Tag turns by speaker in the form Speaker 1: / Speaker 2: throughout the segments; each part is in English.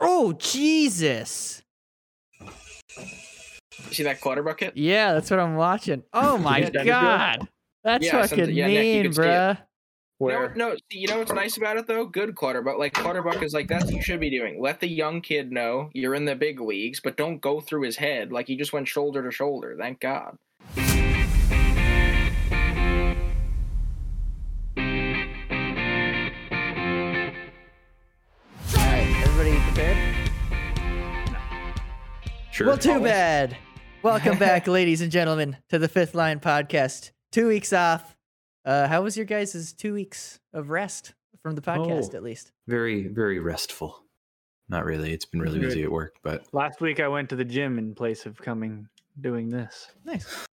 Speaker 1: Oh, Jesus.
Speaker 2: You see that clutter bucket?
Speaker 1: Yeah, that's what I'm watching. Oh my
Speaker 2: Yeah,
Speaker 1: God. That's
Speaker 2: Yeah, something-
Speaker 1: fucking
Speaker 2: yeah, Nick, you
Speaker 1: mean,
Speaker 2: can see it.
Speaker 1: bruh.
Speaker 2: No,
Speaker 3: Where?
Speaker 2: no. see, You know what's nice about it though? Good clutter, but like clutterbuck is like that's what you should be doing. Let the young kid know you're in the big leagues, but don't go through his head. Like he just went shoulder to shoulder. Thank God.
Speaker 1: All right, everybody prepared?
Speaker 3: Sure.
Speaker 1: Well, too bad. Welcome back, ladies and gentlemen, to the Fifth Line Podcast. Two weeks off. Uh, how was your guys' two weeks of rest from the podcast,
Speaker 3: Oh.
Speaker 1: at least?
Speaker 3: very, very restful. Not really. It's been really
Speaker 4: Good.
Speaker 3: busy at work, but
Speaker 4: Last week I went to the gym in place of coming doing this.
Speaker 1: Nice.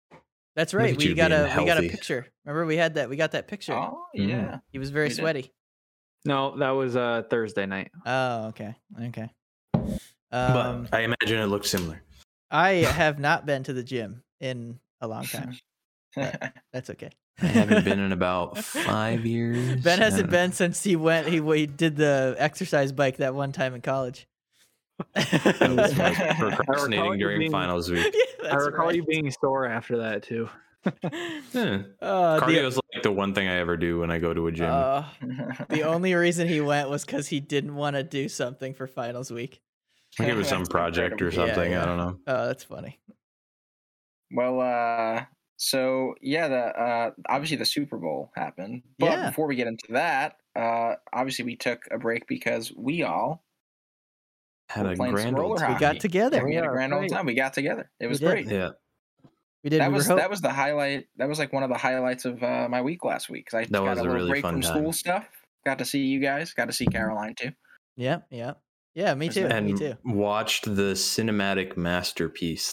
Speaker 1: That's
Speaker 3: Look
Speaker 1: right.
Speaker 3: at
Speaker 1: We
Speaker 3: you
Speaker 1: got
Speaker 3: being
Speaker 1: a we got a
Speaker 3: healthy.
Speaker 1: picture. Remember, we had that. We got that picture.
Speaker 2: Oh
Speaker 3: Mm.
Speaker 2: yeah.
Speaker 1: He was very
Speaker 2: we did.
Speaker 1: sweaty.
Speaker 4: No, that was uh Thursday night.
Speaker 1: Oh, okay, okay. Um,
Speaker 3: but I imagine it looked similar.
Speaker 1: I have not been to the gym in a long time. That's okay.
Speaker 3: I haven't been in about five years.
Speaker 1: Ben
Speaker 3: I
Speaker 1: hasn't
Speaker 3: don't know.
Speaker 1: been since he went. He, he did the exercise bike that one time in college.
Speaker 3: I was like
Speaker 2: I recall
Speaker 3: procrastinating
Speaker 4: you
Speaker 3: during
Speaker 4: being-
Speaker 3: finals
Speaker 1: Yeah,
Speaker 3: week.
Speaker 1: that's
Speaker 4: I recall
Speaker 1: right.
Speaker 4: you being sore after that too.
Speaker 3: Yeah.
Speaker 1: Uh,
Speaker 3: Cardio
Speaker 1: the,
Speaker 3: is like the one thing I ever do when I go to a gym.
Speaker 1: uh, the only reason he went was because he didn't want to do something for finals week.
Speaker 3: like it was some
Speaker 2: That's
Speaker 3: project or
Speaker 2: incredible.
Speaker 1: Yeah,
Speaker 3: something.
Speaker 1: yeah.
Speaker 3: I don't know.
Speaker 1: Oh, that's funny.
Speaker 2: Well, uh, so yeah, the uh, obviously the Super Bowl happened, but
Speaker 1: Yeah.
Speaker 2: before we get into that, uh, obviously we took a break because we all
Speaker 3: Had
Speaker 2: We're
Speaker 3: a
Speaker 2: playing some
Speaker 3: grand old
Speaker 2: roller
Speaker 3: time.
Speaker 1: We got
Speaker 2: Hockey.
Speaker 1: together.
Speaker 2: we had a grand old
Speaker 4: right.
Speaker 2: time. We got together. It
Speaker 1: We
Speaker 2: was
Speaker 1: did.
Speaker 2: great.
Speaker 3: Yeah.
Speaker 1: We did.
Speaker 2: That
Speaker 1: we were
Speaker 2: was
Speaker 1: hope-
Speaker 2: that was the highlight. That was like one of the highlights of uh, my week last week because I got
Speaker 3: was
Speaker 2: a
Speaker 3: a
Speaker 2: little
Speaker 3: really
Speaker 2: break
Speaker 3: fun
Speaker 2: from
Speaker 3: time.
Speaker 2: school stuff. Got to see you guys. Got to see Caroline too.
Speaker 1: yeah, yeah, yeah. Me
Speaker 2: Was
Speaker 1: too.
Speaker 3: and
Speaker 1: Me too.
Speaker 3: watched the cinematic masterpiece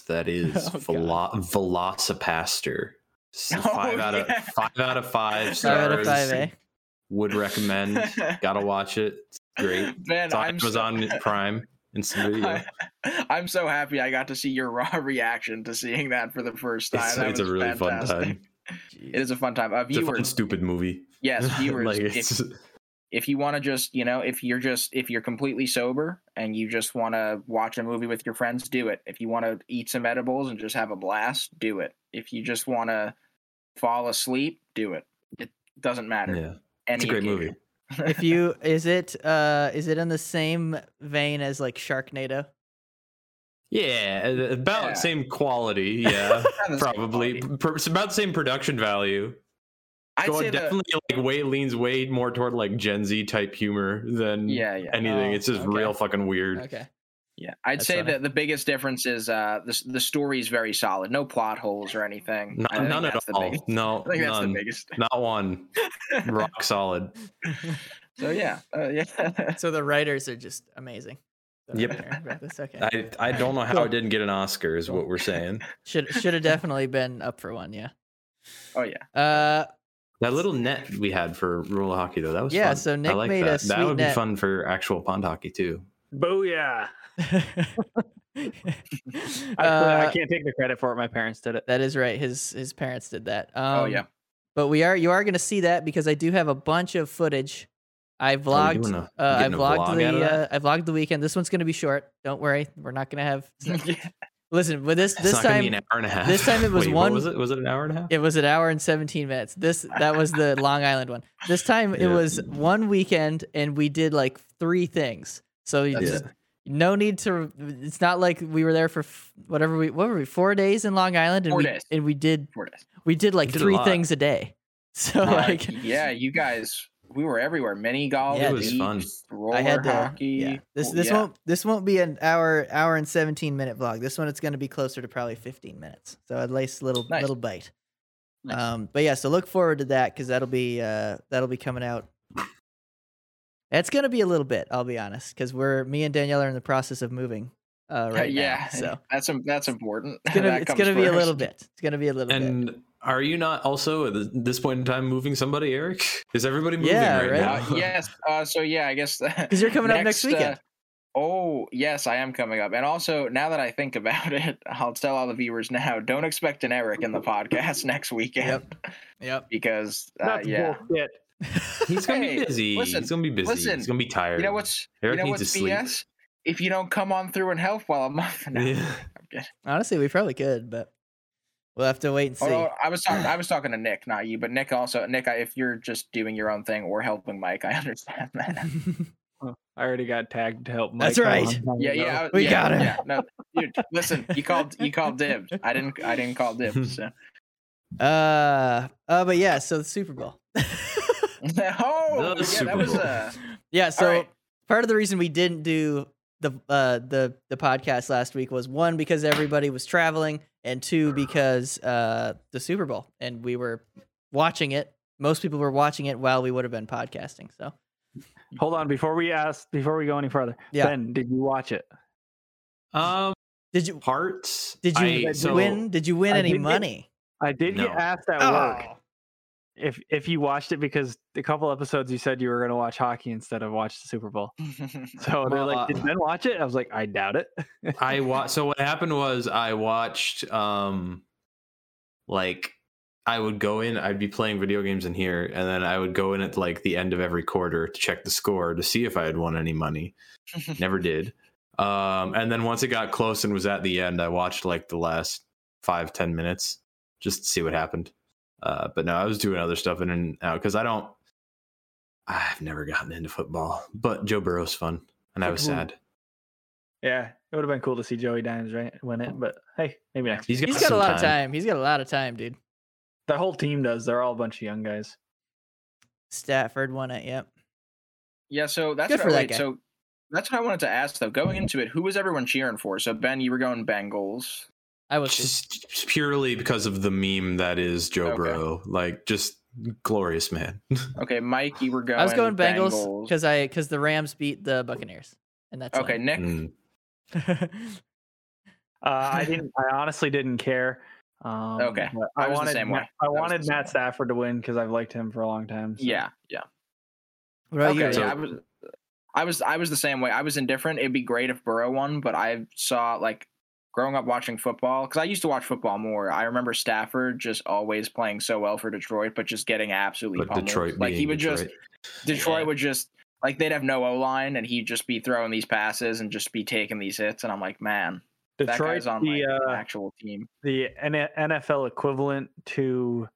Speaker 3: that is
Speaker 1: Oh,
Speaker 3: Velo- Velocipaster. S-
Speaker 2: Oh,
Speaker 3: Five out of
Speaker 2: yeah.
Speaker 3: five out of five
Speaker 1: Five out of
Speaker 3: stars.
Speaker 1: five, eh?
Speaker 3: Would recommend. Gotta watch it. It's great.
Speaker 2: Man,
Speaker 3: It's on
Speaker 2: I'm so,
Speaker 3: Amazon Prime. Instant video.
Speaker 2: I'm so happy I got to see your raw reaction to seeing that for the first time.
Speaker 3: It's,
Speaker 2: That
Speaker 3: it's a
Speaker 2: was
Speaker 3: really
Speaker 2: fantastic.
Speaker 3: fun time.
Speaker 2: It is a fun time. Uh,
Speaker 3: It's a fun,
Speaker 2: viewers,
Speaker 3: stupid movie.
Speaker 2: yes, viewers.
Speaker 3: like
Speaker 2: if-
Speaker 3: it's,
Speaker 2: if you want to just you know if you're just if you're completely sober and you just want to watch a movie with your friends do it if you want to eat some edibles and just have a blast do it if you just want to fall asleep do it it doesn't matter
Speaker 3: yeah,
Speaker 2: Any
Speaker 3: it's a great movie.
Speaker 2: occasion.
Speaker 1: If you is it uh is it in the same vein as like Sharknado?
Speaker 3: Yeah, a- about
Speaker 2: Yeah.
Speaker 3: same quality. Yeah,
Speaker 2: Kinda the same
Speaker 3: probably.
Speaker 2: quality.
Speaker 3: Pr- it's about the same production value.
Speaker 2: i'd
Speaker 3: so
Speaker 2: say
Speaker 3: it
Speaker 2: definitely
Speaker 3: definitely like way leans way more toward like Gen Z type humor than
Speaker 2: yeah yeah
Speaker 3: anything.
Speaker 1: Oh,
Speaker 3: it's just
Speaker 1: okay.
Speaker 3: real fucking weird.
Speaker 1: Okay.
Speaker 2: yeah i'd
Speaker 1: That's
Speaker 2: say
Speaker 1: funny.
Speaker 2: that the biggest difference is uh the, s- the story is very solid no plot holes or anything
Speaker 3: Not,
Speaker 2: I think
Speaker 3: none at
Speaker 2: that's the
Speaker 3: all.
Speaker 2: biggest-
Speaker 3: No,
Speaker 2: i think that's
Speaker 3: none.
Speaker 2: the biggest
Speaker 3: Not one. Rock solid.
Speaker 2: so yeah uh, yeah
Speaker 1: So the writers are just amazing. Don't
Speaker 3: Yep.
Speaker 1: care about this. Okay.
Speaker 3: I I don't know how
Speaker 1: Cool.
Speaker 3: it didn't get an Oscar. Is what we're saying.
Speaker 1: Should should have definitely been up for one. Yeah.
Speaker 2: oh yeah
Speaker 1: Uh
Speaker 3: That little net we had for roller hockey though, that was
Speaker 1: Yeah,
Speaker 3: Fun.
Speaker 1: so
Speaker 3: I
Speaker 1: Nick
Speaker 3: like
Speaker 1: made a
Speaker 3: that.
Speaker 1: sweet
Speaker 3: that would
Speaker 1: net.
Speaker 3: be fun for actual pond hockey too.
Speaker 4: Booyah. I,
Speaker 1: uh,
Speaker 4: I can't take the credit for it. My parents did it.
Speaker 1: That is right. His his parents did that. Um,
Speaker 2: Oh, yeah.
Speaker 1: But we are you are going to see that because I do have a bunch of footage. I vlogged.
Speaker 3: Oh, doing a- you
Speaker 1: uh, I
Speaker 3: getting a
Speaker 1: vlogged
Speaker 3: vlog out of
Speaker 1: the. Uh,
Speaker 3: that?
Speaker 1: I vlogged the weekend. This one's going to be short. Don't worry. We're not going to have.
Speaker 2: Yeah.
Speaker 1: Listen, with this
Speaker 3: it's
Speaker 1: this
Speaker 3: not gonna be
Speaker 1: time
Speaker 3: an hour and a half.
Speaker 1: this time it was
Speaker 3: Wait,
Speaker 1: one-
Speaker 3: What was it? Was it an hour and a half?
Speaker 1: it was an hour and seventeen minutes. This that was the Long Island one. This time it
Speaker 3: Yeah.
Speaker 1: was one weekend, and we did like three things. So you
Speaker 2: That's
Speaker 1: just no need to it's not like we were there for f- whatever we what were we four days in long island and
Speaker 2: Four
Speaker 1: we
Speaker 2: days.
Speaker 1: and we did
Speaker 2: Four days.
Speaker 1: we did like
Speaker 3: We did a
Speaker 1: three
Speaker 3: lot.
Speaker 1: things a day so
Speaker 2: Uh,
Speaker 1: like
Speaker 2: yeah, you guys, we were everywhere. Mini golf,
Speaker 1: Yeah, It
Speaker 3: was
Speaker 2: beach,
Speaker 3: fun.
Speaker 2: Roller
Speaker 1: i had to
Speaker 2: hockey.
Speaker 1: yeah this
Speaker 2: Oh,
Speaker 1: this
Speaker 2: yeah.
Speaker 1: won't this won't be an hour hour and 17 minute vlog this one it's going to be closer to probably 15 minutes so a nice little
Speaker 2: Nice.
Speaker 1: little bite
Speaker 2: Nice.
Speaker 1: um but yeah so look forward to that because that'll be uh that'll be coming out it's going to be a little bit i'll be honest because we're me and danielle are in the process of moving uh right now,
Speaker 2: yeah.
Speaker 1: so
Speaker 2: that's im- that's important.
Speaker 1: it's gonna,
Speaker 2: That
Speaker 1: it's
Speaker 2: comes
Speaker 1: gonna be a
Speaker 2: first.
Speaker 1: little bit. It's gonna be a little bit.
Speaker 3: And are you not also at this point in time moving somebody, Eric? Is everybody moving
Speaker 1: Yeah,
Speaker 3: right,
Speaker 1: right?
Speaker 3: now?
Speaker 2: Uh, yes. Uh, so yeah, I guess
Speaker 1: Because you're coming up next
Speaker 2: uh,
Speaker 1: weekend.
Speaker 2: oh yes, I am coming up. And also, now that I think about it, I'll tell all the viewers now: don't expect an Eric in the podcast next weekend
Speaker 1: yep.
Speaker 2: because uh,
Speaker 4: That's
Speaker 2: yeah.
Speaker 4: bullshit.
Speaker 3: He's gonna
Speaker 2: Hey,
Speaker 3: be busy.
Speaker 2: listen,
Speaker 3: He's gonna be busy.
Speaker 2: listen.
Speaker 3: He's gonna be tired.
Speaker 2: You know what's you
Speaker 3: Eric
Speaker 2: know
Speaker 3: needs
Speaker 2: what's
Speaker 3: to sleep.
Speaker 2: BS? if you don't come on through and help while I'm off. No,
Speaker 3: Yeah.
Speaker 2: I'm kidding.
Speaker 1: Honestly, we probably could, but we'll have to wait and see.
Speaker 2: Although I was talking, I was talking to Nick, not you, but Nick also, Nick, I- if you're just doing your own thing or helping Mike, I understand that.
Speaker 4: I already got tagged to help. Mike
Speaker 1: That's
Speaker 4: a
Speaker 1: right.
Speaker 4: long time
Speaker 2: Yeah,
Speaker 4: ago.
Speaker 2: yeah, I-
Speaker 1: We
Speaker 2: yeah,
Speaker 1: got him.
Speaker 2: Yeah, no, dude, listen, you called, you called dibs. I didn't, I didn't call dibs. So.
Speaker 1: uh, uh, but yeah, so the Super Bowl.
Speaker 2: oh,
Speaker 3: The
Speaker 2: yeah,
Speaker 3: Super
Speaker 2: that was
Speaker 3: Bowl.
Speaker 2: uh,
Speaker 1: yeah, so
Speaker 2: all right.
Speaker 1: part of the reason we didn't do the uh the the podcast last week was one because everybody was traveling and two because uh the Super Bowl and we were watching it. Most people were watching it while we would have been podcasting. So
Speaker 4: Hold on, before we ask, before we go any further,
Speaker 1: Yeah.
Speaker 4: Ben, did you watch it?
Speaker 3: Um,
Speaker 1: did you
Speaker 3: parts.
Speaker 1: did you
Speaker 3: I- so-
Speaker 1: win? Did you win
Speaker 4: I
Speaker 1: any
Speaker 4: did get-
Speaker 1: money?
Speaker 4: I did
Speaker 3: No.
Speaker 4: get asked at work
Speaker 1: Oh.
Speaker 4: if if you watched it because a couple episodes you said you were going to watch hockey instead of watch the Super Bowl. So they're
Speaker 3: Well,
Speaker 4: like,
Speaker 3: uh,
Speaker 4: did Ben watch it? I was like, I doubt it.
Speaker 3: I wa- so what happened was I watched um like I would go in, I'd be playing video games in here, and then I would go in at like the end of every quarter to check the score to see if I had won any money. Never did. Um and then once it got close and was at the end, I watched like the last five, ten minutes just to see what happened. Uh but no, I was doing other stuff in and out because I don't I've never gotten into football. But Joe Burrow's fun. And I was
Speaker 4: Football.
Speaker 3: sad.
Speaker 4: yeah, it would have been cool to see Joey Dimes right win it, but hey, maybe next.
Speaker 3: He's got,
Speaker 1: He's got a
Speaker 3: some
Speaker 1: lot of time. He's got a lot of time, dude.
Speaker 4: The whole team does. They're all a bunch of young guys.
Speaker 1: Stafford won it. Yep.
Speaker 2: yeah, so that's
Speaker 1: Good
Speaker 2: what,
Speaker 1: for that
Speaker 2: wait,
Speaker 1: guy.
Speaker 2: so that's what I wanted to ask though. Going into it, who was everyone cheering for? So Ben, you were going Bengals.
Speaker 1: I was just
Speaker 3: just purely because of the meme that is Joe
Speaker 2: Okay.
Speaker 3: Burrow. Like, just glorious man.
Speaker 2: Okay, Mike, you were going.
Speaker 1: I was going Bengals because I because the Rams beat the Buccaneers and that's
Speaker 2: Okay,
Speaker 1: lame.
Speaker 2: Nick.
Speaker 3: Mm.
Speaker 4: Uh, I didn't. I honestly didn't care. Um,
Speaker 2: Okay.
Speaker 4: but
Speaker 2: I
Speaker 4: I,
Speaker 2: was the
Speaker 4: wanted.
Speaker 2: same
Speaker 4: Ma-
Speaker 2: way.
Speaker 4: I
Speaker 2: I was the
Speaker 4: wanted
Speaker 2: same
Speaker 4: Matt
Speaker 2: way.
Speaker 4: Stafford to win because I've liked him for a long time. so-
Speaker 2: Yeah, yeah.
Speaker 1: what about
Speaker 2: okay,
Speaker 1: you?
Speaker 3: So-
Speaker 2: yeah, I was, I was, I was the same way. I was indifferent. It'd be great if Burrow won, but I saw like growing up watching football because I used to watch football more. I remember Stafford just always playing so well for Detroit, but just getting absolutely
Speaker 3: But
Speaker 2: pummeled.
Speaker 3: Detroit,
Speaker 2: like he
Speaker 3: being
Speaker 2: would
Speaker 3: Detroit.
Speaker 2: just Detroit
Speaker 3: Yeah.
Speaker 2: would just like they'd have no O line and he'd just be throwing these passes and just be taking these hits, and I'm like, man, that guy's
Speaker 4: Detroit's
Speaker 2: on
Speaker 4: the
Speaker 2: like an
Speaker 4: uh,
Speaker 2: actual team.
Speaker 4: the N- NFL equivalent to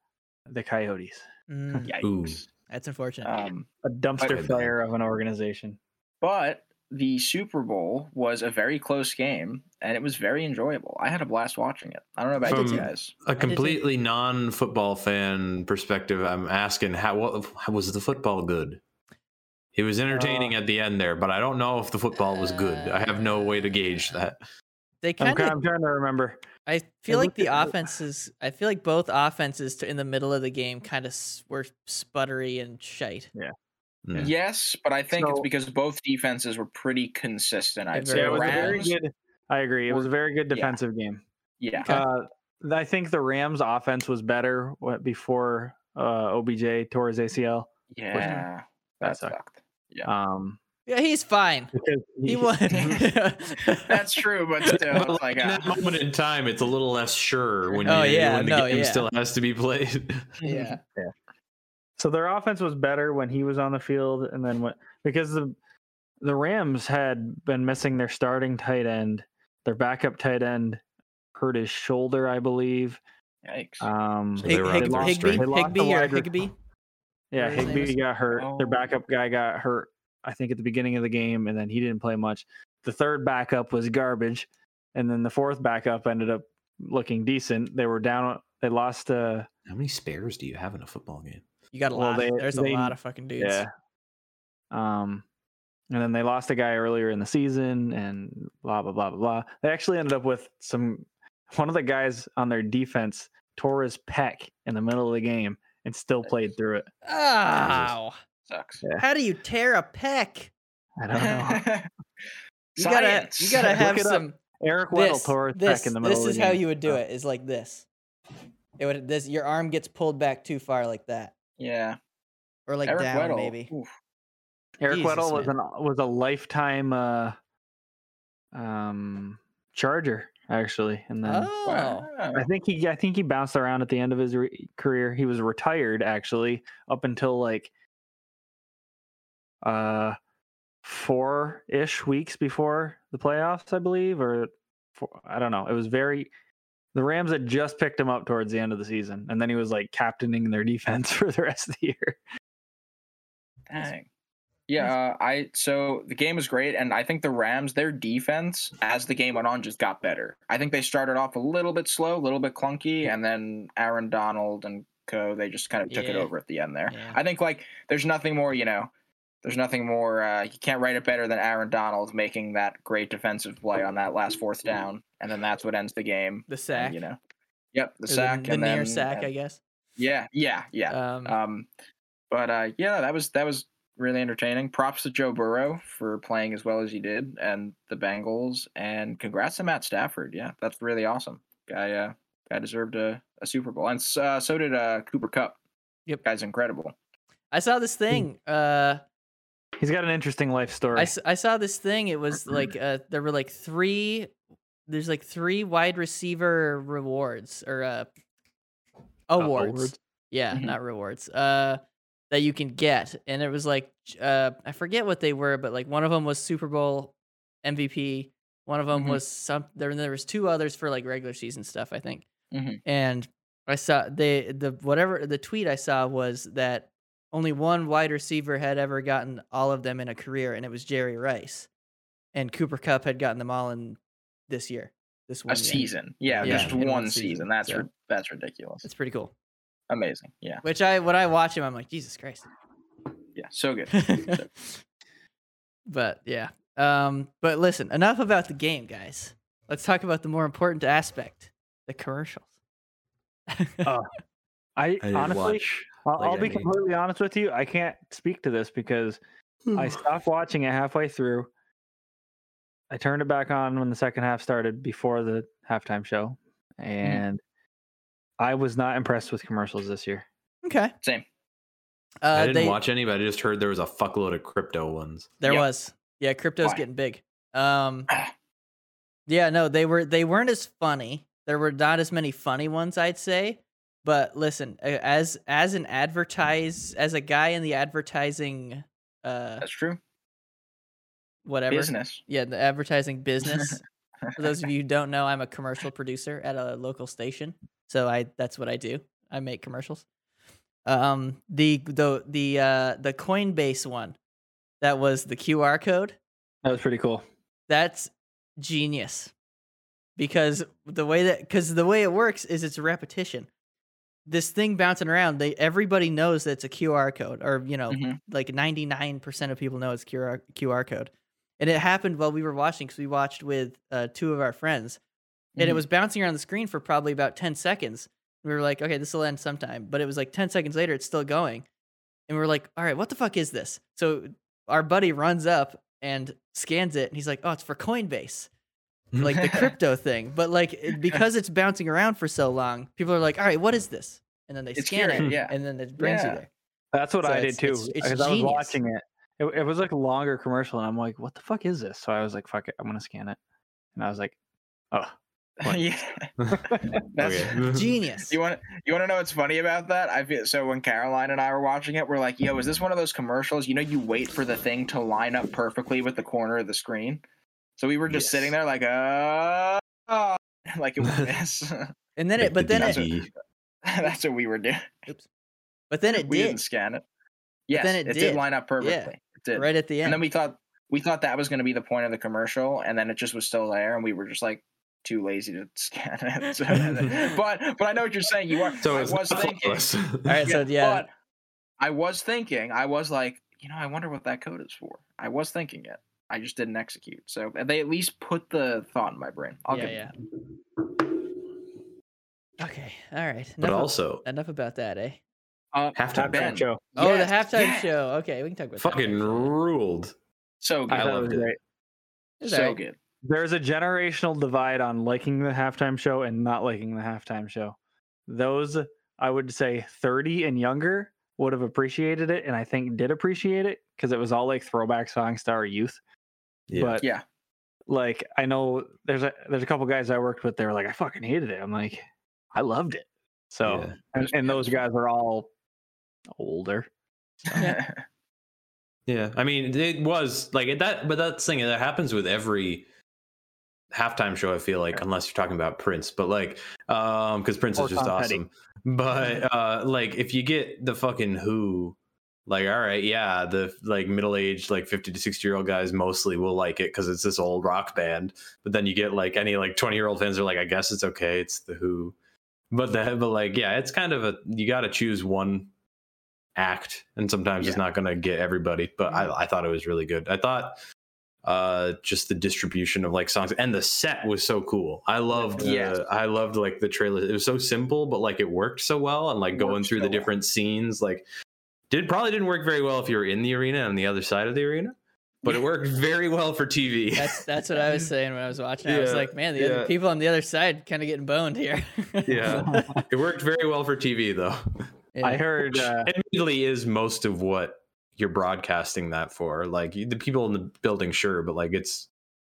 Speaker 4: the Coyotes,
Speaker 1: Mm,
Speaker 2: Yikes.
Speaker 1: that's unfortunate.
Speaker 2: Um,
Speaker 4: a dumpster
Speaker 3: Okay.
Speaker 4: fire of an organization.
Speaker 2: but the Super Bowl was a very close game and it was very enjoyable. I had a blast watching it. I don't know about
Speaker 3: From-
Speaker 2: you guys.
Speaker 3: A completely non-football fan perspective. I'm asking how, what, how was the football good? It was entertaining
Speaker 2: Uh,
Speaker 3: at the end there, but I don't know if the football was good. I have no way to gauge
Speaker 2: Uh,
Speaker 3: that.
Speaker 1: they
Speaker 4: I'm,
Speaker 1: kind of.
Speaker 4: ki- I'm trying to remember.
Speaker 1: I feel
Speaker 4: I
Speaker 1: like
Speaker 4: looked
Speaker 1: the
Speaker 4: at it-
Speaker 1: offenses. I feel like both offenses to, in the middle of the game kind of s- were sputtery and shite.
Speaker 3: Yeah.
Speaker 2: Yes, but I think it's
Speaker 4: So-
Speaker 2: because both defenses were pretty consistent. I'd
Speaker 1: They're
Speaker 2: say
Speaker 4: Yeah,
Speaker 1: very
Speaker 4: it was a very
Speaker 2: Rams,
Speaker 4: good. I agree. It was a very good
Speaker 2: Yeah.
Speaker 4: defensive game.
Speaker 2: yeah,
Speaker 1: Okay.
Speaker 4: Uh, th- I think the Rams' offense was better what, before uh, OBJ tore his ACL.
Speaker 2: yeah,
Speaker 4: That
Speaker 2: that
Speaker 4: sucked.
Speaker 2: sucked. Yeah.
Speaker 4: Um,
Speaker 1: Yeah, he's fine.
Speaker 4: because
Speaker 1: He won.
Speaker 2: That's true, but still,
Speaker 3: But
Speaker 2: it's like,
Speaker 3: in that
Speaker 2: ah.
Speaker 3: moment in time, it's a little less sure when, you,
Speaker 1: Oh, yeah,
Speaker 3: when the
Speaker 1: no,
Speaker 3: game
Speaker 1: yeah.
Speaker 3: still has to be played.
Speaker 1: yeah.
Speaker 4: So their offense was better when he was on the field, and then when because the the Rams had been missing their starting tight end, their backup tight end hurt his shoulder, I believe.
Speaker 2: yikes.
Speaker 4: Um,
Speaker 3: So they
Speaker 1: Hig-
Speaker 3: were out
Speaker 1: Hig-
Speaker 3: of their
Speaker 1: Higby,
Speaker 3: strength.
Speaker 4: They lost
Speaker 1: Higby
Speaker 4: the
Speaker 1: or
Speaker 4: wide rec-
Speaker 1: Higby.
Speaker 4: yeah,
Speaker 1: whatever his name
Speaker 4: Higby
Speaker 1: is.
Speaker 4: got hurt. Their
Speaker 2: Oh.
Speaker 4: backup guy got hurt. I think at the beginning of the game, and then he didn't play much. The third backup was garbage, and then the fourth backup ended up looking decent. They were down. They lost. Uh,
Speaker 3: How many spares do you have in a football game?
Speaker 1: You got a
Speaker 4: Well,
Speaker 1: lot.
Speaker 4: they-
Speaker 1: There's a
Speaker 4: they-
Speaker 1: lot of fucking dudes.
Speaker 4: Yeah. Um, and then they lost a guy earlier in the season, and blah blah blah blah blah. They actually ended up with some. One of the guys on their defense tore his pec in the middle of the game and still played through it.
Speaker 1: Ow!
Speaker 2: sucks.
Speaker 4: Yeah.
Speaker 1: How do you tear a peck?
Speaker 4: I don't know.
Speaker 1: You gotta, you
Speaker 2: Science.
Speaker 1: gotta
Speaker 4: Look
Speaker 1: have
Speaker 4: it up.
Speaker 1: some.
Speaker 4: Eric Weddle
Speaker 1: This,
Speaker 4: tore his
Speaker 1: this,
Speaker 4: pec in the middle.
Speaker 1: this
Speaker 4: of
Speaker 1: is
Speaker 4: the
Speaker 1: how
Speaker 4: game. Oh.
Speaker 1: you would do
Speaker 4: So,
Speaker 1: it. Is like this. It would this. Your arm gets pulled back too far like that,
Speaker 2: Yeah,
Speaker 1: or like
Speaker 2: Eric
Speaker 1: down
Speaker 2: Weddle.
Speaker 1: maybe.
Speaker 2: oof.
Speaker 4: Eric
Speaker 1: Jesus,
Speaker 4: Weddle was
Speaker 1: man.
Speaker 4: an was a lifetime uh, um Charger actually, and then.
Speaker 1: Oh,
Speaker 2: Wow.
Speaker 4: I think he I think he bounced around at the end of his re- career. He was retired actually up until like uh four ish weeks before the playoffs, I believe, or four, I don't know. It was very. The Rams had just picked him up towards the end of the season, and then he was like captaining their defense for the rest of the year.
Speaker 2: Dang. Yeah, uh, I so the game was great, and I think the Rams, their defense as the game went on, just got better. I think they started off a little bit slow, a little bit clunky, and then Aaron Donald and Co. They just kind of took it
Speaker 1: Yeah.
Speaker 2: over at the end there.
Speaker 1: Yeah.
Speaker 2: I think like there's nothing more, you know, there's nothing more. Uh, you can't write it better than Aaron Donald making that great defensive play on that last fourth down, and then that's what ends the game.
Speaker 1: The
Speaker 2: and,
Speaker 1: sack,
Speaker 2: you know. Yep, the
Speaker 1: or the-
Speaker 2: sack,
Speaker 1: the,
Speaker 2: and
Speaker 1: near
Speaker 2: then-
Speaker 1: sack,
Speaker 2: and-
Speaker 1: I guess.
Speaker 2: yeah, yeah, yeah.
Speaker 1: Um,
Speaker 2: Um, but uh, yeah, that was that was really entertaining. Props to Joe Burrow for playing as well as he did, and the Bengals, and congrats to Matt Stafford. Yeah, that's really awesome. Guy, uh, guy deserved a, a Super Bowl, and s- uh, so did uh, Cooper Cup.
Speaker 1: Yep.
Speaker 2: guy's incredible.
Speaker 1: I saw
Speaker 2: hmm.
Speaker 1: this thing. Uh,
Speaker 4: He's got an interesting life story.
Speaker 1: I, s- I saw this thing. It was like
Speaker 2: Mm-hmm.
Speaker 1: uh, there were like three. There's like three wide receiver rewards or uh,
Speaker 2: Oh,
Speaker 1: awards.
Speaker 4: awards.
Speaker 1: Yeah,
Speaker 2: Mhm.
Speaker 1: not rewards. Uh, that you can get, and it was like j- uh, I forget what they were, but like one of them was Super Bowl MVP. One of them
Speaker 2: Mhm.
Speaker 1: was some. There, there was two others for like regular season stuff, I think.
Speaker 2: Mhm.
Speaker 1: And I saw they the whatever the tweet I saw was that only one wide receiver had ever gotten all of them in a career, and it was Jerry Rice. And Cooper Cup had gotten them all in this year, this
Speaker 2: A
Speaker 1: one year.
Speaker 2: season, yeah,
Speaker 1: Yeah,
Speaker 2: just
Speaker 1: in
Speaker 2: one,
Speaker 1: one
Speaker 2: season.
Speaker 1: season,
Speaker 2: That's
Speaker 1: yeah.
Speaker 2: ri- that's ridiculous.
Speaker 1: It's pretty cool.
Speaker 2: Amazing, yeah,
Speaker 1: Which I when I watch him, I'm like, Jesus Christ.
Speaker 2: yeah, so good.
Speaker 1: but yeah. Um, but listen, enough about the game, guys. Let's talk about the more important aspect, the commercials.
Speaker 3: Uh,
Speaker 4: I,
Speaker 3: I did
Speaker 4: honestly,
Speaker 3: watch.
Speaker 4: I'll,
Speaker 3: like
Speaker 4: I'll be
Speaker 3: any-
Speaker 4: completely honest with you. I can't speak to this because I stopped watching it halfway through. I turned it back on when the second half started before the halftime show,
Speaker 3: Mm-hmm.
Speaker 4: and I was not impressed with commercials this year.
Speaker 1: Okay.
Speaker 2: Same.
Speaker 1: Uh,
Speaker 3: I didn't
Speaker 1: they,
Speaker 3: watch any, but I just heard there was a fuckload of crypto ones.
Speaker 1: There
Speaker 2: Yeah.
Speaker 1: was. Yeah, crypto's
Speaker 2: Why?
Speaker 1: getting big. Um
Speaker 3: Ah.
Speaker 1: Yeah, no, they were they weren't as funny. There were not as many funny ones, I'd say. But listen, a- as as an advertise as a guy in the advertising uh
Speaker 2: That's true.
Speaker 1: whatever.
Speaker 2: Business.
Speaker 1: Yeah, the advertising business. For those of you who don't know, I'm a commercial producer at a local station. So I that's what I do. I make commercials. Um the the the uh the Coinbase one that was the QR code.
Speaker 4: That was pretty cool.
Speaker 1: That's genius. Because the way that cuz the way it works is it's repetition. This thing bouncing around, they everybody knows that it's a QR code or you know,
Speaker 2: Mhm.
Speaker 1: like 99% of people know it's QR QR code. And it happened while we were watching cuz we watched with uh, two of our friends and it
Speaker 2: Mhm.
Speaker 1: was bouncing around the screen for probably about 10 seconds. We were like, okay, this will end sometime. But it was like 10 seconds later, it's still going. And we were like, all right, what the fuck is this? So our buddy runs up and scans it. And he's like, oh, it's for Coinbase, like the crypto thing. But like, it- because it's bouncing around for so long, people are like, all right, what is this? And then they
Speaker 2: It's
Speaker 1: scan
Speaker 2: scary,
Speaker 1: it.
Speaker 2: yeah.
Speaker 1: And then it brings
Speaker 2: Yeah.
Speaker 1: you there.
Speaker 4: That's what
Speaker 1: So
Speaker 4: I
Speaker 1: it's-
Speaker 4: did too
Speaker 1: it's- it's
Speaker 4: because I was
Speaker 1: genius.
Speaker 4: watching it. it. It was like a longer commercial, and I'm like, "What the fuck is this?" So I was like, "Fuck it, I'm gonna scan it," and I was like, "Oh, What?
Speaker 2: yeah. That's,
Speaker 3: Okay.
Speaker 1: Genius.
Speaker 2: You want you want to know what's funny about that? I feel so when Caroline and I were watching it, we're like, "Yo, is this one of those commercials? You know, you wait for the thing to line up perfectly with the corner of the screen." So we were just
Speaker 3: Yes.
Speaker 2: sitting there like, "Uh, uh," like it was this.
Speaker 1: And then
Speaker 3: Like
Speaker 1: it, but
Speaker 3: the
Speaker 1: then
Speaker 2: That's
Speaker 1: it,
Speaker 3: DG.
Speaker 2: what, that's what we were doing.
Speaker 1: but then it
Speaker 2: we
Speaker 1: did
Speaker 2: not scan it. Yes,
Speaker 1: then
Speaker 2: it,
Speaker 1: it
Speaker 2: did.
Speaker 1: did.
Speaker 2: line up perfectly. It did.
Speaker 1: right at the
Speaker 2: And
Speaker 1: end.
Speaker 2: then we thought we thought that was going to be the point of the commercial, and then it just was still there, and we were just like too lazy to scan it. So- but but I know what you're saying. You are.
Speaker 3: So
Speaker 2: I
Speaker 3: it's
Speaker 2: was
Speaker 3: not
Speaker 2: thinking.
Speaker 3: flawless.
Speaker 1: all right, so yeah,
Speaker 2: But I was thinking, I was like, you know, I wonder what that code is for. I was thinking it. I just didn't execute. So they at least put the thought in my brain. I'll
Speaker 1: yeah,
Speaker 2: give
Speaker 1: yeah. Okay, all right.
Speaker 3: But
Speaker 1: enough of-
Speaker 3: also,
Speaker 1: Enough about that, eh?
Speaker 2: Uh,
Speaker 3: Halftime
Speaker 2: Ben.
Speaker 4: show.
Speaker 1: Oh, the
Speaker 2: yes,
Speaker 1: halftime
Speaker 2: yes.
Speaker 1: show. Okay, we can talk about that.
Speaker 3: fucking ruled.
Speaker 2: So good.
Speaker 3: I
Speaker 4: thought
Speaker 3: loved
Speaker 4: was
Speaker 3: it.
Speaker 4: great.
Speaker 1: It's
Speaker 2: so
Speaker 1: alright.
Speaker 2: good.
Speaker 4: There's a generational divide on liking the halftime show and not liking the halftime show. Those I would say 30 and younger would have appreciated it, and I think did appreciate it because it was all like throwback songs to our youth.
Speaker 3: Yeah.
Speaker 4: But
Speaker 2: Yeah.
Speaker 4: like I know there's a there's a couple guys I worked with. They were like, I fucking hated it. I'm like, I loved it. So
Speaker 3: Yeah.
Speaker 4: and, and those guys are all older.
Speaker 1: Yeah.
Speaker 3: Yeah, I mean, it was like it- that, but that's the thing that happens with every halftime show. I feel like, unless you're talking about Prince, but like, um, because Prince
Speaker 4: Or
Speaker 3: is just
Speaker 4: Tom Petty.
Speaker 3: awesome. But uh, like, if you get the fucking Who, like, all right, yeah, the like middle aged, like fifty to sixty year old guys mostly will like it because it's this old rock band. But then you get like any like twenty year old fans are like, I guess it's okay, it's the Who. But the but like, yeah, it's kind of a you got to choose one act and sometimes it's not going to get everybody but
Speaker 2: Mm-hmm.
Speaker 3: I, I thought it was really good i thought uh just the distribution of like songs and the set was so cool i loved the-
Speaker 2: Yes.
Speaker 3: i loved like the trailer it was so simple but like it worked so well and like
Speaker 2: It
Speaker 3: going
Speaker 2: worked
Speaker 3: through
Speaker 2: so
Speaker 3: the
Speaker 2: well.
Speaker 3: different scenes like did probably didn't work very well if you were in the arena and the other side of the arena but it worked very well for tv
Speaker 1: That's that's what I was saying when I was watching. I was
Speaker 3: Yeah,
Speaker 1: like, man, the
Speaker 3: yeah.
Speaker 1: other people on the other side kind of getting boned here.
Speaker 3: yeah it worked very well for tv though
Speaker 1: Yeah.
Speaker 4: I heard uh,
Speaker 3: admittedly is most of what you're broadcasting that for like you- the people in the building sure but like it's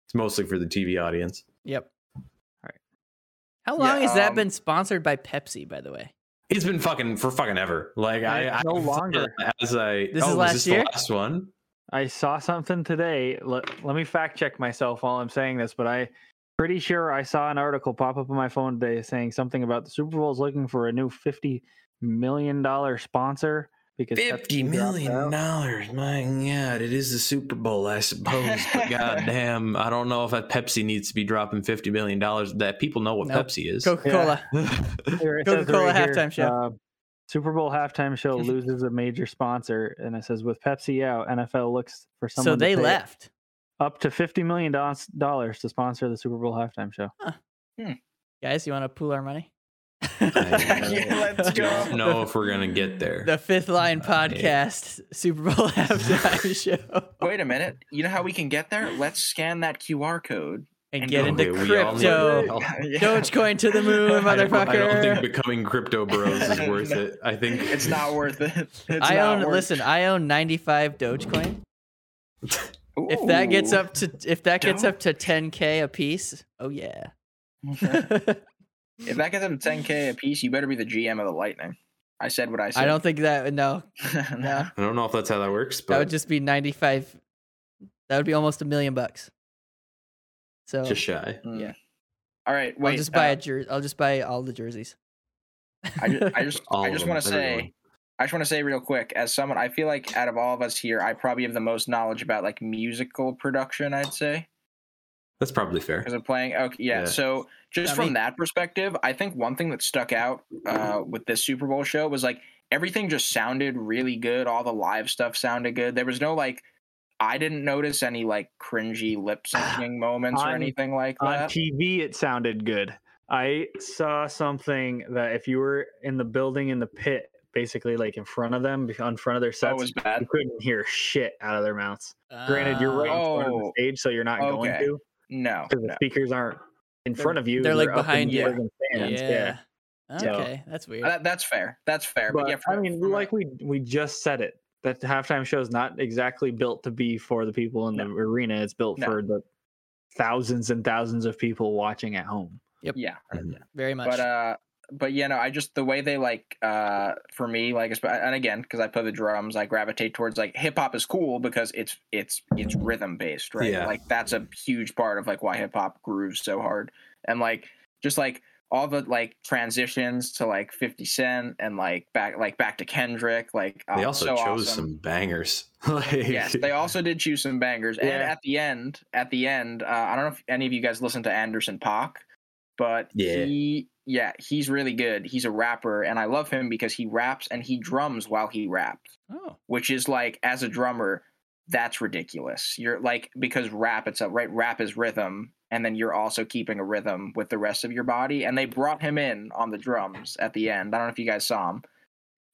Speaker 3: it's mostly for the tv audience
Speaker 1: Yep. All
Speaker 4: right.
Speaker 1: How
Speaker 2: Yeah,
Speaker 1: long has that
Speaker 2: um,
Speaker 1: been sponsored by Pepsi? By the way,
Speaker 3: it's been fucking for fucking ever like i
Speaker 4: Yeah, no
Speaker 3: I-
Speaker 4: longer.
Speaker 3: as i
Speaker 1: This
Speaker 3: oh,
Speaker 1: is
Speaker 3: was
Speaker 1: last
Speaker 3: this
Speaker 1: year?
Speaker 3: the last one
Speaker 4: I saw something today. Let, let me fact check myself while I'm saying this, but I pretty sure I saw an article pop up on my phone today saying something about the Super Bowl is looking for a new fifty million dollar sponsor because Pepsi dropped out.
Speaker 3: dollars my god it is the super bowl i suppose
Speaker 2: but
Speaker 3: goddamn i don't know if pepsi needs to be dropping 50 million dollars that people know what
Speaker 1: Nope.
Speaker 3: pepsi is
Speaker 1: Coca Cola.
Speaker 4: Here it says
Speaker 1: Coca-Cola halftime show.
Speaker 4: uh, Super Bowl halftime show loses a major sponsor, and it says with Pepsi out, NFL looks for someone.
Speaker 1: So
Speaker 4: to
Speaker 1: they
Speaker 4: pay
Speaker 1: left.
Speaker 4: up to fifty million dollars to sponsor the Super Bowl halftime show.
Speaker 1: Guys, you want to pool our money?
Speaker 2: Yeah, let's go.
Speaker 3: don't know if we're gonna get there
Speaker 1: The Fifth Line
Speaker 3: Uh, yeah.
Speaker 1: Podcast Super Bowl halftime show
Speaker 2: Wait a minute. You know how we can get there? Let's scan that QR code.
Speaker 1: and
Speaker 2: And
Speaker 1: get
Speaker 2: go.
Speaker 1: into
Speaker 3: Okay, we all need
Speaker 1: crypto.
Speaker 3: help.
Speaker 2: Yeah.
Speaker 1: Dogecoin to the moon,
Speaker 3: I don't-
Speaker 1: motherfucker.
Speaker 3: I don't think becoming crypto bros is worth
Speaker 2: No.
Speaker 3: it. I think
Speaker 2: It's not worth it. It's
Speaker 1: I
Speaker 2: not
Speaker 1: own.
Speaker 2: worth-
Speaker 1: Listen, I own ninety five Dogecoin. If that gets
Speaker 2: Ooh.
Speaker 1: up to if that gets
Speaker 2: Doge.
Speaker 1: up to ten k a piece, oh yeah.
Speaker 2: if that gets up to 10k a piece, you better be the GM of the Lightning. I said what I said.
Speaker 1: I don't think that. No, no,
Speaker 3: I don't know if that's how that works, but
Speaker 1: that would just be ninety five. That would be almost a million bucks. So
Speaker 3: just shy.
Speaker 2: Mm.
Speaker 1: Yeah.
Speaker 2: All right.
Speaker 1: I'll
Speaker 2: Wait.
Speaker 1: just buy
Speaker 2: uh,
Speaker 1: a jer- I'll just buy all the jerseys.
Speaker 2: I just, I just,
Speaker 3: All
Speaker 2: I
Speaker 3: of
Speaker 2: just
Speaker 3: them,
Speaker 2: want to say,
Speaker 3: everyone.
Speaker 2: I just want to say real quick, as someone, I feel like out of all of us here, I probably have the most knowledge about like musical production. I'd say
Speaker 3: That's probably fair.
Speaker 2: because I'm playing. Okay, yeah.
Speaker 3: Yeah.
Speaker 2: So just
Speaker 1: I
Speaker 2: from
Speaker 1: mean-
Speaker 2: that perspective, I think one thing that stuck out uh, with this Super Bowl show was like everything just sounded really good. All the live stuff sounded good. There was no like. I didn't notice any like cringy lip syncing moments or
Speaker 4: On-
Speaker 2: anything like
Speaker 4: on
Speaker 2: that.
Speaker 4: TV it sounded good. I saw something that if you were in the building in the pit, basically like in front of them, be- on front of their
Speaker 2: That
Speaker 4: sets,
Speaker 2: was bad.
Speaker 4: you couldn't hear shit out of their mouths. Granted, you're right in front of the
Speaker 2: Oh.
Speaker 4: stage, so you're not going
Speaker 2: Okay.
Speaker 4: to
Speaker 2: No,
Speaker 4: because the
Speaker 2: no.
Speaker 4: speakers aren't in front of you.
Speaker 1: they're, like,
Speaker 4: up in
Speaker 1: behind
Speaker 4: the
Speaker 2: you.
Speaker 4: organ
Speaker 1: Yeah.
Speaker 4: stands, Yeah. So-
Speaker 1: Okay, that's weird.
Speaker 2: That, that's fair. That's fair. But,
Speaker 4: But,
Speaker 2: yeah,
Speaker 4: I
Speaker 2: from a-
Speaker 4: mean,
Speaker 2: from a-
Speaker 4: like we we just said it. That the halftime show is not exactly built to be for the people in the arena. It's built
Speaker 2: No.
Speaker 4: for the thousands and thousands of people watching at home.
Speaker 2: yeah,
Speaker 1: Very much.
Speaker 2: but uh but yeah no i just the way they like uh for me like esp- and again because i play the drums i gravitate towards like hip-hop is cool because it's it's it's rhythm based right
Speaker 3: Yeah.
Speaker 2: like that's a huge part of like why hip-hop grooves so hard and like just like all the like transitions to like 50 cent and like back like back to kendrick like
Speaker 3: They
Speaker 2: uh, so
Speaker 3: also chose
Speaker 2: awesome.
Speaker 3: some bangers. like,
Speaker 2: yes they also did choose some bangers and
Speaker 4: Yeah.
Speaker 2: at the end at the end uh, i don't know if any of you guys listen to anderson Paak, but
Speaker 3: Yeah.
Speaker 2: he yeah he's really good he's a rapper and i love him because he raps and he drums while he raps
Speaker 1: oh,
Speaker 2: which is like as a drummer that's ridiculous you're like because rap it's a right rap is rhythm and then you're also keeping a rhythm with the rest of your body and they brought him in on the drums at the end i don't know if you guys saw him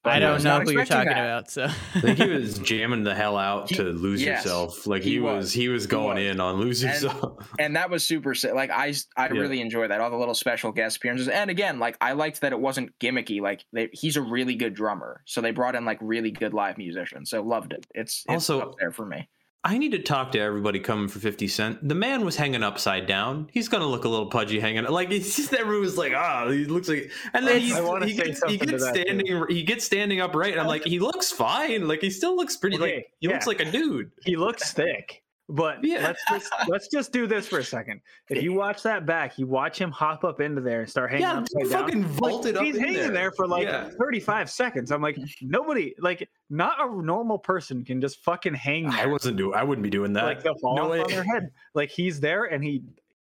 Speaker 1: I
Speaker 3: I
Speaker 1: don't
Speaker 3: was
Speaker 1: know
Speaker 2: not
Speaker 1: who you're
Speaker 2: expecting
Speaker 1: talking
Speaker 2: that.
Speaker 1: about. So
Speaker 3: I think he was jamming the hell out
Speaker 2: He-
Speaker 3: to lose
Speaker 2: yes,
Speaker 3: yourself. Like
Speaker 2: he
Speaker 3: he, was,
Speaker 2: was.
Speaker 3: he was going
Speaker 2: was.
Speaker 3: in on lose
Speaker 2: And-
Speaker 3: yourself.
Speaker 2: and that was super si- like i s- i
Speaker 3: Yeah.
Speaker 2: really enjoy that all the little special guest appearances and again like i liked that it wasn't gimmicky like they, he's a really good drummer so they brought in like really good live musicians so loved it it's, it's
Speaker 3: Also-
Speaker 2: up there for me
Speaker 3: I need to talk to everybody coming for 50 Cent. The man was hanging upside down. He's going to look a little pudgy hanging. Like, it's just everyone was like, ah, he looks like. And
Speaker 4: I- I
Speaker 3: then he's,
Speaker 4: wanna
Speaker 3: he,
Speaker 4: say
Speaker 3: gets, he
Speaker 4: something to
Speaker 3: gets
Speaker 4: that, too.
Speaker 3: standing he gets standing upright. And I'm like, he looks fine. Like, he still looks pretty.
Speaker 4: Okay,
Speaker 3: like, he looks
Speaker 4: yeah.
Speaker 3: like a dude.
Speaker 4: he looks thick. But
Speaker 3: Yeah.
Speaker 4: let's just let's just do this for a second. If you watch that back, you watch him hop up into there and start hanging
Speaker 3: yeah,
Speaker 4: upside
Speaker 3: he
Speaker 4: down.
Speaker 3: fucking
Speaker 4: Like,
Speaker 3: vaulted up.
Speaker 4: he's
Speaker 3: in
Speaker 4: hanging there. for like
Speaker 3: Yeah.
Speaker 4: 35 seconds. I'm like, nobody, like, not a normal person can just fucking hang
Speaker 3: I
Speaker 4: there.
Speaker 3: wasn't doing. I wouldn't be doing that.
Speaker 4: like they'll fall
Speaker 3: no
Speaker 4: off
Speaker 3: way.
Speaker 4: on their head. Like he's there and he,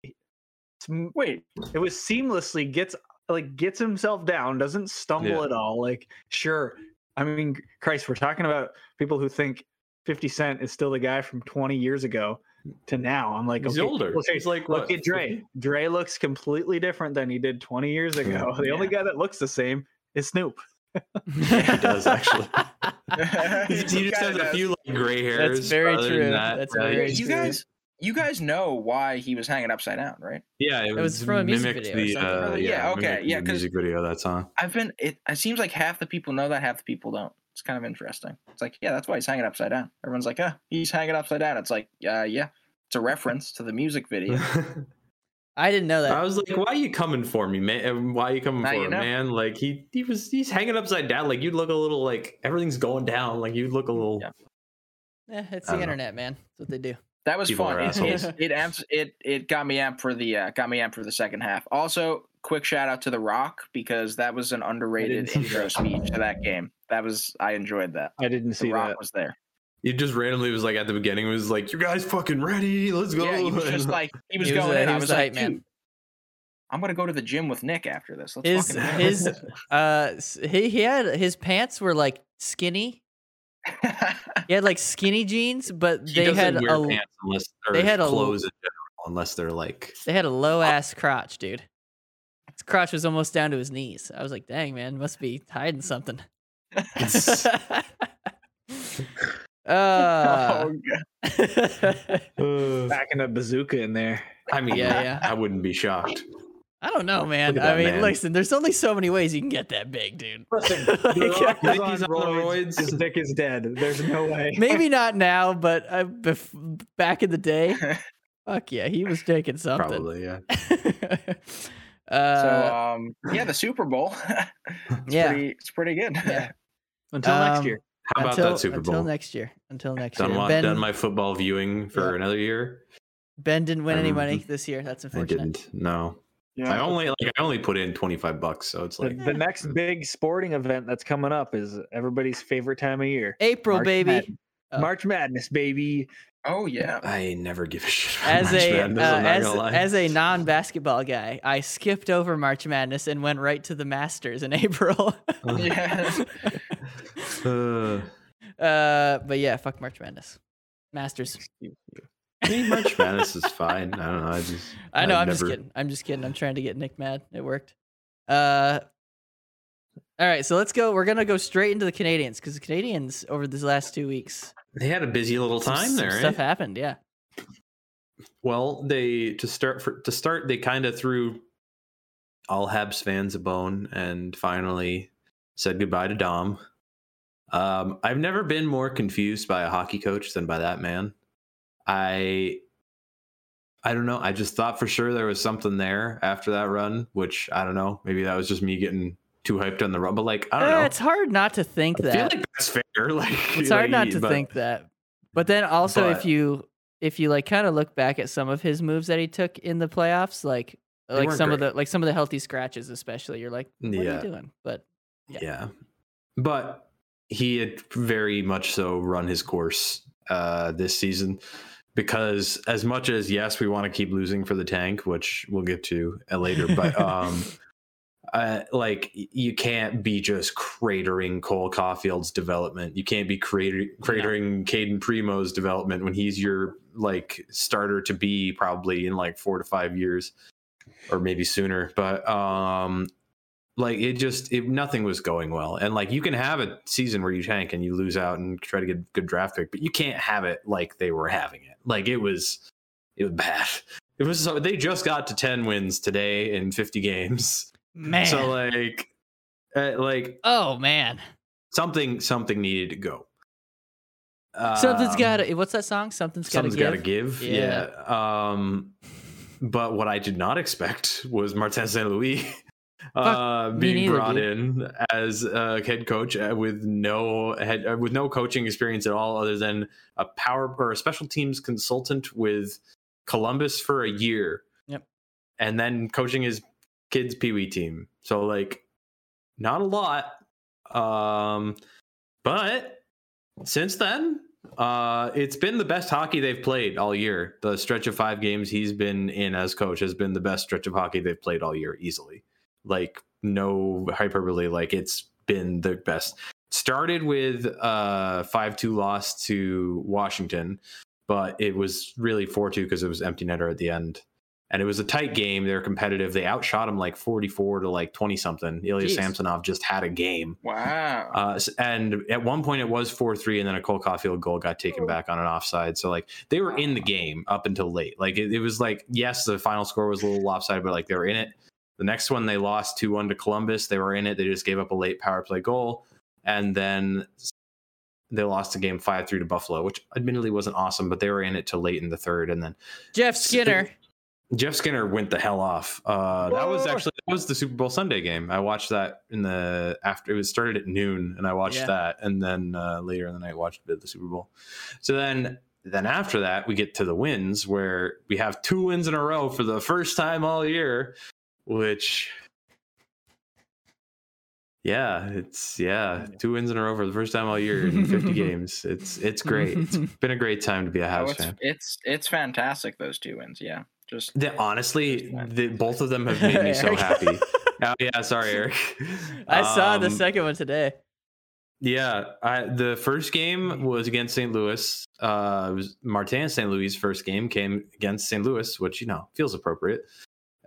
Speaker 4: he- it's- wait. It was seamlessly gets like gets himself down, doesn't stumble
Speaker 3: Yeah.
Speaker 4: at all. Like sure, I mean Christ, we're talking about people who think Fifty Cent is still the guy from twenty years ago to now. I'm like
Speaker 3: he's
Speaker 4: okay,
Speaker 3: older.
Speaker 4: Look,
Speaker 3: he's like,
Speaker 4: look
Speaker 3: what,
Speaker 4: at Dre. Dre looks completely different than he did twenty years ago. The only guy that looks the same is Snoop.
Speaker 1: he
Speaker 3: does, actually.
Speaker 2: He
Speaker 3: he just
Speaker 2: kinda
Speaker 3: has a
Speaker 2: does.
Speaker 3: few like gray hairs.
Speaker 1: That's very
Speaker 3: other
Speaker 1: true.
Speaker 3: Than that,
Speaker 1: That's
Speaker 3: uh,
Speaker 1: very
Speaker 2: You
Speaker 1: true.
Speaker 2: guys, you guys know why he was hanging upside down, right?
Speaker 3: Yeah, it,
Speaker 1: was
Speaker 3: was
Speaker 1: from a music
Speaker 3: mimicked
Speaker 1: video or
Speaker 3: the
Speaker 1: something,
Speaker 3: uh,
Speaker 2: right?
Speaker 3: yeah,
Speaker 2: Oh, Yeah, okay,
Speaker 3: mimicked
Speaker 2: yeah,
Speaker 3: the
Speaker 2: 'cause-
Speaker 3: music video of that song.
Speaker 2: I've been. It, it seems like half the people know that, half the people don't. It's kind of interesting. It's like, yeah, that's why he's hanging upside down. Everyone's like, ah, he's hanging upside down. It's like, uh, yeah, it's a reference to the music video.
Speaker 1: I didn't know
Speaker 3: I
Speaker 1: that.
Speaker 3: was like, "Why are you coming for me, man? Why are you coming
Speaker 2: Now
Speaker 3: for
Speaker 2: you
Speaker 3: me,
Speaker 2: know.
Speaker 3: man?" Like he he was he's hanging upside down. Like you'd look a little like everything's going down. Like you'd look a little.
Speaker 2: Yeah.
Speaker 1: Eh, it's
Speaker 3: I
Speaker 1: the
Speaker 3: don't know.
Speaker 1: internet, man. That's what they do.
Speaker 2: That was
Speaker 3: People
Speaker 2: fun.
Speaker 3: are
Speaker 2: It,
Speaker 1: assholes.
Speaker 2: it, it amps it it got me amped for the uh, got me amped for the second half. Also, quick shout out to The Rock because that was an underrated
Speaker 3: see
Speaker 2: intro speech to that game. That was I enjoyed that.
Speaker 4: I didn't
Speaker 2: The
Speaker 4: see
Speaker 2: Rock
Speaker 4: that.
Speaker 2: was there.
Speaker 3: He just randomly was like at the beginning was like, "You guys fucking ready? Let's go!"
Speaker 2: Yeah, he was just like he was
Speaker 1: He was
Speaker 2: going
Speaker 1: a-
Speaker 2: in.
Speaker 1: he
Speaker 2: I
Speaker 1: was
Speaker 2: was
Speaker 1: a
Speaker 2: like,
Speaker 1: hype man.
Speaker 2: "Dude, I'm gonna go to the gym with Nick after this. Let's
Speaker 1: His-
Speaker 2: fucking go."
Speaker 1: his- Uh, s- he he had his pants were like skinny. He had like skinny jeans, but
Speaker 3: He
Speaker 1: they
Speaker 3: doesn't
Speaker 1: had
Speaker 3: wear
Speaker 1: a
Speaker 3: pants unless or
Speaker 1: they had a-
Speaker 3: clothes in general unless they're like
Speaker 1: they had a low ass crotch, dude. His crotch was almost down to his knees. I was like, dang man, must be hiding something. uh,
Speaker 2: oh, God.
Speaker 3: Oh.
Speaker 4: Backing a bazooka in there.
Speaker 3: I mean,
Speaker 1: Yeah, yeah.
Speaker 3: I wouldn't be shocked.
Speaker 1: I don't know, man.
Speaker 3: Look at
Speaker 1: I
Speaker 3: that
Speaker 1: mean,
Speaker 3: man.
Speaker 1: listen, there's only so many ways you can get that big, dude.
Speaker 4: Listen,
Speaker 1: Like,
Speaker 4: The Rock
Speaker 3: Nick is
Speaker 4: is on
Speaker 3: on
Speaker 4: roids.
Speaker 3: roids.
Speaker 4: His dick is dead. There's no way.
Speaker 1: maybe not now, but uh, bef- back in the day, fuck yeah, he was taking something.
Speaker 3: Probably, yeah.
Speaker 2: so
Speaker 1: uh,
Speaker 2: um, yeah, the Super Bowl. it's
Speaker 1: Yeah.
Speaker 2: pretty, it's pretty good.
Speaker 1: Yeah.
Speaker 4: Until next
Speaker 1: Um,
Speaker 4: year.
Speaker 3: How about
Speaker 1: until-
Speaker 3: that Super Bowl?
Speaker 1: Until next year. Until next
Speaker 3: done,
Speaker 1: year.
Speaker 3: wa-
Speaker 1: ben,
Speaker 3: done my football viewing for
Speaker 1: Yeah.
Speaker 3: another year.
Speaker 1: ben didn't win any
Speaker 3: Um,
Speaker 1: money this year. That's
Speaker 3: I
Speaker 1: unfortunate.
Speaker 3: didn't. No,
Speaker 2: Yeah.
Speaker 3: I only like I only put in twenty five bucks, so it's
Speaker 4: The,
Speaker 3: like
Speaker 4: the next big sporting event that's coming up is everybody's favorite time of year.
Speaker 1: April,
Speaker 4: March
Speaker 1: baby.
Speaker 4: Madness.
Speaker 1: Oh.
Speaker 4: March Madness, baby.
Speaker 2: Oh yeah.
Speaker 3: I never give a shit. about
Speaker 1: As
Speaker 3: March
Speaker 1: a
Speaker 3: Madness,
Speaker 1: uh,
Speaker 3: I'm not
Speaker 1: as,
Speaker 3: gonna lie.
Speaker 1: as a non basketball guy, I skipped over March Madness and went right to the Masters in April.
Speaker 2: Yeah.
Speaker 3: Uh,
Speaker 1: Uh, but yeah, fuck March Madness. Masters.
Speaker 3: I mean, March Madness is fine. I don't know. I just
Speaker 1: I know.
Speaker 3: I've
Speaker 1: I'm just
Speaker 3: never-
Speaker 1: kidding. I'm just kidding. I'm trying to get Nick mad. It worked. Uh, all right. So let's go. We're gonna go straight into the Canadians because the Canadians over these last two weeks,
Speaker 3: they had a busy little
Speaker 1: some-
Speaker 3: time
Speaker 1: some
Speaker 3: there.
Speaker 1: stuff
Speaker 3: eh?
Speaker 1: happened. Yeah.
Speaker 3: Well, they to start for, to start they kind of threw all Habs fans a bone and finally said goodbye to Dom. Um, I've never been more confused by a hockey coach than by that man. I I don't know. I just thought for sure there was something there after that run, which I don't know. Maybe that was just me getting too hyped on the run, but like I don't
Speaker 1: Eh,
Speaker 3: know.
Speaker 1: It's hard not to think
Speaker 3: I feel
Speaker 1: that.
Speaker 3: like that's fair. Like
Speaker 1: it's hard
Speaker 3: like,
Speaker 1: not to
Speaker 3: but-
Speaker 1: think that. But then also, if
Speaker 3: But-
Speaker 1: you if you like kind of look back at some of his moves that he took in the playoffs, like
Speaker 3: They
Speaker 1: like
Speaker 3: weren't
Speaker 1: some of
Speaker 3: great.
Speaker 1: the like some of the healthy scratches, especially, you're like, what are
Speaker 3: Yeah.
Speaker 1: you doing? But Yeah.
Speaker 3: Yeah. But he had very much so run his course uh, this season because, as much as, yes, we want to keep losing for the tank, which we'll get to uh, later, but um, uh, like y- you can't be just cratering Cole Caulfield's development. You can't be crater- cratering Caden Primo's development when he's your like starter to be probably in like four to five years or maybe sooner. But um, like it just it, nothing was going well, and like you can have a season where you tank and you lose out and try to get a good draft pick, but you can't have it like they were having it. Like it was it was bad. It was so they just got to ten wins today in fifty games.
Speaker 1: man,
Speaker 3: So like, uh, like
Speaker 1: oh man,
Speaker 3: something something needed to go.
Speaker 1: Something's
Speaker 3: Um,
Speaker 1: got to. What's that song? Something's got to
Speaker 3: something's
Speaker 1: give.
Speaker 3: got to give.
Speaker 1: Yeah.
Speaker 3: Yeah. Um, but what I did not expect was Martin Saint Louis uh,
Speaker 1: me
Speaker 3: being
Speaker 1: neither,
Speaker 3: brought
Speaker 1: dude.
Speaker 3: in as a head coach uh, with no head uh, with no coaching experience at all, other than a power or a special teams consultant with Columbus for a year.
Speaker 1: Yep.
Speaker 3: And then coaching his kids' pee wee team. So like, not a lot. Um, but since then, uh, it's been the best hockey they've played all year. The stretch of five games he's been in as coach has been the best stretch of hockey they've played all year, easily. Like no hyperbole. Like it's been the best. Started with a five-two loss to Washington, but it was really four-two because it was empty netter at the end, and it was a tight game. They were competitive. They outshot him like forty-four to like twenty something. Ilya
Speaker 1: Jeez.
Speaker 3: Samsonov just had a game.
Speaker 2: Wow.
Speaker 3: Uh, s- and at one point it was 4-3 and then a Cole Caulfield goal got taken back on an offside. So like they were in the game up until late. Like it, it was like, yes, the final score was a little lopsided, but like they were in it. The next one they lost 2-1 to Columbus. They were in it. They just gave up a late power play goal. And then they lost the game 5-3 to Buffalo, which admittedly wasn't awesome, but they were in it till late in the third. And then
Speaker 1: Jeff Skinner.
Speaker 3: Jeff Skinner went the hell off. Uh, that was
Speaker 4: Whoa.
Speaker 3: actually that was the Super Bowl Sunday game. I watched that in the after it was started at noon, and I watched
Speaker 1: Yeah.
Speaker 3: that, and then uh, later in the night watched a bit of the Super Bowl. So then then after that we get to the wins where we have two wins in a row for the first time all year, which yeah, it's yeah, two wins in a row for the first time all year in fifty games. It's it's great. It's been a great time to be a
Speaker 2: Oh,
Speaker 3: Habs
Speaker 2: it's,
Speaker 3: fan.
Speaker 2: it's it's fantastic those two wins. Yeah, just
Speaker 3: That honestly,
Speaker 2: Understand.
Speaker 3: the, both of them have made me so
Speaker 1: Eric.
Speaker 3: happy. Oh yeah, sorry, Eric.
Speaker 1: I saw the
Speaker 3: Um,
Speaker 1: second one today.
Speaker 3: Yeah, I, the first game was against St. Louis. Uh, it was Martin St. Louis' first game came against St. Louis, which you know feels appropriate,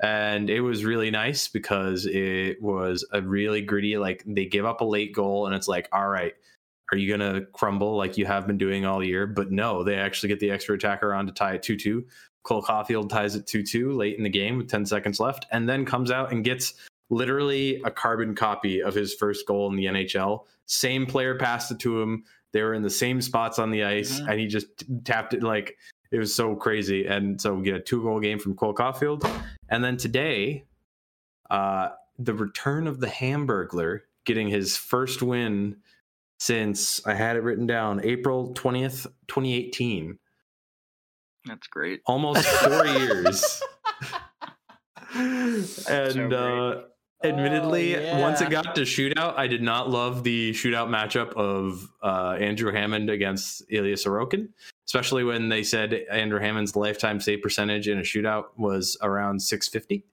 Speaker 3: and it was really nice because it was a really gritty. Like they give up a late goal, and it's like, all right, are you gonna crumble like you have been doing all year? But no, they actually get the extra attacker on to tie it two-two. Cole Caulfield ties it two-two late in the game with ten seconds left, and then comes out and gets literally a carbon copy of his first goal in the NHL. Same player passed it to him. They were in the same spots on the ice,
Speaker 2: Mhm.
Speaker 3: and he just t- tapped it like it was so crazy. And so we get a two goal game from Cole Caulfield. And then today, uh, the return of the Hamburglar getting his first win since I had it written down April 20th, 2018.
Speaker 2: that's great.
Speaker 3: Almost four years. And
Speaker 2: great.
Speaker 3: uh, admittedly,
Speaker 1: Oh,
Speaker 3: once it
Speaker 1: yeah.
Speaker 3: got to shootout, I did not love the shootout matchup of uh, Andrew Hammond against Ilya Sorokin, especially when they said Andrew Hammond's lifetime save percentage in a shootout was around 650.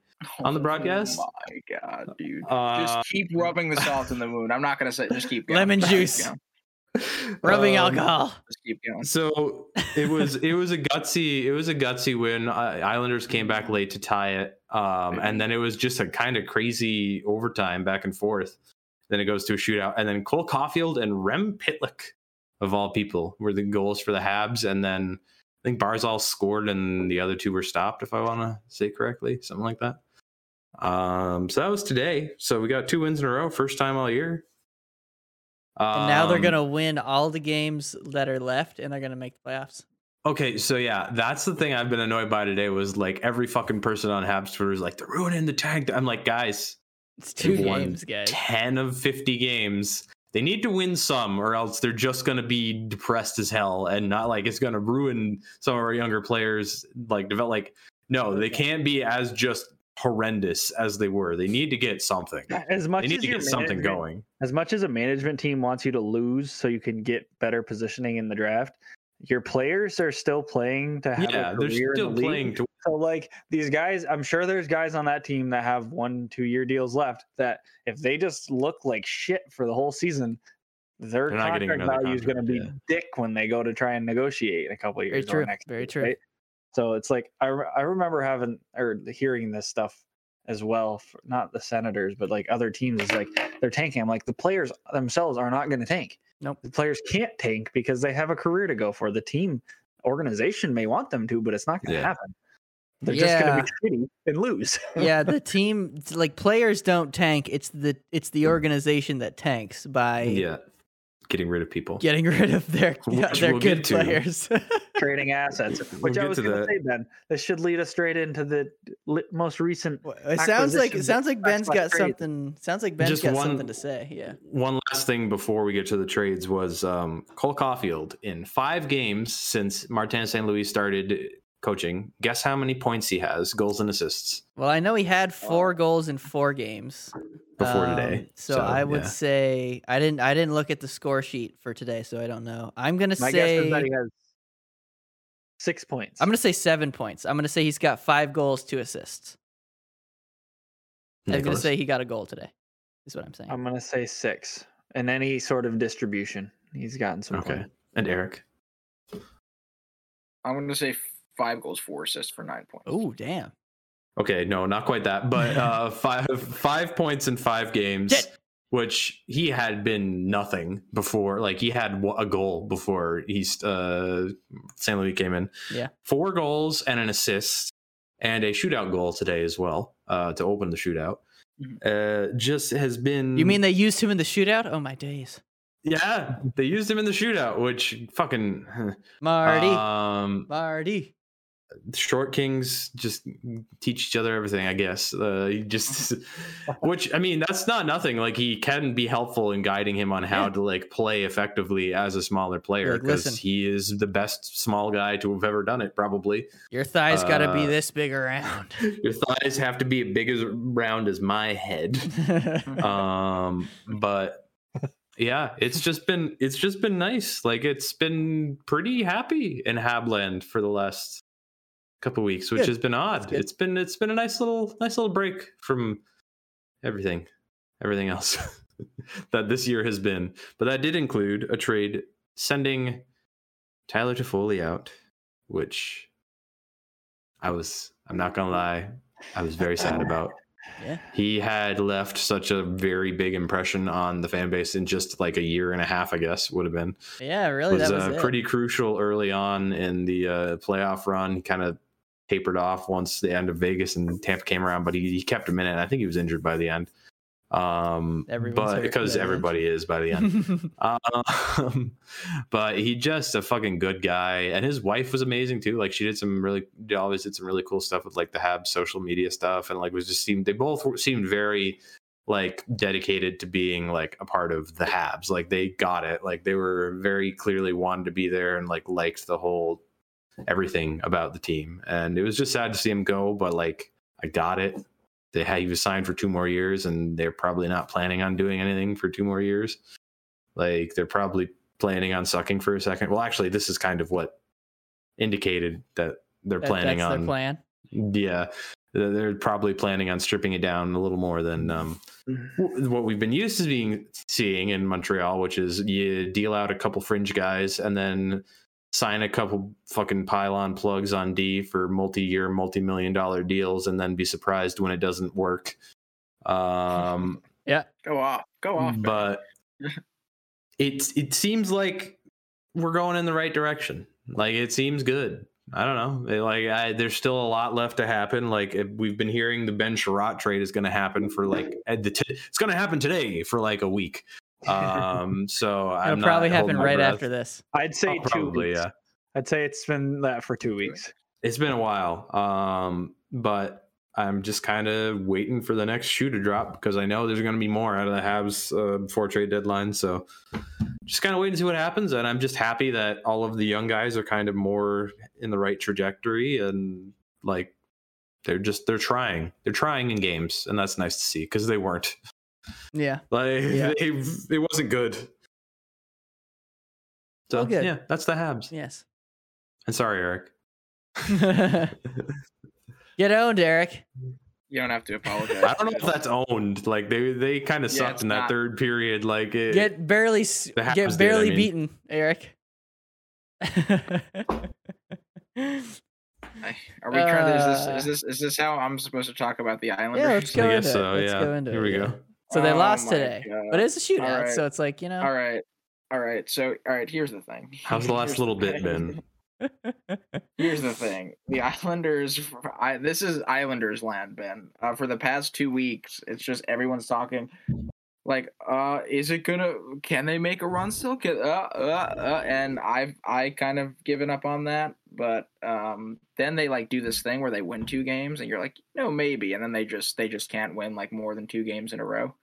Speaker 3: On the broadcast?
Speaker 2: Oh my god, dude!
Speaker 3: Uh,
Speaker 2: just keep rubbing the salt in the wound. I'm not gonna say. Just keep going.
Speaker 1: Lemon
Speaker 2: Just
Speaker 1: juice.
Speaker 2: Keep going.
Speaker 1: Rubbing
Speaker 3: um,
Speaker 1: alcohol.
Speaker 2: Just keep going.
Speaker 3: So it was it was a gutsy it was a gutsy win. I- Islanders came back late to tie it, um, and then it was just a kind of crazy overtime back and forth. Then it goes to a shootout, and then Cole Caulfield and Rem Pitlick, of all people, were the goals for the Habs. And then I think Barzal scored, and the other two were stopped, if I want to say correctly, something like that. Um, so that was today. So we got two wins in a row, first time all year.
Speaker 1: And now they're
Speaker 3: Um,
Speaker 1: gonna win all the games that are left, and they're gonna make the playoffs.
Speaker 3: Okay, so yeah, that's the thing I've been annoyed by today was like every fucking person on Habs Twitter is like they're ruining the tag. I'm like, guys,
Speaker 1: It's two
Speaker 3: They've won
Speaker 1: games, guys.
Speaker 3: ten of fifty games. They need to win some, or else they're just gonna be depressed as hell and not like it's gonna ruin some of our younger players. Like develop, like no, they can't be as just horrendous as they were. They need to get something.
Speaker 4: As much
Speaker 3: They need
Speaker 4: as
Speaker 3: to
Speaker 4: your
Speaker 3: get something
Speaker 4: management-
Speaker 3: going.
Speaker 4: As much as a management team wants you to lose so you can get better positioning in the draft, your players are still playing to have
Speaker 3: Yeah,
Speaker 4: a
Speaker 3: they're
Speaker 4: career
Speaker 3: still
Speaker 4: in the league.
Speaker 3: playing to
Speaker 4: So like these guys, I'm sure there's guys on that team that have one, two year deals left that if they just look like shit for the whole season, their
Speaker 3: They're not getting
Speaker 4: contract
Speaker 3: another
Speaker 4: value is going to be
Speaker 3: contract,
Speaker 4: dick when they go to try and negotiate in a couple of
Speaker 1: Very
Speaker 4: years. or
Speaker 1: true,
Speaker 4: next
Speaker 1: very
Speaker 4: year,
Speaker 1: true.
Speaker 4: right? So it's like I, re- I remember having or hearing this stuff as well, for, not the Senators, but like other teams is like they're tanking. I'm like the players themselves are not going to tank.
Speaker 1: Nope.
Speaker 4: the players can't tank because they have a career to go for. The team organization may want them to, but it's not going to
Speaker 3: Yeah.
Speaker 4: happen. They're just going to be shitty and lose.
Speaker 1: yeah, the team it's like players don't tank. It's the it's the organization that tanks by
Speaker 3: yeah getting rid of people.
Speaker 1: getting rid of their yeah,
Speaker 3: Which
Speaker 1: their
Speaker 3: we'll
Speaker 1: good
Speaker 3: get to.
Speaker 1: players.
Speaker 4: trading assets, which I
Speaker 3: get
Speaker 4: was
Speaker 3: to
Speaker 4: going to
Speaker 3: that.
Speaker 4: say. Ben, this should lead us straight into the li- most recent.
Speaker 1: Well, it sounds like
Speaker 4: Acquisition,
Speaker 1: it sounds like
Speaker 4: but
Speaker 1: Ben's
Speaker 4: that's
Speaker 1: got
Speaker 4: crazy.
Speaker 1: something. Sounds like Ben's
Speaker 3: Just
Speaker 1: got
Speaker 3: one-
Speaker 1: something to say. Yeah.
Speaker 3: One last thing before we get to the trades was um, Cole Caulfield in five games since Martin St. Louis started coaching. Guess how many points he has, goals and assists
Speaker 1: Well, I know he had four goals in four games
Speaker 3: before
Speaker 1: Um,
Speaker 3: today.
Speaker 1: So, I would
Speaker 3: yeah.
Speaker 1: say I didn't I didn't look at the score sheet for today, so I don't know. I'm gonna
Speaker 4: My guess
Speaker 1: say
Speaker 4: is that he has six points.
Speaker 1: I'm gonna say seven points. I'm gonna say he's got five goals, two assists. I'm gonna
Speaker 3: Nicholas.
Speaker 1: say he got a goal today. Is what I'm saying.
Speaker 4: I'm gonna say six, and any sort of distribution, he's gotten some.
Speaker 3: okay.
Speaker 4: points.
Speaker 3: And Eric,
Speaker 2: I'm going to say five goals, four assists for nine points.
Speaker 1: oh damn!
Speaker 3: Okay, no, not quite that, but uh, five five points in five games,
Speaker 1: Shit.
Speaker 3: which he had been nothing before. Like he had wa- a goal before East uh, San Luis came in.
Speaker 1: Yeah.
Speaker 3: four goals and an assist, and a shootout goal today as well uh, to open the shootout. Uh, just has been.
Speaker 1: Mm-hmm. You mean they used him in the shootout? Oh my days,
Speaker 3: yeah? They used him in the shootout, which fucking
Speaker 1: Marty,
Speaker 3: Um,
Speaker 1: Marty.
Speaker 3: short kings just teach each other everything i guess uh you just
Speaker 1: Mm-hmm.
Speaker 3: which i mean that's not nothing like he can be helpful in guiding him on how
Speaker 1: Yeah.
Speaker 3: to like play effectively as a smaller player
Speaker 1: Like,
Speaker 3: because
Speaker 1: listen.
Speaker 3: he is the best small guy to have ever done it probably
Speaker 1: Your thighs got to be
Speaker 3: Uh,
Speaker 1: this big around.
Speaker 3: your thighs have to be as big as round as my head um but yeah it's just been it's just been nice like it's been pretty happy in habland for the last couple weeks which
Speaker 1: Good.
Speaker 3: has been odd
Speaker 1: That's good.
Speaker 3: it's been it's been a nice little nice little break from everything everything else that this year has been but that did include a trade sending tyler Toffoli out which i was i'm not gonna lie i was very sad about
Speaker 1: yeah.
Speaker 3: he had left such a very big impression on the fan base in just like a year and a half, I guess would have been.
Speaker 1: Yeah. Really,
Speaker 3: was,
Speaker 1: Oh, that was
Speaker 3: uh,
Speaker 1: it.
Speaker 3: pretty crucial early on in the uh, playoff run. He kind of tapered off once the end of Vegas and Tampa came around, but he, he kept a minute. I think he was injured by the end. Um,
Speaker 1: Everyone's
Speaker 3: but
Speaker 1: hurt by
Speaker 3: because
Speaker 1: the end.
Speaker 3: everybody is by the end. Um, but he just a fucking good guy, and his wife was amazing too. Like she did some really, they always did some really cool stuff with like the Habs social media stuff, and like was just seemed they both were- seemed very like dedicated to being like a part of the Habs. Like they got it. Like they were very clearly wanted to be there and like liked the whole everything about the team. And it was just sad to see him go, but like I got it. They had he was signed for two more years, and they're probably not planning on doing anything for two more years. Like they're probably planning on sucking for a second. Well, actually, this is kind of what indicated that they're
Speaker 1: That-
Speaker 3: planning
Speaker 1: that's
Speaker 3: on.
Speaker 1: their plan.
Speaker 3: Yeah, they're they're probably planning on stripping it down a little more than um, w- what we've been used to being seeing in Montreal, which is you deal out a couple fringe guys and then sign a couple fucking pylon plugs on D for multi-year, multi-million dollar deals, and then be surprised when it doesn't work. Um,
Speaker 2: Go off. Go off.
Speaker 3: Mm, but it it seems like we're going in the right direction. Like it seems good. I don't know. It- Like I, there's still a lot left to happen. Like it- we've been hearing the Ben Sherratt trade is going to happen for like at the t- it's going to happen today for like a week. Um, so
Speaker 1: It'll
Speaker 3: I'm
Speaker 1: probably
Speaker 3: not
Speaker 1: happen
Speaker 3: holding my
Speaker 1: right
Speaker 3: breath.
Speaker 1: after this.
Speaker 4: I'd say two
Speaker 3: Probably,
Speaker 4: weeks.
Speaker 3: yeah.
Speaker 4: I'd say it's been that for two weeks.
Speaker 3: It's been a while. Um, but I'm just kind of waiting for the next shoe to drop because I know there's going to be more out of the Habs uh, before trade deadline. So just kind of wait and see what happens. And I'm just happy that all of the young guys are kind of more in the right trajectory and like they're just they're trying they're trying in games and that's nice to see because they weren't
Speaker 1: Yeah.
Speaker 3: like
Speaker 1: Yeah.
Speaker 3: they, it wasn't good so
Speaker 1: Well, good.
Speaker 3: yeah that's the habs
Speaker 1: Yes.
Speaker 3: and sorry eric
Speaker 1: Get owned, Eric.
Speaker 2: you don't have to apologize.
Speaker 3: I don't know if that's owned. Like they they kind of
Speaker 2: Yeah,
Speaker 3: sucked
Speaker 2: it's
Speaker 3: in that
Speaker 2: not.
Speaker 3: third period. Like it,
Speaker 1: Get barely s-
Speaker 3: The Habs did, I
Speaker 1: get barely
Speaker 3: mean.
Speaker 1: beaten, Eric. yeah,
Speaker 2: Are we trying to? Is
Speaker 1: Uh,
Speaker 2: this, is this is this how I'm supposed to talk about the Islanders?
Speaker 1: let's
Speaker 3: I
Speaker 1: go into
Speaker 3: guess so.
Speaker 1: it. Let's
Speaker 3: yeah.
Speaker 1: go into
Speaker 3: Here
Speaker 1: it.
Speaker 3: we
Speaker 1: yeah.
Speaker 3: go.
Speaker 1: So they
Speaker 2: Oh
Speaker 1: lost
Speaker 2: my
Speaker 1: today,
Speaker 2: God.
Speaker 1: but it's a shootout,
Speaker 2: All right.
Speaker 1: so it's like you know.
Speaker 2: All right. All right. So, all right. Here's the thing.
Speaker 3: How's the last
Speaker 2: Here's
Speaker 3: little bit
Speaker 2: thing.
Speaker 3: been?
Speaker 2: Here's the thing. The Islanders. I, this is Islanders land, Ben. Uh, for the past two weeks, it's just everyone's talking. like uh is it gonna can they make a run still Can- uh, uh, uh, and i've i kind of given up on that but um then they like do this thing where they win two games and you're like no maybe and then they just they just can't win like more than two games in a row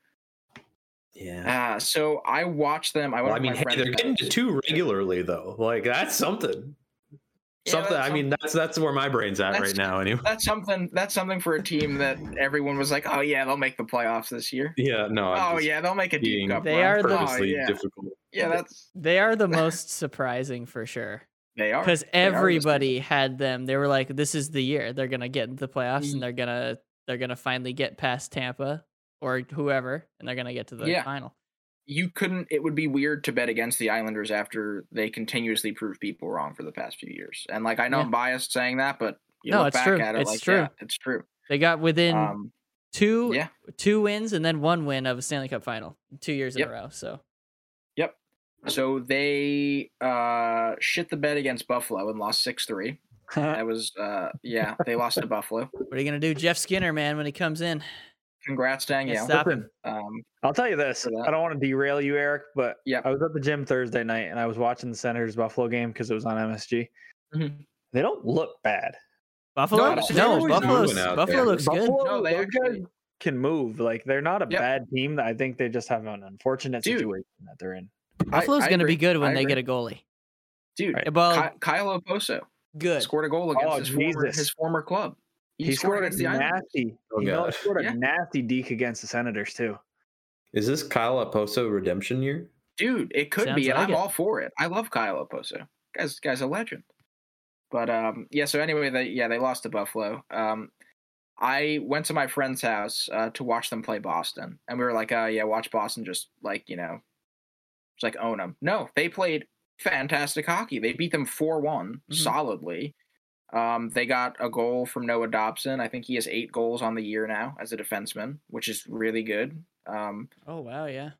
Speaker 3: Yeah.
Speaker 2: uh so i watched them i, went
Speaker 3: Well, I
Speaker 2: with my
Speaker 3: mean, hey,
Speaker 2: friends
Speaker 3: they're
Speaker 2: back.
Speaker 3: getting to two regularly though. Like that's something.
Speaker 2: Yeah,
Speaker 3: something.
Speaker 2: that's
Speaker 3: I mean, that's that's where my brain's at
Speaker 2: That's-
Speaker 3: right now. Anyway.
Speaker 2: that's something that's something for a team that everyone was like oh yeah they'll make the playoffs this year
Speaker 3: Yeah. No. I'm
Speaker 2: oh
Speaker 3: just
Speaker 2: yeah they'll make a
Speaker 3: being
Speaker 2: deep cup
Speaker 1: They
Speaker 2: run.
Speaker 1: are the-
Speaker 2: oh,
Speaker 3: Purposely
Speaker 2: yeah.
Speaker 3: difficult.
Speaker 2: yeah that's
Speaker 1: They are the most surprising for sure.
Speaker 2: they are
Speaker 1: Because
Speaker 2: are this
Speaker 1: everybody had them. They were like, "This is the year they're gonna get into the playoffs,
Speaker 2: Mm.
Speaker 1: and they're gonna they're gonna finally get past Tampa or whoever, and they're gonna get to the
Speaker 2: Yeah.
Speaker 1: final."
Speaker 2: you couldn't it would be weird to bet against the islanders after they continuously prove people wrong for the past few years and like i know
Speaker 1: Yeah.
Speaker 2: i'm biased saying that but you
Speaker 1: No,
Speaker 2: look
Speaker 1: it's
Speaker 2: back
Speaker 1: true.
Speaker 2: at it
Speaker 1: It's
Speaker 2: like
Speaker 1: true.
Speaker 2: yeah, it's true
Speaker 1: They got within
Speaker 2: um
Speaker 1: two
Speaker 2: yeah.
Speaker 1: two wins and then one win of a Stanley Cup final two years
Speaker 2: Yep.
Speaker 1: in a row. So
Speaker 2: so they uh shit the bed against buffalo and lost 6-3 that was uh yeah they lost to buffalo
Speaker 1: what are you gonna do, Jeff Skinner, man? When he comes in,
Speaker 2: congrats
Speaker 1: Can't
Speaker 2: danielle
Speaker 1: stop him.
Speaker 2: um
Speaker 4: I'll tell you this.
Speaker 2: For that.
Speaker 4: I don't want to derail you, Eric, but
Speaker 2: Yeah.
Speaker 4: I was at the gym Thursday night and I was watching the Senators Buffalo game because it was on MSG.
Speaker 1: Mm-hmm.
Speaker 2: Mhm.
Speaker 4: They don't look bad.
Speaker 1: Buffalo,
Speaker 2: No,
Speaker 1: no,
Speaker 2: the Senators are
Speaker 1: Buffalo's,
Speaker 3: moving out
Speaker 1: Buffalo
Speaker 3: there.
Speaker 1: looks good.
Speaker 4: Buffalo,
Speaker 2: No, they
Speaker 4: those
Speaker 2: actually-
Speaker 4: guys can move. Like they're not a
Speaker 2: Yep.
Speaker 4: bad team. I think they just have an unfortunate
Speaker 2: Dude.
Speaker 4: situation that they're in.
Speaker 1: Buffalo's
Speaker 2: I
Speaker 1: gonna
Speaker 2: agree.
Speaker 1: be good when
Speaker 2: I
Speaker 1: they
Speaker 2: agree.
Speaker 1: get a goalie.
Speaker 2: dude
Speaker 4: Right.
Speaker 1: Well,
Speaker 2: Ky- kyle oposo
Speaker 1: good.
Speaker 2: scored a goal against
Speaker 4: Oh,
Speaker 2: his, former,
Speaker 4: Jesus.
Speaker 2: his former club
Speaker 4: He, scored,
Speaker 2: against
Speaker 4: a
Speaker 2: the Islanders.
Speaker 4: nasty.
Speaker 3: Oh,
Speaker 4: you know, he
Speaker 3: God.
Speaker 4: scored a
Speaker 2: Yeah.
Speaker 4: nasty deke against the Senators too.
Speaker 3: Is this Kyle Oposo redemption year?
Speaker 2: dude it could
Speaker 1: Sounds
Speaker 2: be and
Speaker 1: like
Speaker 2: i'm
Speaker 1: it.
Speaker 2: all for it i love kyle oposo guys guys a legend but um yeah so anyway they yeah they lost to buffalo um i went to my friend's house uh, to watch them play boston and we were like oh yeah watch boston just like you know it's like own them no they played fantastic hockey they beat them 4-1
Speaker 1: Mhm.
Speaker 2: solidly um, they got a goal from Noah Dobson. I think he has eight goals on the year now as a defenseman, which is really good. Um,
Speaker 1: Oh wow, yeah.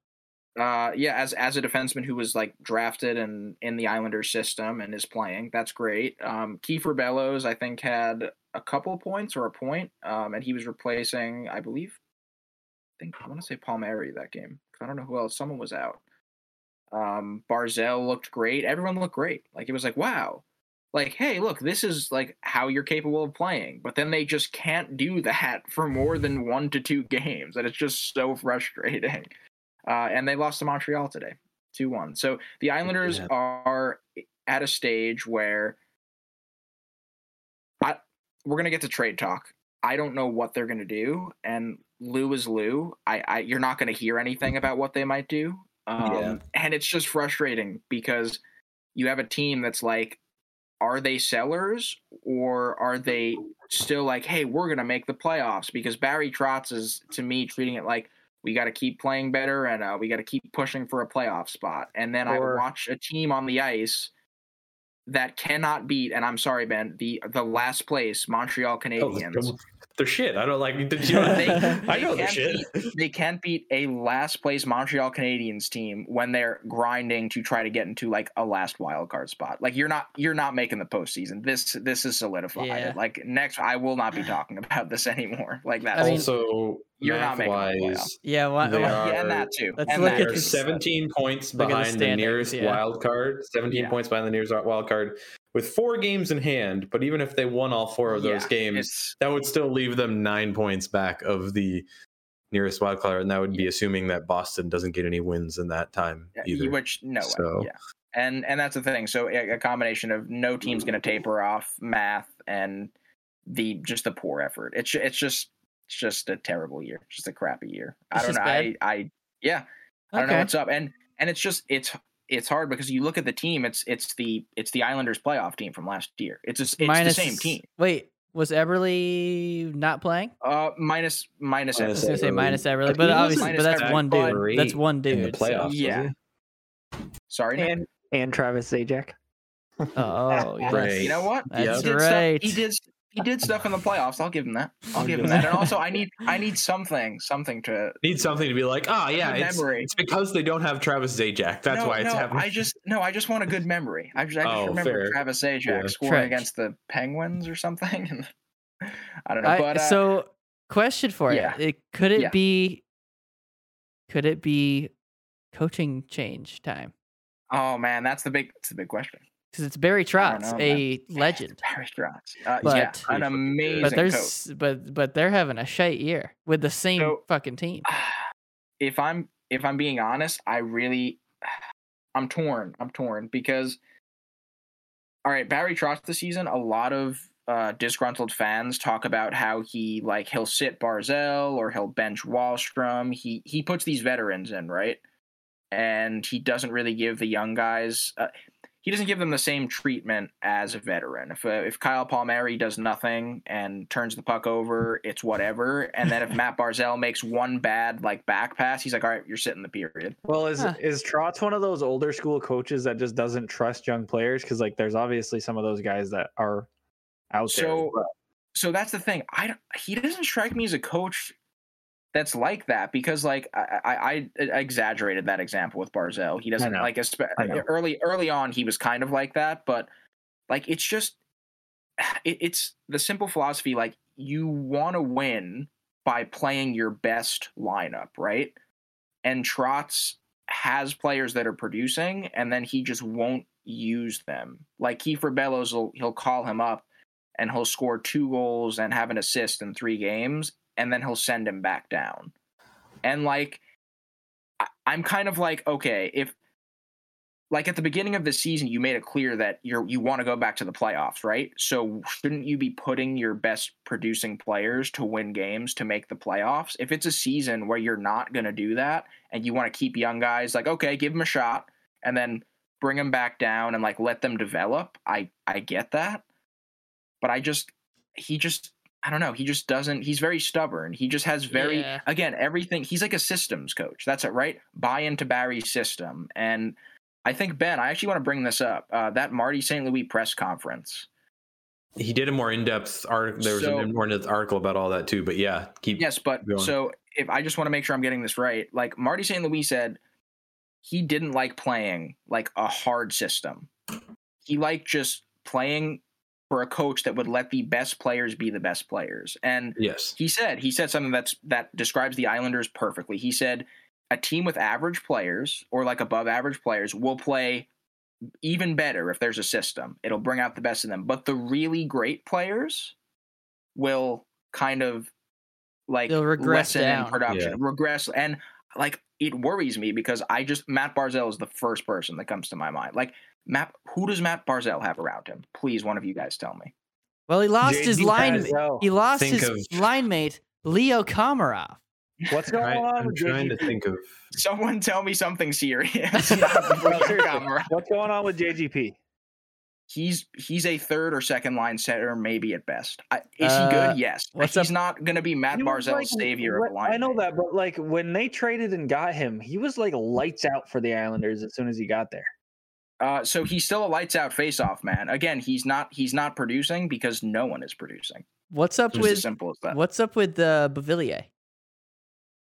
Speaker 2: uh, yeah, as as a defenseman who was like drafted and in the Islanders system and is playing, that's great. Um, Kiefer Bellows, I think, had a couple points or a point, um, and he was replacing, I believe, I think I want to say Palmieri that game. 'cause I don't know who else. Someone was out. Um, Barzell looked great. Everyone looked great. Like it was like wow, like hey, look, this is like how you're capable of playing. But then they just can't do that for more than one to two games, and it's just so frustrating uh, and they lost to Montreal today, two one. So the Islanders
Speaker 3: Yeah.
Speaker 2: are at a stage where I we're gonna get to trade talk. I don't know what they're gonna do, and Lou is Lou. I, I you're not gonna hear anything about what they might do, um,
Speaker 3: Yeah.
Speaker 2: and it's just frustrating because you have a team that's like, are they sellers or are they still like, hey, we're gonna make the playoffs? Because Barry Trotz is to me treating it like we got to keep playing better and uh, we got to keep pushing for a playoff spot. And then
Speaker 4: Or-
Speaker 2: I watch a team on the ice that cannot beat. And I'm sorry, Ben, the the last place Montreal Canadiens.
Speaker 3: Oh, They're shit. I don't like. You know,
Speaker 2: They-
Speaker 3: I
Speaker 2: they
Speaker 3: know they're
Speaker 2: can't
Speaker 3: shit.
Speaker 2: they can't beat a last place Montreal Canadiens team when they're grinding to try to get into like a last wild card spot. Like you're not you're not making the postseason. This this is solidified.
Speaker 1: Yeah.
Speaker 2: Like next, I will not be talking about this anymore. Like that.
Speaker 1: I mean-
Speaker 3: also,
Speaker 2: You're not
Speaker 3: math
Speaker 2: making the
Speaker 3: wise,
Speaker 2: playoffs.
Speaker 1: Yeah, why,
Speaker 3: They
Speaker 1: why-
Speaker 3: are-
Speaker 2: yeah, and that too.
Speaker 1: Let's
Speaker 2: and
Speaker 1: look
Speaker 2: that
Speaker 1: at
Speaker 3: they're
Speaker 1: the-
Speaker 2: too.
Speaker 3: 17 points
Speaker 1: Look at the
Speaker 3: behind the,
Speaker 1: standings,
Speaker 3: nearest
Speaker 1: yeah.
Speaker 3: wild card. 17
Speaker 2: Yeah.
Speaker 3: points behind the nearest wild card, with four games in hand. But even if they won all four of those
Speaker 2: Yeah,
Speaker 3: games,
Speaker 2: it's-
Speaker 3: that would still leave them nine points back of the nearest wild card, and that would be assuming that Boston doesn't get any wins in that time
Speaker 2: Yeah,
Speaker 3: either.
Speaker 2: Which no
Speaker 3: So-
Speaker 2: way. Yeah. And and that's the thing. So a, a combination of no team's going to taper off math and the just the poor effort. It's ju- it's just it's just a terrible year. Just a crappy year. I
Speaker 1: It's
Speaker 2: don't know.
Speaker 1: just
Speaker 2: I, I yeah. I don't know
Speaker 1: okay.
Speaker 2: what's up. And and it's just it's it's hard because you look at the team. It's it's the it's the Islanders playoff team from last year. It's just, it's
Speaker 1: Minus-
Speaker 2: the same team.
Speaker 1: Wait, was Eberle not playing?
Speaker 2: Uh, minus minus.
Speaker 1: I
Speaker 3: Minus
Speaker 1: was gonna say
Speaker 3: Eberle.
Speaker 1: minus
Speaker 3: I
Speaker 1: Eberle,
Speaker 3: think
Speaker 1: but
Speaker 3: he
Speaker 1: obviously,
Speaker 2: was
Speaker 1: but that's
Speaker 2: minus
Speaker 1: one dude.
Speaker 3: Eberle
Speaker 1: That's one dude.
Speaker 3: in the
Speaker 1: so-
Speaker 3: playoffs,
Speaker 2: yeah. Sorry. Nick.
Speaker 4: And and Travis Zajac.
Speaker 1: Oh, yes.
Speaker 3: Right.
Speaker 2: You know what?
Speaker 1: That's
Speaker 2: he did
Speaker 1: right.
Speaker 2: Stuff, he did. He did stuff in the playoffs. I'll give him that. I'll
Speaker 3: I'll
Speaker 2: give him
Speaker 3: give him
Speaker 2: that.
Speaker 1: that.
Speaker 2: And also, I need I need something, something to.
Speaker 3: Need something to be like, ah, yeah,
Speaker 2: Good
Speaker 3: it's,
Speaker 2: memory.
Speaker 3: it's because they don't have Travis Zajac. That's
Speaker 2: No,
Speaker 3: why it's
Speaker 2: no,
Speaker 3: happening.
Speaker 2: I just no, I just want a good memory. I just, I just
Speaker 3: Oh,
Speaker 2: remember
Speaker 3: fair.
Speaker 2: Travis Zajac
Speaker 3: Yeah.
Speaker 2: scoring
Speaker 1: Trash.
Speaker 2: against the Penguins or something. I don't know,
Speaker 1: I-
Speaker 2: but uh,
Speaker 1: so, question for
Speaker 2: yeah.
Speaker 1: you: it, Could it
Speaker 2: Yeah.
Speaker 1: be Could it be coaching change time?
Speaker 2: Oh man, that's the big that's the big question.
Speaker 1: Because it's Barry
Speaker 2: don't
Speaker 1: Trotz,
Speaker 2: know,
Speaker 1: a
Speaker 2: man.
Speaker 1: legend.
Speaker 2: Barry Trotz. Uh, yeah,
Speaker 1: But-
Speaker 2: an amazing
Speaker 1: But there's
Speaker 2: coach.
Speaker 1: but but they're having a shite year with the same
Speaker 2: So-
Speaker 1: fucking team.
Speaker 2: If I'm if I'm being honest, I really I'm torn. I'm torn because all right, Barry Trotz this season, a lot of uh, disgruntled fans talk about how he like he'll sit Barzell or he'll bench Wallstrom. He he puts these veterans in, right? And he doesn't really give the young guys uh, he doesn't give them the same treatment as a veteran. If uh, if Kyle Palmieri does nothing and turns the puck over, it's whatever. And then if Matt Barzell makes one bad like back pass, he's like, "All right, you're sitting the period."
Speaker 4: Well, is
Speaker 1: Huh.
Speaker 4: is Trotz one of those older school coaches that just doesn't trust young players? Because like, there's obviously some of those guys that are out there.
Speaker 2: So, so that's the thing. I don't- he doesn't strike me as a coach that's like that because like I I, I I exaggerated that example with Barzell. He doesn't
Speaker 4: know.
Speaker 2: like espe-
Speaker 4: I know.
Speaker 2: early early on he was kind of like that, but like it's just it, it's the simple philosophy like you want to win by playing your best lineup, right? And Trotz has players that are producing, and then he just won't use them. Like Kiefer Bellows, will, he'll call him up, and he'll score two goals and have an assist in three games, and then he'll send him back down. And like, I- I'm kind of like, okay, if like at the beginning of the season, you made it clear that you're you want to go back to the playoffs, right? So shouldn't you be putting your best producing players to win games to make the playoffs? If it's a season where you're not going to do that and you want to keep young guys, like okay, give them a shot and then bring them back down and like let them develop. I I get that, but I just he just I don't know. He just doesn't. He's very stubborn. He just has very
Speaker 1: Yeah.
Speaker 2: again everything. He's like a systems coach. That's it, right? Buy into Barry's system and I think Ben, I actually want to bring this up. Uh, that Marty St. Louis press conference.
Speaker 3: He did a more in depth article. There was
Speaker 2: So-
Speaker 3: a more in depth article about all that too. But yeah, keep.
Speaker 2: Yes, but
Speaker 3: Go on.
Speaker 2: so if I just want to make sure I'm getting this right, like Marty St. Louis said, he didn't like playing like a hard system. He liked just playing for a coach that would let the best players be the best players. And
Speaker 3: Yes.
Speaker 2: he said he said something that's that describes the Islanders perfectly. He said a team with average players or like above average players will play even better if there's a system. It'll bring out the best in them. But the really great players will kind of like
Speaker 1: They'll regress
Speaker 2: lessen
Speaker 1: down.
Speaker 2: in production, regress and like it worries me because I just Matt Barzell is the first person that comes to my mind. Like Matt, who does Matt Barzell have around him? Please, one of you guys tell me.
Speaker 1: Well, he lost
Speaker 3: JD
Speaker 1: his line.
Speaker 4: Barzell.
Speaker 1: He lost
Speaker 3: Think
Speaker 1: his
Speaker 3: of-
Speaker 1: line mate Leo Komarov.
Speaker 4: What's going
Speaker 3: Right,
Speaker 4: on?
Speaker 3: I'm
Speaker 4: with
Speaker 3: trying to
Speaker 4: JGP?
Speaker 3: think of.
Speaker 2: Someone tell me something serious.
Speaker 4: No, seriously. What's going on with JGP?
Speaker 2: he's he's a third or second line center, maybe at best. I, is he
Speaker 1: Uh,
Speaker 2: good? Yes. But
Speaker 1: what's
Speaker 2: he's
Speaker 1: up-
Speaker 2: not going to be Matt
Speaker 4: He was,
Speaker 2: Barzell's
Speaker 4: like,
Speaker 2: savior
Speaker 4: what-
Speaker 2: of the line.
Speaker 4: I know that, but like when they traded and got him, he was like lights out for the Islanders as soon as he got there.
Speaker 2: Uh, so he's still a lights out face off man. Again, he's not he's not producing because no one is producing.
Speaker 1: What's up
Speaker 2: Just as
Speaker 1: with
Speaker 2: simple as that.
Speaker 1: what's up with uh, Bavillier?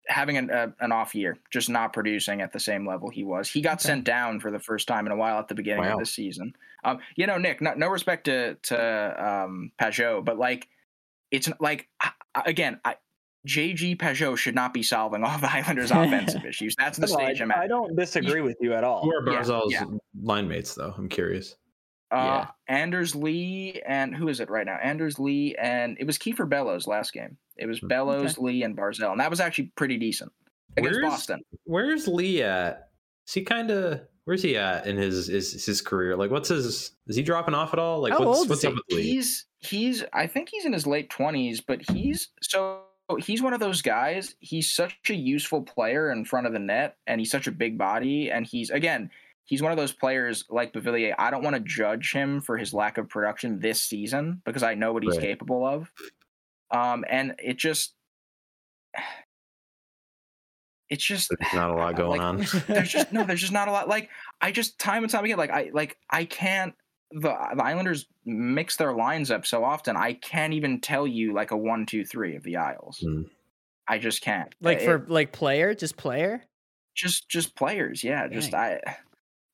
Speaker 2: Having an uh, an off year, just not producing at the same level he was. He got
Speaker 1: Okay.
Speaker 2: sent down for the first time in a while at the beginning
Speaker 3: Wow.
Speaker 2: of the season. Um, you know, Nick, no, no respect to to um, Pajot, but like it's n- like I- I- again, I, JG Pajot should not be solving all the Islanders' offensive issues. That's the
Speaker 4: No, I,
Speaker 2: stage I'm at.
Speaker 4: I don't disagree with you at all.
Speaker 3: Who are
Speaker 2: yeah,
Speaker 3: Barzell's
Speaker 2: yeah.
Speaker 3: line mates though? I'm curious.
Speaker 2: Uh, Anders Lee and who is it right now? Anders Lee and it was Kiefer Bellows last game. It was
Speaker 3: Hmm.
Speaker 2: Bellows, Lee, and Barzell, and that was actually pretty decent against
Speaker 3: Where's-
Speaker 2: Boston.
Speaker 3: Where's Lee at? Is he kind of where's he at in his is his career? Like, what's his? Is he dropping off at all? Like,
Speaker 1: How
Speaker 3: what's
Speaker 1: old
Speaker 3: what's
Speaker 1: is
Speaker 3: up
Speaker 1: he?
Speaker 3: with Lee?
Speaker 2: He's he's I think he's in his late twenties, but he's so he's one of those guys. He's such a useful player in front of the net, and he's such a big body, and he's again. He's one of those players like Bavillier. I don't want to judge him for his lack of production this season because I know what he's
Speaker 3: Right.
Speaker 2: capable of. Um, and it just, it's just
Speaker 3: There's not a lot going
Speaker 2: Like,
Speaker 3: on.
Speaker 2: there's just no there's just not a lot like i just time and time again like i like i can't the, the islanders mix their lines up so often i can't even tell you like a one two three of the aisles
Speaker 3: Hmm.
Speaker 2: i just can't
Speaker 1: Like
Speaker 2: It-
Speaker 1: for like player, just player.
Speaker 2: just just players yeah just
Speaker 1: Dang.
Speaker 2: i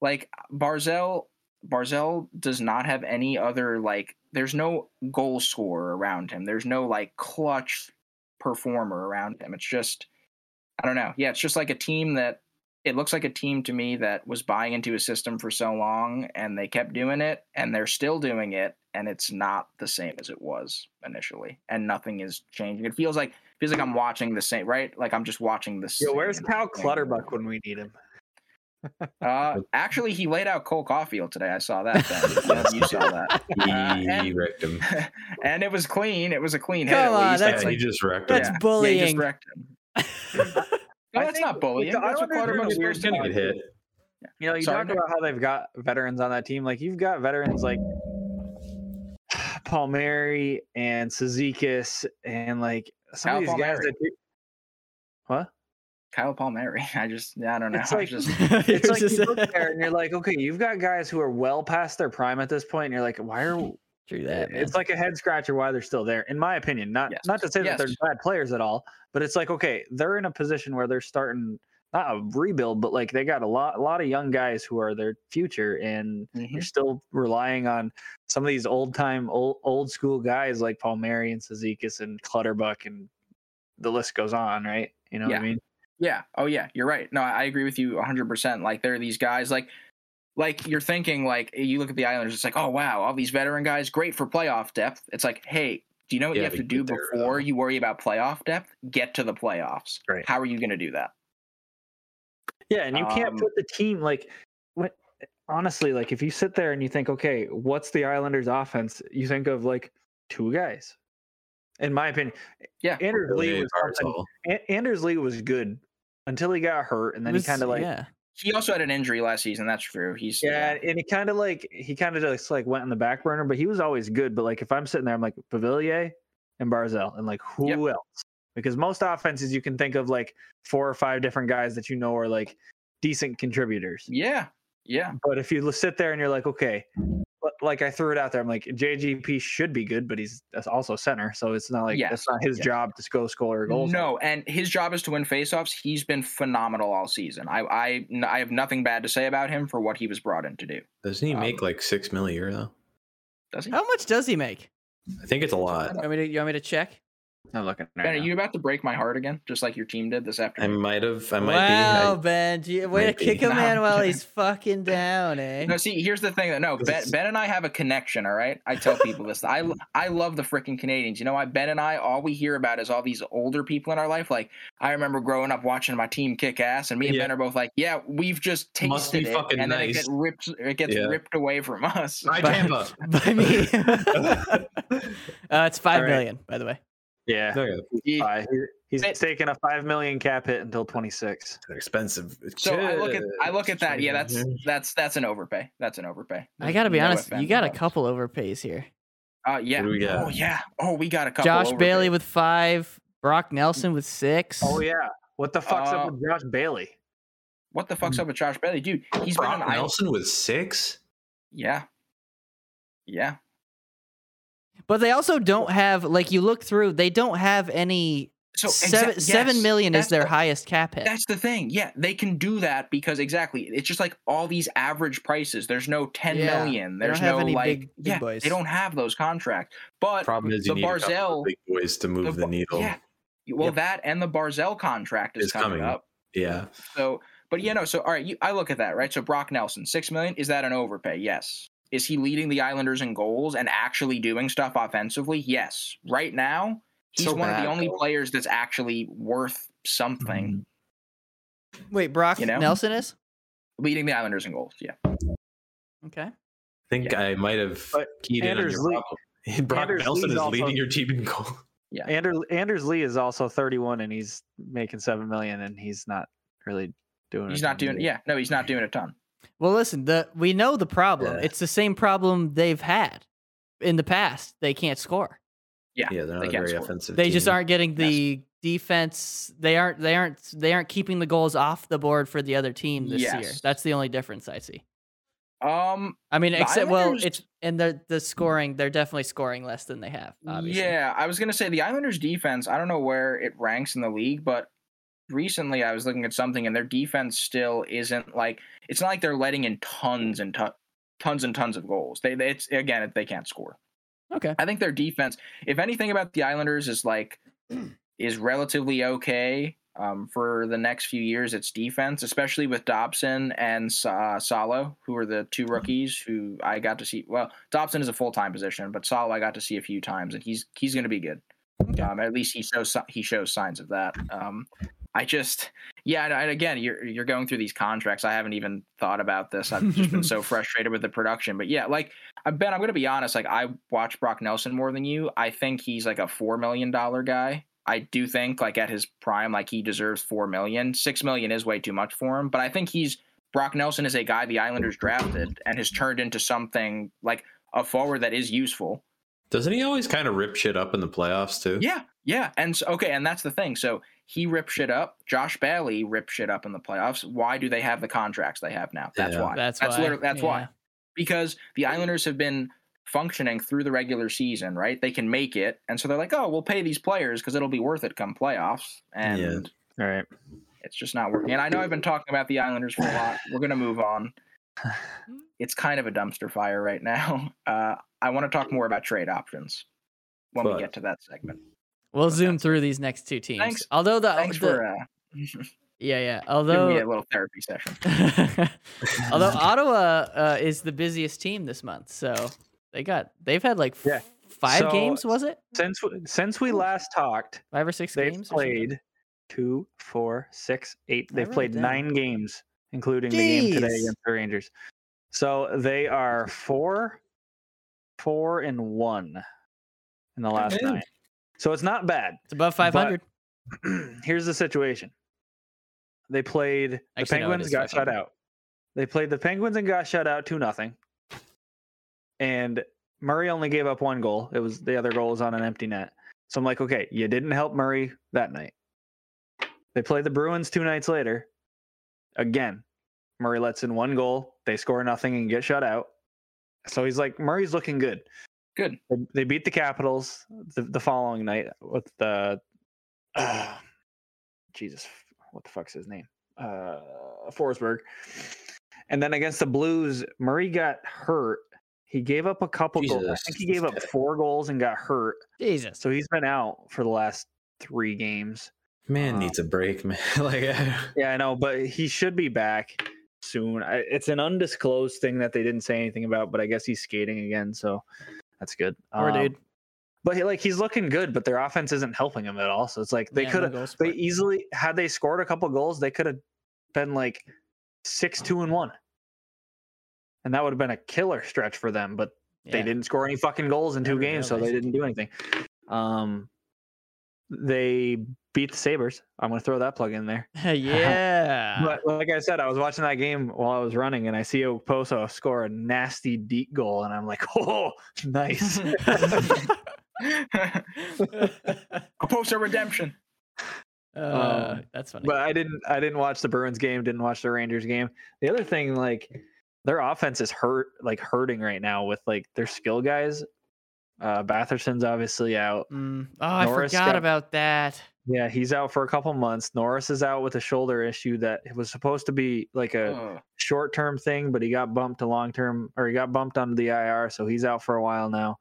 Speaker 2: like barzell barzell does not have any other like there's no goal scorer around him there's no like clutch performer around him it's just I don't know. Yeah, it's just like a team that it looks like a team to me that was buying into a system for so long and they kept doing it and they're still doing it and it's not the same as it was initially and nothing is changing. It feels like feels like I'm watching the same right? Like I'm just watching the
Speaker 4: Yo, where's
Speaker 2: same
Speaker 4: Cal
Speaker 2: thing.
Speaker 4: Clutterbuck when we need him?
Speaker 2: Uh, actually, he laid out Cole Caulfield today. I saw that. Ben. I don't know if you saw that,
Speaker 3: He
Speaker 2: and-
Speaker 3: wrecked him.
Speaker 2: and it was clean. It was a clean hit.
Speaker 1: Come
Speaker 2: at
Speaker 1: on,
Speaker 2: least.
Speaker 1: that's-
Speaker 3: yeah, he just wrecked him.
Speaker 1: That's
Speaker 2: Yeah, Yeah, he just
Speaker 1: bullying.
Speaker 2: wrecked him. No, that's
Speaker 4: think
Speaker 2: not bullying.
Speaker 4: with the- I
Speaker 2: That's what
Speaker 4: wonder if
Speaker 2: Clutterbuck's
Speaker 4: Clutterbuck's
Speaker 2: weird
Speaker 3: He's gonna
Speaker 2: about.
Speaker 3: get hit.
Speaker 4: You know, you
Speaker 2: Sorry,
Speaker 4: talk
Speaker 2: Nick.
Speaker 4: about how they've got veterans on that team. Like you've got veterans like Palmieri and Sezikis and like some
Speaker 2: Kyle
Speaker 4: of these guys
Speaker 2: Palmieri.
Speaker 4: that do- what?
Speaker 2: Kyle Palmieri. I just, I don't know.
Speaker 4: It's like-
Speaker 2: I just,
Speaker 4: It's like you look there and you're like, okay, you've got guys who are well past their prime at this point, and you're like, why are
Speaker 1: True that, man.
Speaker 4: it's like a head scratcher why they're still there, in my opinion. Not
Speaker 2: Yes.
Speaker 4: not to say that
Speaker 2: Yes.
Speaker 4: they're bad players at all, but it's like okay, they're in a position where they're starting not a rebuild, but like they got a lot a lot of young guys who are their future and
Speaker 2: Mhm.
Speaker 4: you're still relying on some of these old time old old school guys like Palmieri and Sezikis and Clutterbuck and the list goes on, right? You know what
Speaker 2: Yeah.
Speaker 4: I mean?
Speaker 2: Yeah. Oh yeah, you're right. No, I I agree with you 100%. Like there are these guys like like you're thinking like you look at the Islanders it's like, "Oh wow, all these veteran guys, great for playoff depth." It's like, "Hey, do you know what you
Speaker 3: Yeah,
Speaker 2: have
Speaker 3: they
Speaker 2: to do
Speaker 3: get their,
Speaker 2: before
Speaker 3: uh,
Speaker 2: you worry about playoff depth? Get to the playoffs.
Speaker 4: Right.
Speaker 2: How are you going to do that?"
Speaker 4: Yeah, and you can't
Speaker 2: Um,
Speaker 4: put the team like what honestly, like if you sit there and you think, okay, what's the Islanders offense? You think of like two guys. In my opinion.
Speaker 2: Yeah.
Speaker 4: Anders Lee was something-
Speaker 3: Barzal.
Speaker 4: A- Anders Lee was good until he got hurt and then
Speaker 1: was-
Speaker 4: he kinda like yeah.
Speaker 1: yeah.
Speaker 2: He also had an injury last season. That's true. He's
Speaker 4: and he kind of like he kind of just like went on the back burner, but he was always good. But like if I'm sitting there, I'm like Pavillier and Barzell, and like who
Speaker 2: Yep.
Speaker 4: else? Because most offenses you can think of like four or five different guys that you know are like decent contributors.
Speaker 2: Yeah. Yeah.
Speaker 4: But if you l- sit there and you're like, okay, but, like I threw it out there, I'm like, JGP should be good, but he's that's also center, so it's not like
Speaker 2: Yes,
Speaker 4: that's not his
Speaker 2: yes.
Speaker 4: job to go score goals.
Speaker 2: No, and his job is to win faceoffs. He's been phenomenal all season. I I I have nothing bad to say about him for what he was brought in to do.
Speaker 3: Doesn't he make
Speaker 2: Um,
Speaker 3: like six mil a year though?
Speaker 2: Does he?
Speaker 1: How much does he make?
Speaker 3: I think it's a lot.
Speaker 1: You want me to, you want me to check?
Speaker 4: I'm looking. Right
Speaker 2: Ben, are
Speaker 4: now.
Speaker 2: you about to break my heart again, just like your team did this
Speaker 3: I
Speaker 2: afternoon?
Speaker 3: might have. I might
Speaker 1: wow,
Speaker 3: be. I-
Speaker 1: Ben, gee, way to
Speaker 3: might be.
Speaker 1: kick a
Speaker 2: Nah,
Speaker 1: man
Speaker 2: I'm
Speaker 1: while
Speaker 2: kidding.
Speaker 1: he's fucking down, eh?
Speaker 2: No, see, here's the thing that no,
Speaker 3: This
Speaker 2: Ben,
Speaker 3: is-
Speaker 2: ben and I have a connection. All right, I tell people this. I I love the freaking Canadians. You know why? Ben and I, all we hear about is all these older people in our life. Like I remember growing up watching my team kick ass, and me and
Speaker 3: Yeah.
Speaker 2: Ben are both like, yeah, we've just tasted
Speaker 3: Must be
Speaker 2: it,
Speaker 3: fucking
Speaker 2: and then it
Speaker 3: nice.
Speaker 2: gets ripped. It gets
Speaker 3: Yeah.
Speaker 2: ripped away from us.
Speaker 3: Hi,
Speaker 1: But-
Speaker 3: Tampa.
Speaker 1: By me. uh, it's five
Speaker 4: All right.
Speaker 1: million, by the way.
Speaker 4: Yeah,
Speaker 3: They're
Speaker 2: He-
Speaker 4: five. he's
Speaker 2: Ben-
Speaker 4: taking a five million cap hit until 26.
Speaker 3: expensive.
Speaker 2: So I look at I look at that. Yeah,
Speaker 3: Shit.
Speaker 2: that's that's that's an overpay. That's an overpay.
Speaker 1: I gotta be
Speaker 2: No
Speaker 1: honest, you
Speaker 2: offense,
Speaker 1: got a
Speaker 2: but-
Speaker 1: couple overpays here.
Speaker 2: Uh, yeah.
Speaker 3: Who do we got?
Speaker 2: Oh yeah. Oh, we got a couple.
Speaker 1: Josh Bailey
Speaker 2: overpays.
Speaker 1: with five, Brock Nelson with six.
Speaker 4: Oh yeah, what the fuck's
Speaker 2: Uh,
Speaker 4: up with Josh Bailey?
Speaker 2: What the fuck's up with Josh Bailey, dude? He's
Speaker 3: Hmm. Brock
Speaker 2: been an idol.
Speaker 3: Nelson with six.
Speaker 2: Yeah. Yeah.
Speaker 1: But they also don't have like you look through, they don't have any
Speaker 2: So exa-
Speaker 1: seven seven
Speaker 2: yes,
Speaker 1: million is
Speaker 2: that's
Speaker 1: their
Speaker 2: the-
Speaker 1: highest cap hit.
Speaker 2: That's the thing. Yeah, they can do that because exactly, it's just like all these average prices. There's no ten million.
Speaker 1: Yeah, they don't
Speaker 2: There's
Speaker 1: have
Speaker 2: no
Speaker 1: any
Speaker 2: like
Speaker 1: big- big
Speaker 2: yeah,
Speaker 1: boys.
Speaker 2: they don't have those contracts. But
Speaker 3: Problem is, you
Speaker 2: the
Speaker 3: need a couple
Speaker 2: Barzell-
Speaker 3: of big boys to move the,
Speaker 2: Bar-
Speaker 3: needle.
Speaker 2: Yeah. Well, that and the Barzell contract is
Speaker 3: It's
Speaker 2: coming,
Speaker 3: coming.
Speaker 2: up.
Speaker 3: yeah.
Speaker 2: So, but yeah, no. So, all right, you, I look at that, right? So, Brock Nelson, six million. Is that an overpay? Yes. Is he leading the Islanders in goals and actually doing stuff offensively? Yes. Right now, he's
Speaker 3: So
Speaker 2: one of
Speaker 3: bad,
Speaker 2: the only
Speaker 3: though.
Speaker 2: players that's actually worth something.
Speaker 1: Wait, Brock
Speaker 2: You know?
Speaker 1: Nelson is?
Speaker 3: Mm-hmm.
Speaker 2: Leading the Islanders in goals. Yeah.
Speaker 1: Okay.
Speaker 3: I think I might have
Speaker 4: But
Speaker 3: keyed in on
Speaker 4: Anders
Speaker 3: your
Speaker 4: Lee-
Speaker 3: problem. Brock
Speaker 4: Anders
Speaker 3: Nelson
Speaker 4: Lee's
Speaker 3: is
Speaker 4: also-
Speaker 3: leading your team in goal.
Speaker 4: Anders, Anders Lee is also 31 and he's making seven million, and he's not really doing.
Speaker 2: He's not doing.
Speaker 3: Mm-hmm.
Speaker 4: anything.
Speaker 2: Yeah. No, he's not doing a ton.
Speaker 1: Well, listen, the we know the problem.
Speaker 3: Yeah.
Speaker 1: It's the same problem they've had in the past. They can't score.
Speaker 3: Yeah, they're not
Speaker 2: They can't
Speaker 3: a very
Speaker 2: score.
Speaker 3: offensive.
Speaker 1: They just
Speaker 3: team.
Speaker 1: aren't getting the defense. They aren't. They aren't. They aren't keeping the goals off the board for the other team this year.
Speaker 2: Yes.
Speaker 1: That's the only difference I see.
Speaker 2: Um.
Speaker 1: I mean,
Speaker 2: The
Speaker 1: except well,
Speaker 2: Islanders-
Speaker 1: it's and the the scoring. They're definitely scoring less than they have. Obviously.
Speaker 2: Hmm. Yeah, I was gonna say the Islanders' defense. I don't know where it ranks in the league, but recently I was looking at something, and their defense still isn't like it's not like they're letting in tons and ton, tons and tons of goals. They, they it's again they can't score.
Speaker 1: Okay.
Speaker 2: I think their defense, if anything about the Islanders is like is relatively okay um, for the next few years. It's defense, especially with Dobson and uh, Salo, who are the two rookies who I got to see. Well, Dobson is a full time position, but Salo I got to see a few times, and he's he's going to be good. Um, at least he shows he shows signs of that. Um, I just, yeah, and- and again, you're you're going through these contracts. I haven't even thought about this. I've just been so frustrated with the production. But yeah, like I Ben, I'm going to be honest. Like I watch Brock Nelson more than you. I think he's like a four million dollar guy. I do think like at his prime, like he deserves four million. Six million is way too much for him. But I think he's Brock Nelson is a guy the Islanders drafted and has turned into something like a forward that is useful.
Speaker 3: Doesn't he always kind of rip shit up in the playoffs too?
Speaker 2: Yeah, yeah, and so, okay, and that's the thing. So he ripped shit up. Josh Bailey ripped shit up in the playoffs. Why do they have the contracts they have now? That's
Speaker 3: Yeah.
Speaker 2: why.
Speaker 1: That's
Speaker 2: that's
Speaker 1: why.
Speaker 2: literally- that's why.
Speaker 1: Yeah.
Speaker 2: Because the Islanders have been functioning through the regular season, right? They can make it, and so they're like, oh, we'll pay these players because it'll be worth it come playoffs, and
Speaker 3: Yeah.
Speaker 4: All right.
Speaker 2: it's just not working. And I know I've been talking about the Islanders for a lot. We're gonna move on. It's kind of a dumpster fire right now. Uh, I want to talk more about trade options when
Speaker 3: But-
Speaker 2: we get to that segment.
Speaker 1: We'll zoom through these next two teams.
Speaker 2: Thanks-
Speaker 1: Although the,
Speaker 2: Thanks
Speaker 1: Oh, the-
Speaker 2: for uh,
Speaker 1: yeah yeah.
Speaker 2: Give
Speaker 1: Although
Speaker 2: me a little therapy session.
Speaker 1: Although Ottawa uh, is the busiest team this month, so they got they've had like f-
Speaker 4: Yeah.
Speaker 1: five
Speaker 4: So-
Speaker 1: games, was it
Speaker 4: Since w- since we last talked,
Speaker 1: five or six
Speaker 4: they've
Speaker 1: games? or something?
Speaker 4: played two, four, six, eight.
Speaker 1: I
Speaker 4: They've
Speaker 1: wrote it
Speaker 4: played
Speaker 1: down.
Speaker 4: nine games, including the game today
Speaker 1: Jeez.
Speaker 4: against the Rangers. So they are four, four and one in the last
Speaker 3: Okay.
Speaker 4: nine. So it's not bad.
Speaker 1: It's above five hundred.
Speaker 4: Here's the situation. They played the
Speaker 1: Actually, no, it
Speaker 4: Penguins
Speaker 1: is
Speaker 4: got shut
Speaker 1: 500.
Speaker 4: out. They played the Penguins and got shut out two nothing. And Murray only gave up one goal. It was the other goal was on an empty net. So I'm like, okay, you didn't help Murray that night. They played the Bruins two nights later. Again, Murray lets in one goal. They score nothing and get shut out. So he's like, Murray's looking good.
Speaker 2: Good.
Speaker 4: They- They beat the Capitals the, the following night with the uh, Jesus, what the fuck's his name? Uh, Forsberg. And then against the Blues, Murray got hurt. He gave up a couple goals. I
Speaker 3: Jesus,
Speaker 4: think he
Speaker 3: this
Speaker 4: gave up
Speaker 3: guy.
Speaker 4: four goals and got hurt.
Speaker 1: Jesus,
Speaker 4: So he's been out for the last three games.
Speaker 3: Man needs a break, man. like uh, I-
Speaker 4: Yeah, I know, but he should be back soon. I, it's an undisclosed thing that they didn't say anything about, but I guess he's skating again, so that's good.
Speaker 1: poor
Speaker 4: Um,
Speaker 1: dude.
Speaker 4: But he, like he's looking good, but their offense isn't helping him at all. So it's like they
Speaker 1: Yeah,
Speaker 4: could
Speaker 1: no
Speaker 4: have,
Speaker 1: goal support.
Speaker 4: they e easily had they scored a couple goals, they could have been like six, two, and one, and that would have been a killer stretch for them. But they
Speaker 1: Yeah.
Speaker 4: didn't score any fucking goals in two
Speaker 1: Never know,
Speaker 4: games, so they
Speaker 1: basically.
Speaker 4: didn't do anything. Um, they beat the Sabers. I'm gonna throw that plug in there.
Speaker 1: yeah.
Speaker 4: But like I said, I was watching that game while I was running, and I see Oposo score a nasty deep goal, and I'm like, oh, nice.
Speaker 2: a poster redemption.
Speaker 1: Uh,
Speaker 4: Um,
Speaker 1: that's funny.
Speaker 4: but I didn't, I didn't watch the Bruins game, didn't watch the Rangers game. The other thing, like, their offense is hurt, like hurting right now with like their skill guys. Uh, Batherson's obviously out.
Speaker 1: Mm. Oh, I
Speaker 4: Norris
Speaker 1: forgot
Speaker 4: got-
Speaker 1: about that.
Speaker 4: Yeah, he's out for a couple months. Norris is out with a shoulder issue that was supposed to be like
Speaker 3: Uh,
Speaker 4: a
Speaker 2: Ugh.
Speaker 4: short term thing, but he got bumped to long term or he got bumped onto the IR, so he's out for a while now.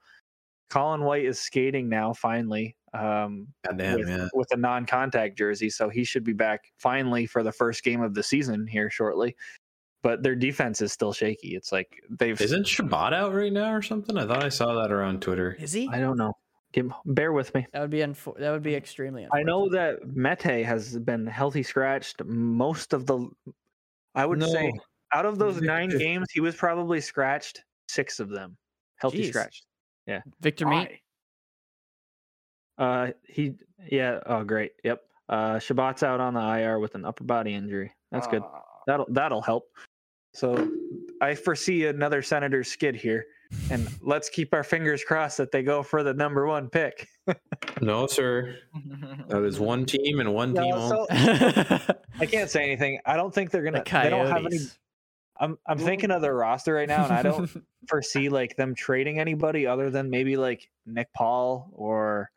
Speaker 4: Colin White is skating now, finally, um,
Speaker 3: Goddamn,
Speaker 4: with,
Speaker 3: yeah.
Speaker 4: with a non contact jersey, so he should be back finally for the first game of the season here shortly. But their defense is still shaky. It's like they've.
Speaker 3: Isn't Shabbat out right now or something? I thought I saw that around Twitter.
Speaker 1: Is he?
Speaker 4: I don't know. Give, bear with me.
Speaker 1: That would be unfor- that would be extremely.
Speaker 4: I know
Speaker 1: unfortunate.
Speaker 4: that Mete has been healthy scratched most of the. I would say
Speaker 3: No.
Speaker 4: out of those
Speaker 3: Victor-
Speaker 4: nine games, he was probably scratched six of them. Healthy
Speaker 1: Jeez.
Speaker 4: scratched.
Speaker 1: Victor Meat.
Speaker 2: Why?
Speaker 4: Uh, he yeah. Oh, great. Yep. Uh, Shabbat's out on the IR with an upper body injury. That's good.
Speaker 2: Uh,
Speaker 4: That'll that'll help. So I foresee another Senator skid here, and let's keep our fingers crossed that they go for the number one pick.
Speaker 3: No, sir.
Speaker 2: uh,
Speaker 3: That is one team and one team only.
Speaker 4: No, so I can't say anything. I don't think they're gonna.
Speaker 1: the
Speaker 4: They don't have any
Speaker 1: Coyotes.
Speaker 4: I'm I'm thinking of their roster right now, and I don't foresee like them trading anybody other than maybe like Nick Paul or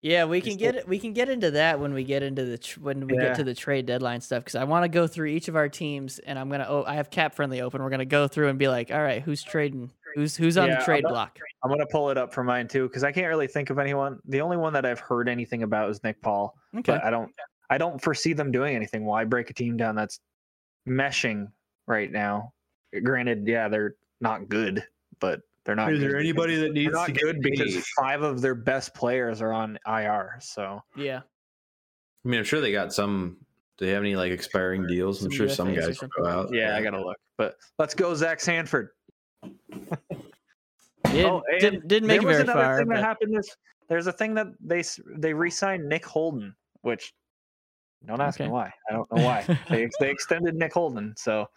Speaker 1: Yeah, we can
Speaker 4: Just
Speaker 1: get we can get into that when we get into the tr- when we
Speaker 4: Yeah.
Speaker 1: get to the trade deadline stuff because I want to go through each of our teams and I'm gonna oh I have cap friendly open we're gonna go through and be like all right who's trading who's who's on
Speaker 4: Yeah,
Speaker 1: the
Speaker 4: I'm
Speaker 1: trade
Speaker 4: not-
Speaker 1: block
Speaker 4: I'm gonna pull it up for mine too because I can't really think of anyone. The only one that I've heard anything about is Nick Paul,
Speaker 1: okay
Speaker 4: but I don't I don't foresee them doing anything. Why break a team down that's meshing right now? Granted, yeah, they're not good, but they're not.
Speaker 3: Is
Speaker 4: good
Speaker 3: there
Speaker 4: because-
Speaker 3: anybody that
Speaker 4: They're
Speaker 3: needs
Speaker 4: not
Speaker 3: to get
Speaker 4: good because
Speaker 3: paid?
Speaker 4: five of their best players are on IR. So
Speaker 1: yeah
Speaker 3: I mean, I'm sure they got some. Do they have any like expiring deals? I'm
Speaker 1: Some
Speaker 3: sure some
Speaker 1: UFAs or
Speaker 3: guys will
Speaker 1: something.
Speaker 3: go out.
Speaker 4: yeah, I gotta look. But let's go, Zach Sanford.
Speaker 1: didn't
Speaker 4: Oh, and
Speaker 1: didn't, didn't make it
Speaker 4: there was
Speaker 1: very
Speaker 4: another
Speaker 1: far
Speaker 4: thing that
Speaker 1: but-
Speaker 4: happened this. There's a thing that they s- they re-signed Nick Holden, which don't ask me
Speaker 1: Okay.
Speaker 4: why. I don't know why they ex- they extended Nick Holden. So,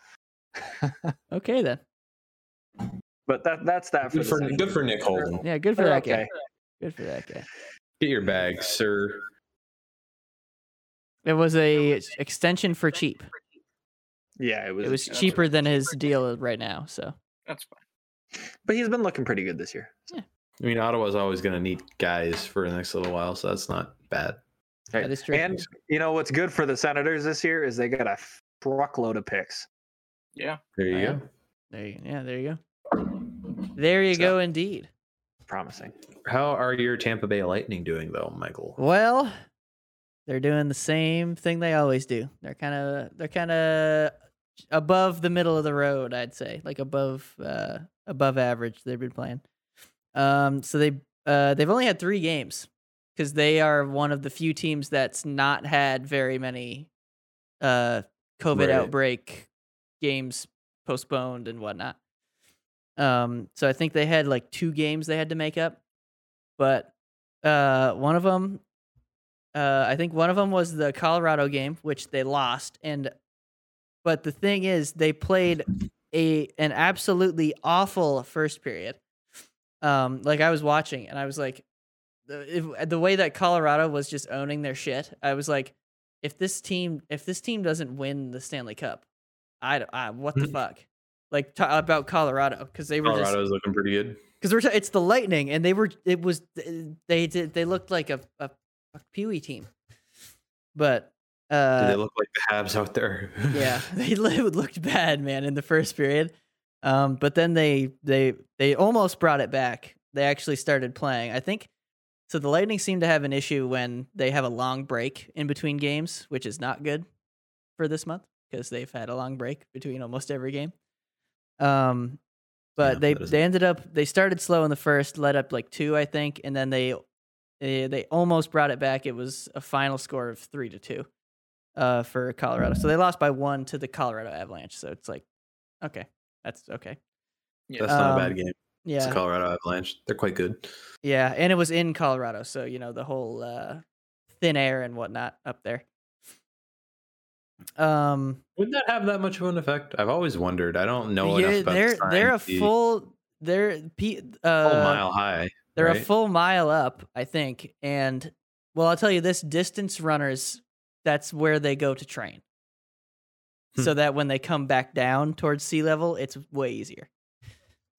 Speaker 1: okay then
Speaker 4: but that that's that for,
Speaker 3: Good
Speaker 4: the
Speaker 3: for,
Speaker 4: second.
Speaker 3: good for Nick Holden.
Speaker 1: yeah good for
Speaker 4: They're
Speaker 1: that
Speaker 4: okay.
Speaker 1: guy good for that guy
Speaker 3: Get your bag, sir.
Speaker 1: it was a extension for cheap
Speaker 4: Yeah, it was.
Speaker 1: it was
Speaker 2: that's
Speaker 1: cheaper than his deal right now so
Speaker 2: That's fine.
Speaker 4: but he's been looking pretty good this year.
Speaker 3: I mean, Ottawa's always going to need guys for the next little while, so that's not bad.
Speaker 4: Right.
Speaker 1: that is true
Speaker 4: And you know what's good for the Senators this year is they got a truckload of picks.
Speaker 2: Yeah.
Speaker 3: There you
Speaker 1: Yeah.
Speaker 3: go.
Speaker 1: there you, yeah there you go there you
Speaker 4: So-
Speaker 1: go indeed
Speaker 4: Promising.
Speaker 3: How are your Tampa Bay Lightning doing, though, Michael?
Speaker 1: Well, they're doing the same thing they always do. They're kind of they're kind of above the middle of the road, I'd say, like above uh, above average. They've been playing. Um, so they uh, they've only had three games because they are one of the few teams that's not had very many uh, COVID
Speaker 3: Right.
Speaker 1: outbreak games postponed and whatnot. Um, so I think they had like two games they had to make up, but uh, one of them, uh, I think one of them was the Colorado game, which they lost. And but the thing is, they played a an absolutely awful first period. Um, like I was watching, and I was like, the if, the way that Colorado was just owning their shit, I was like, if this team if this team doesn't win the Stanley Cup, I, d- I- what the
Speaker 3: Mhm.
Speaker 1: fuck. Like t- about Colorado because they were just
Speaker 3: Colorado's looking pretty good.
Speaker 1: because we're t- it's the lightning and they were it was uh, they did they looked like a, a, a peewee team but
Speaker 3: Do they
Speaker 1: uh
Speaker 3: look like the Habs out there?
Speaker 1: yeah they li- looked bad man in the first period um but then they they they almost brought it back they actually started playing i think so the lightning seem to have an issue when they have a long break in between games which is not good for this month because they've had a long break between almost every game um but
Speaker 3: Yeah,
Speaker 1: they
Speaker 3: that is-
Speaker 1: they ended up they started slow in the first led up like two i think and then they they, they almost brought it back it was a final score of three to two uh for colorado so they lost by one to the colorado avalanche so it's like okay that's okay
Speaker 3: that's not a
Speaker 1: Um,
Speaker 3: bad game. It's the
Speaker 1: yeah
Speaker 3: Colorado Avalanche. They're quite good.
Speaker 1: yeah and it was in colorado so you know the whole uh thin air and whatnot up there um
Speaker 3: Would that have that much of an effect? I've always wondered. I don't know
Speaker 1: yeah,
Speaker 3: enough about
Speaker 1: they're they're a
Speaker 3: science.
Speaker 1: full they're pe-
Speaker 3: Full
Speaker 1: uh,
Speaker 3: mile high.
Speaker 1: They're a
Speaker 3: right?
Speaker 1: full mile up, I think. And well, I'll tell you this distance runners, that's where they go to train.
Speaker 3: Hmm.
Speaker 1: So that when they come back down towards sea level, it's way easier.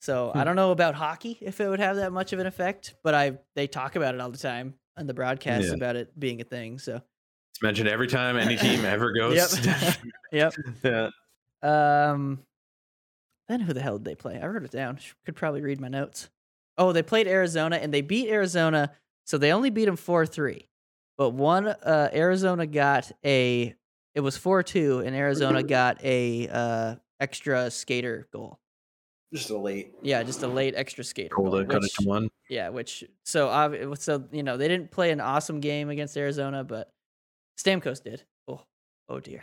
Speaker 1: So I
Speaker 3: Hmm.
Speaker 1: don't know about hockey if it would have that much of an effect, but I they talk about it all the time on the broadcasts
Speaker 3: Yeah.
Speaker 1: about it being a thing. So
Speaker 3: It's mentioned every time any team ever goes.
Speaker 1: Yep. Yep.
Speaker 3: yeah.
Speaker 1: Um, then who the hell did they play? I wrote it down. Sh- Could probably read my notes. Oh, they played Arizona and they beat Arizona. So they only beat them four three, but one uh, Arizona got a. It was four two, and Arizona got a uh, extra skater goal.
Speaker 3: Just a late.
Speaker 1: Yeah, just a late extra skater.
Speaker 3: Hold
Speaker 1: goal,
Speaker 3: on, cut it
Speaker 1: which-
Speaker 3: to one.
Speaker 1: yeah, which so ob- it was- so you know they didn't play an awesome game against Arizona, but Stamkos did. Oh, oh dear.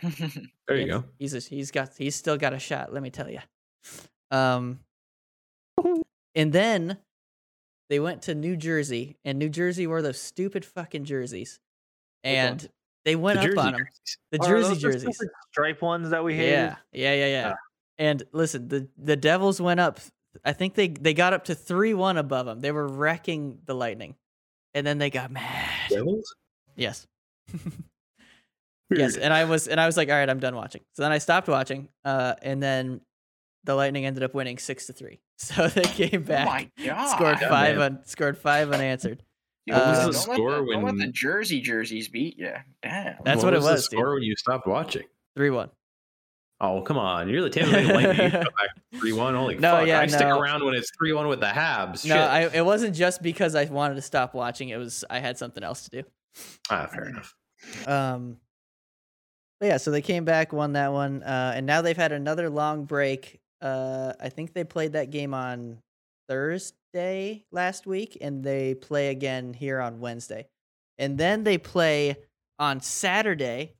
Speaker 3: There you
Speaker 1: It's-
Speaker 3: go.
Speaker 1: He's a, he's got he's still got a shot. Let me tell you. Um, and then they went to New Jersey, and New Jersey wore those stupid fucking jerseys,
Speaker 4: Which
Speaker 1: and they went
Speaker 3: The
Speaker 1: up
Speaker 3: jersey
Speaker 1: on them.
Speaker 3: jerseys.
Speaker 1: The
Speaker 4: Are
Speaker 1: Jersey
Speaker 4: Oh, those the
Speaker 1: jerseys.
Speaker 4: stupid stripe ones that we hated.
Speaker 1: Yeah, yeah, yeah, yeah.
Speaker 4: Ah.
Speaker 1: And listen, the the Devils went up. I think they they got up to three one above them. They were wrecking the Lightning, and then they got mad.
Speaker 3: Devils?
Speaker 1: Yes.
Speaker 3: Weird.
Speaker 1: Yes, and I was and I was like, all right, I'm done watching. So then I stopped watching, uh, and then the Lightning ended up winning six to three. So they came
Speaker 2: Oh
Speaker 1: back,
Speaker 2: my god.
Speaker 1: scored
Speaker 3: Yeah,
Speaker 1: five
Speaker 3: man.
Speaker 1: un, scored five unanswered.
Speaker 2: Dude, don't
Speaker 1: Uh,
Speaker 2: let
Speaker 1: What was
Speaker 3: the
Speaker 2: don't let
Speaker 3: score
Speaker 2: the, don't let
Speaker 3: when-
Speaker 2: the Jersey jerseys beat you. Damn.
Speaker 1: That's what it
Speaker 3: the
Speaker 1: was, dude.
Speaker 3: score when you stopped watching.
Speaker 1: Three one.
Speaker 3: Oh come on! You're the Tampa Bay Lightning. You come back three one. Holy
Speaker 1: No,
Speaker 3: fuck!
Speaker 1: yeah,
Speaker 3: I stick
Speaker 1: no.
Speaker 3: around when it's three one with the Habs.
Speaker 1: No,
Speaker 3: Shit.
Speaker 1: I, it wasn't just because I wanted to stop watching. It was I had something else to do.
Speaker 3: ah, fair enough.
Speaker 1: Um, but yeah, so they came back, won that one, uh, and now they've had another long break. Uh, I think they played that game on Thursday last week, and they play again here on Wednesday, and then they play on Saturday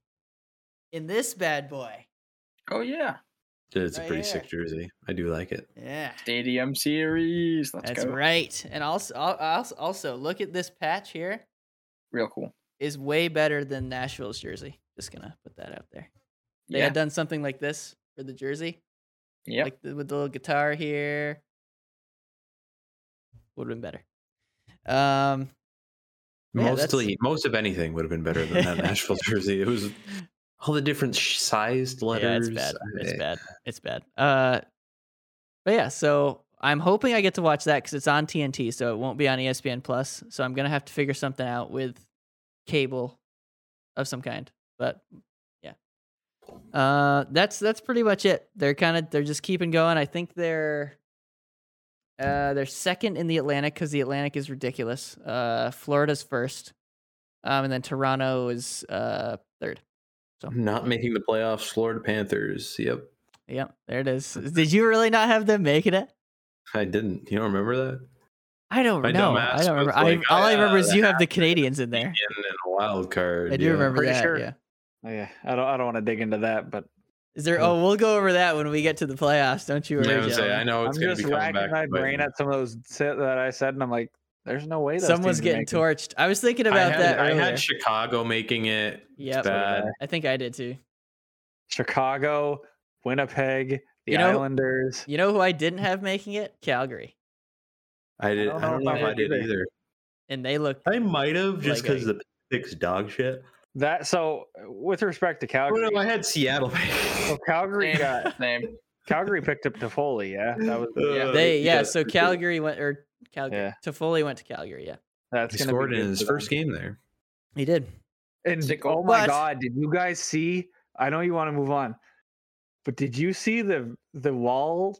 Speaker 1: in this bad boy.
Speaker 2: Oh yeah,
Speaker 3: It's a
Speaker 1: Right
Speaker 3: pretty
Speaker 1: here.
Speaker 3: sick jersey. I do like it.
Speaker 1: Yeah.
Speaker 2: Stadium Series. Let's
Speaker 1: That's
Speaker 2: go.
Speaker 1: right. And also, al- al- also, look at this patch here.
Speaker 2: Real cool.
Speaker 1: Is way better than Nashville's jersey. Just gonna put that out there. They
Speaker 2: yeah.
Speaker 1: had done something like this for the jersey,
Speaker 2: Yep.
Speaker 1: like the, with the little guitar here. Would have been better. Um, Yeah, that's-
Speaker 3: Mostly, most of anything would have been better than that Nashville jersey. It was all the different sh- sized letters.
Speaker 1: Yeah, it's bad.
Speaker 3: I-
Speaker 1: It's bad. It's bad. Uh, but yeah, so I'm hoping I get to watch that because it's on TNT, so it won't be on E ESPN Plus. So I'm gonna have to figure something out with cable of some kind. But yeah, uh, that's that's pretty much it. They're kind of they're just keeping going. I think they're. Uh, they're second in the Atlantic because the Atlantic is ridiculous. Uh, Florida's first, um, and then Toronto is uh, third.
Speaker 3: Not making the playoffs. Florida Panthers. Yep,
Speaker 1: Yep, there it is. Did you really not have them making it?
Speaker 3: I didn't. You don't remember that?
Speaker 1: I don't
Speaker 3: My
Speaker 1: know.
Speaker 3: dumbass
Speaker 1: I
Speaker 3: was
Speaker 1: don't remember.
Speaker 3: like,
Speaker 1: I, all I
Speaker 3: "Ah,
Speaker 1: remember is
Speaker 3: that
Speaker 1: you have the Canadians in there.
Speaker 3: And then a wild card.
Speaker 1: I do
Speaker 3: yeah.
Speaker 1: remember
Speaker 4: Pretty
Speaker 1: that.
Speaker 4: sure.
Speaker 1: Yeah.
Speaker 4: Oh, Yeah, I don't. I don't want to dig into that, but
Speaker 1: Is there?
Speaker 4: Yeah.
Speaker 1: Oh, we'll go over that when we get to the playoffs. Don't you
Speaker 3: Yeah, I,
Speaker 1: worry.
Speaker 3: would say, I
Speaker 1: gentlemen.
Speaker 3: know Oh, it's
Speaker 4: I'm
Speaker 3: going to
Speaker 4: just
Speaker 3: be coming
Speaker 4: racking
Speaker 3: back.
Speaker 4: my
Speaker 3: but
Speaker 4: brain at some of those sit that I said, and I'm like, "There's no way." Those
Speaker 1: Someone's
Speaker 4: teams are
Speaker 1: getting
Speaker 4: making-
Speaker 1: torched. I was thinking
Speaker 3: I
Speaker 1: about
Speaker 3: had-
Speaker 1: that
Speaker 3: I
Speaker 1: earlier.
Speaker 3: had Chicago making it.
Speaker 1: Yep.
Speaker 3: bad.
Speaker 1: I think I did too.
Speaker 4: Chicago, Winnipeg, the
Speaker 1: You know-
Speaker 4: Islanders.
Speaker 1: You know who I didn't have making it? Calgary,
Speaker 3: I did. I don't know if I did either.
Speaker 1: and they looked.
Speaker 3: I might have just
Speaker 1: Like, I-
Speaker 3: because the Pacific's dog shit.
Speaker 4: That so, uh, with respect to
Speaker 3: Oh
Speaker 4: Calgary,
Speaker 3: no, I had Seattle. Oh,
Speaker 4: so Calgary got
Speaker 2: Same. Same.
Speaker 4: Calgary picked up Toffoli. Yeah, that was
Speaker 3: Oh, Uh,
Speaker 2: Yeah.
Speaker 1: They yeah. So Calgary went or Calgary.
Speaker 4: Yeah.
Speaker 1: Toffoli went to Calgary. Yeah,
Speaker 4: that's
Speaker 3: He
Speaker 4: gonna be
Speaker 3: scored in
Speaker 4: good
Speaker 3: his
Speaker 4: for them.
Speaker 3: first game there.
Speaker 1: he did.
Speaker 4: And
Speaker 2: Sick
Speaker 4: oh
Speaker 2: goal.
Speaker 4: my
Speaker 1: But-
Speaker 4: god, did you guys see? I know you want to move on, but did you see the the wall?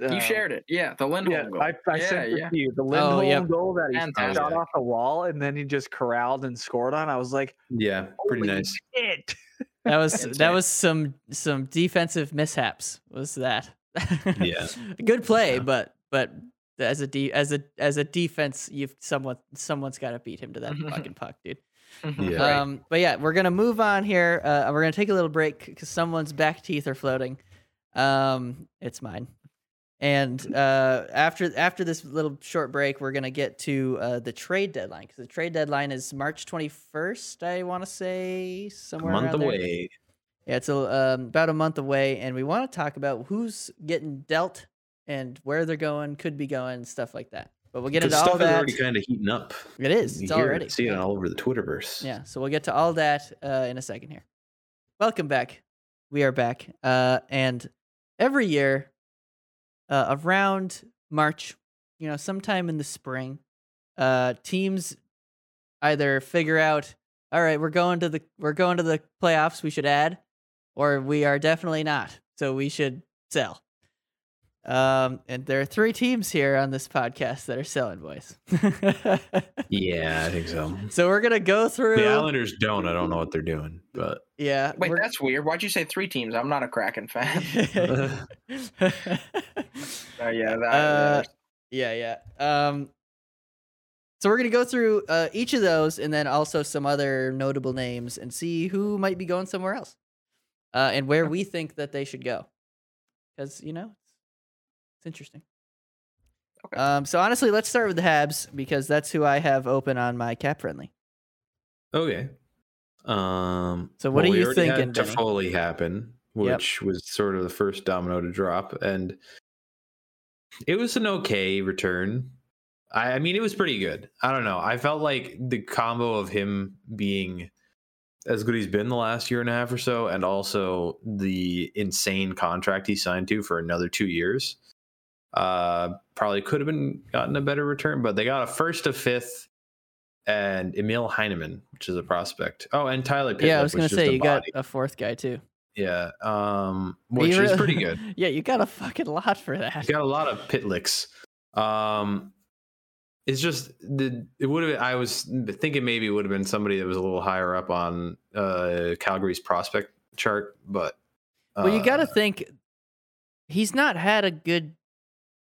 Speaker 1: Uh,
Speaker 2: you shared it. Yeah, the Lindholm
Speaker 4: Yeah,
Speaker 2: goal.
Speaker 4: I, I
Speaker 2: yeah,
Speaker 4: sent it
Speaker 2: yeah.
Speaker 4: to you the Lindholm
Speaker 1: yep.
Speaker 4: goal that he
Speaker 2: Fantastic.
Speaker 4: shot off the wall and then he just corralled and scored on. I was like,
Speaker 3: Yeah, pretty
Speaker 4: "Holy
Speaker 3: nice.
Speaker 4: shit."
Speaker 1: That was that
Speaker 2: Insane.
Speaker 1: was some some defensive mishaps. Was that?
Speaker 3: Yeah.
Speaker 1: Good play,
Speaker 3: Yeah.
Speaker 1: but but as a de- as a as a defense, you've someone someone's got to beat him to that fucking puck, dude.
Speaker 3: Yeah. Right.
Speaker 1: Um, but yeah, we're gonna move on here. Uh, we're gonna take a little break because someone's back teeth are floating. Um, it's mine. And uh, after after this little short break, we're gonna get to uh, the trade deadline because the trade deadline is March twenty first. I want to say
Speaker 3: A
Speaker 1: somewhere
Speaker 3: month
Speaker 1: around there.
Speaker 3: away.
Speaker 1: Yeah, it's a, um, about a month away, and we want to talk about who's getting dealt and where they're going, could be going, stuff like that. But we'll get
Speaker 3: The
Speaker 1: into all
Speaker 3: stuff is
Speaker 1: that.
Speaker 3: already kind of heating up.
Speaker 1: It is.
Speaker 3: You
Speaker 1: It's
Speaker 3: hear it,
Speaker 1: already.
Speaker 3: see it
Speaker 1: yeah.
Speaker 3: all over the Twitterverse.
Speaker 1: Yeah, so we'll get to all that uh, in a second here. Welcome back. We are back. Uh, and every year, uh, around March, you know, sometime in the spring, uh, teams either figure out, all right, we're going to the we're going to the playoffs. We should add, or we are definitely not. So we should sell. Um, and there are three teams here on this podcast that are selling boys.
Speaker 3: Yeah, I think so.
Speaker 1: so we're gonna go through.
Speaker 3: The Islanders don't. I don't know what they're doing, but
Speaker 1: Yeah.
Speaker 2: Wait,
Speaker 1: we're-
Speaker 2: that's weird. Why'd you say three teams? I'm not a Kraken fan.
Speaker 1: yeah,
Speaker 2: Oh yeah, that,
Speaker 1: Uh, yeah. Um, so we're gonna go through uh, each of those, and then also some other notable names, and see who might be going somewhere else, uh, and where we think that they should go, because you know it's interesting.
Speaker 2: Okay.
Speaker 1: Um, so honestly, let's start with the Habs because that's who I have open on my cap friendly.
Speaker 3: okay. Um.
Speaker 1: So what are
Speaker 3: we
Speaker 1: you
Speaker 3: already had
Speaker 1: thinking, Benny?
Speaker 3: Toffoli happen,
Speaker 1: Yep.
Speaker 3: which was sort of the first domino to drop, and it was an okay return. I, I mean, it was pretty good. I don't know. I felt like the combo of him being as good as he's been the last year and a half or so, and also the insane contract he signed to for another two years, uh, probably could have been gotten a better return. But they got a first, a fifth, and Emil Heineman, which is a prospect. Oh, and Tyler Pitlick.
Speaker 1: yeah, I was
Speaker 3: which
Speaker 1: gonna
Speaker 3: is
Speaker 1: say
Speaker 3: the
Speaker 1: you
Speaker 3: body.
Speaker 1: got a fourth guy too.
Speaker 3: Yeah, um,
Speaker 1: But
Speaker 3: which
Speaker 1: you
Speaker 3: is
Speaker 1: really-
Speaker 3: pretty good.
Speaker 1: yeah, you got a fucking lot for that.
Speaker 3: He's got a lot of pitlicks. Um, it's just the it would have. I was thinking maybe it would have been somebody that was a little higher up on uh, Calgary's prospect chart, but uh,
Speaker 1: well, you got to think he's not had a good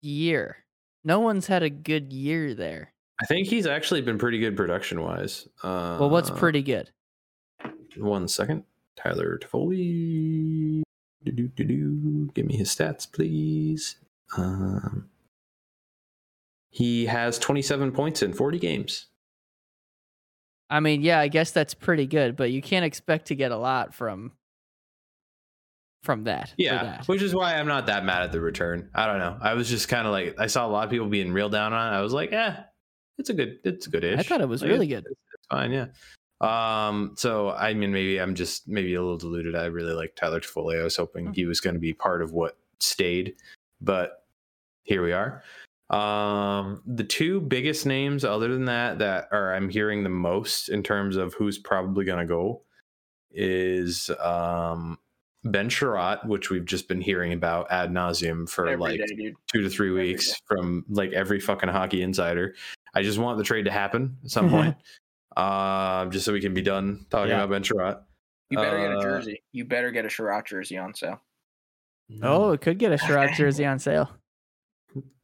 Speaker 1: year. No one's had a good year there.
Speaker 3: I think he's actually been pretty good production wise. Uh,
Speaker 1: Well, what's pretty good?
Speaker 3: One second, Tyler Toffoli. Do-do-do-do. Give me his stats, please. Um, he has 27 points in 40 games.
Speaker 1: I mean, yeah, I guess that's pretty good, but you can't expect to get a lot from from that. for
Speaker 3: Yeah,
Speaker 1: that.
Speaker 3: which is why I'm not that mad at the return. I don't know. I was just kind of like I saw a lot of people being real down on. it. I was like, eh, it's a good, it's a good ish.
Speaker 1: I thought it was
Speaker 3: Like,
Speaker 1: really
Speaker 3: it's-
Speaker 1: good.
Speaker 3: It's fine, yeah. Um, so I mean, maybe I'm just maybe a little deluded. I really like Tyler Toffoli. I was hoping
Speaker 1: Mm.
Speaker 3: he was going to be part of what stayed, but here we are. Um, the two biggest names, other than that, that are I'm hearing the most in terms of who's probably going to go is um Ben Sherratt, which we've just been hearing about ad nauseum for
Speaker 2: Every
Speaker 3: like
Speaker 2: day, dude.
Speaker 3: two to three
Speaker 2: Every
Speaker 3: weeks
Speaker 2: day.
Speaker 3: from like every fucking hockey insider. I just want the trade to happen at some point, uh, just so we can be done talking
Speaker 1: Yeah.
Speaker 3: about Ben Sherratt.
Speaker 2: You better get
Speaker 3: Uh,
Speaker 2: a jersey. You better get a Sherrod jersey on sale.
Speaker 1: Oh, it could get a Sherrod
Speaker 2: Okay.
Speaker 1: jersey on sale.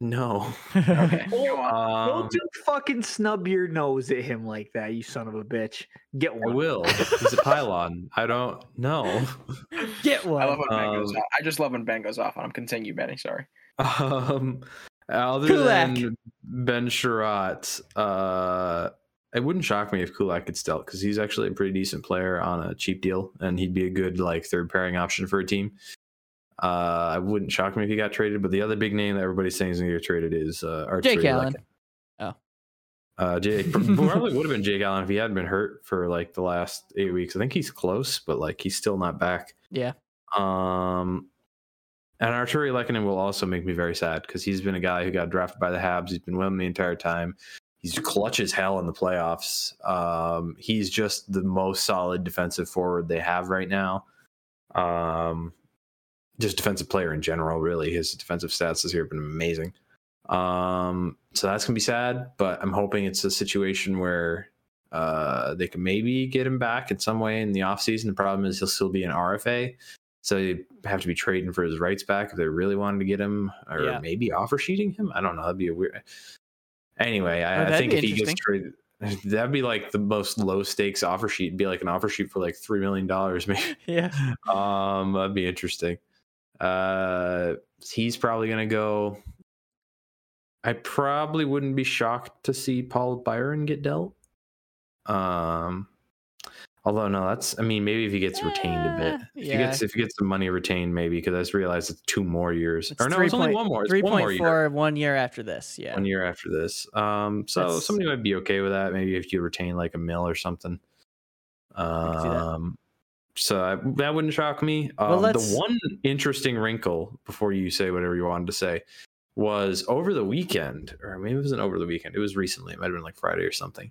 Speaker 3: no.
Speaker 2: Okay, go on.
Speaker 3: Um,
Speaker 4: Don't you fucking snub your nose at him like that, you son of a bitch. Get
Speaker 3: I
Speaker 4: one.
Speaker 3: will. He's a pylon. I don't know.
Speaker 1: get
Speaker 2: I love
Speaker 1: one.
Speaker 2: when Ben goes
Speaker 3: um,
Speaker 2: off. I just love when Ben goes off on him. Continue, Benny. Sorry.
Speaker 3: Um, other
Speaker 1: Kulak.
Speaker 3: than Ben Sherratt, uh, it wouldn't shock me if Kulak gets dealt because he's actually a pretty decent player on a cheap deal, and he'd be a good like third pairing option for a team. Uh, I wouldn't shock me if he got traded, but the other big name that everybody's saying is going to get traded is uh, Archer
Speaker 1: Jake Allen. Oh.
Speaker 3: Uh, Jake probably would have been Jake Allen if he hadn't been hurt for like the last eight weeks. I think he's close, but like he's still not back.
Speaker 1: Yeah.
Speaker 3: Um, and Arturi Lekanen will also make me very sad because he's been a guy who got drafted by the Habs. He's been with them the entire time. He's clutch as hell in the playoffs. Um, he's just the most solid defensive forward they have right now. Um, just defensive player in general, really. His defensive stats this year have been amazing. Um, so that's gonna be sad, but I'm hoping it's a situation where uh, they can maybe get him back in some way in the offseason. The problem is he'll still be an RFA. So they have to be trading for his rights back if they really wanted to get him, or
Speaker 1: Yeah.
Speaker 3: maybe offer sheeting him. I don't know. That'd be a weird. Anyway,
Speaker 1: Oh,
Speaker 3: I, I
Speaker 1: that'd
Speaker 3: think
Speaker 1: be
Speaker 3: if he gets
Speaker 1: interesting.
Speaker 3: traded, that'd be like the most low stakes offer sheet. It'd be like an offer sheet for like three million dollars, maybe.
Speaker 1: yeah.
Speaker 3: Um, that'd be interesting. Uh, he's probably gonna go. I probably wouldn't be shocked to see Paul Byron get dealt. Um, although no, that's I mean maybe if he gets retained a bit,
Speaker 1: Eh,
Speaker 3: if
Speaker 1: yeah.
Speaker 3: he gets if he gets the money retained maybe because I just realized it's two more years
Speaker 1: It's
Speaker 3: or no,
Speaker 1: three
Speaker 3: it's only
Speaker 1: point-
Speaker 3: one more, it's
Speaker 1: Three
Speaker 3: one more
Speaker 1: point
Speaker 3: year
Speaker 1: four one year after this. Yeah.
Speaker 3: one year after this. Um, so
Speaker 1: That's-
Speaker 3: somebody might be okay with that. Maybe if you retain like a mill or something.
Speaker 1: can see that.
Speaker 3: Um, so I, that wouldn't shock me.
Speaker 1: Well,
Speaker 3: Um,
Speaker 1: let's-
Speaker 3: the one interesting wrinkle before you say whatever you wanted to say was over the weekend, or maybe it wasn't over the weekend. It was recently. It might have been like Friday or something.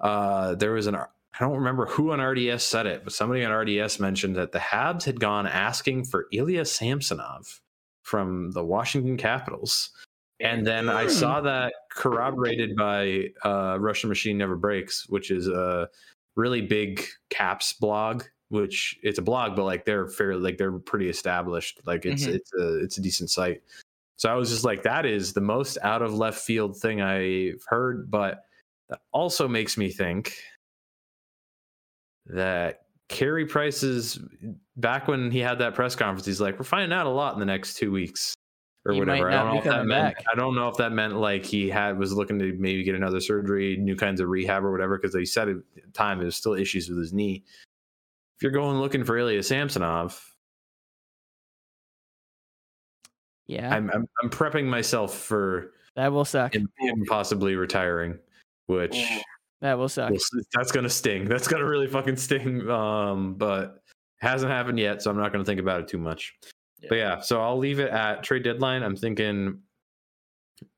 Speaker 3: Uh, there was an I don't remember who on RDS said it, but somebody on RDS mentioned that the Habs had gone asking for Ilya Samsonov from the Washington Capitals. And then I
Speaker 1: Hmm.
Speaker 3: saw that corroborated by uh, Russian Machine Never Breaks, which is a really big caps blog. Which it's a blog, but like they're fairly like they're pretty established. Like it's
Speaker 2: Mhm.
Speaker 3: it's a it's a decent site. So I was just like, that is the most out of left field thing I've heard. But that also makes me think that Carey Price's back when he had that press conference, he's like, we're finding out a lot in the next two weeks or
Speaker 1: He might
Speaker 3: whatever. I
Speaker 1: not
Speaker 3: don't
Speaker 1: be
Speaker 3: know if that
Speaker 1: coming
Speaker 3: meant
Speaker 1: back.
Speaker 3: I don't know if that meant like he had was looking to maybe get another surgery, new kinds of rehab or whatever, because they said at the time it was still issues with his knee. If you're going looking for Ilya Samsonov,
Speaker 1: Yeah.
Speaker 3: I'm, I'm I'm prepping myself for
Speaker 1: that will suck.
Speaker 3: him, him possibly retiring, which
Speaker 2: Ooh.
Speaker 1: That will suck.
Speaker 3: We'll s- that's gonna sting. That's gonna really fucking sting. Um, but hasn't happened yet, so I'm not gonna think about it too much. But yeah, so I'll leave it at trade deadline. I'm thinking,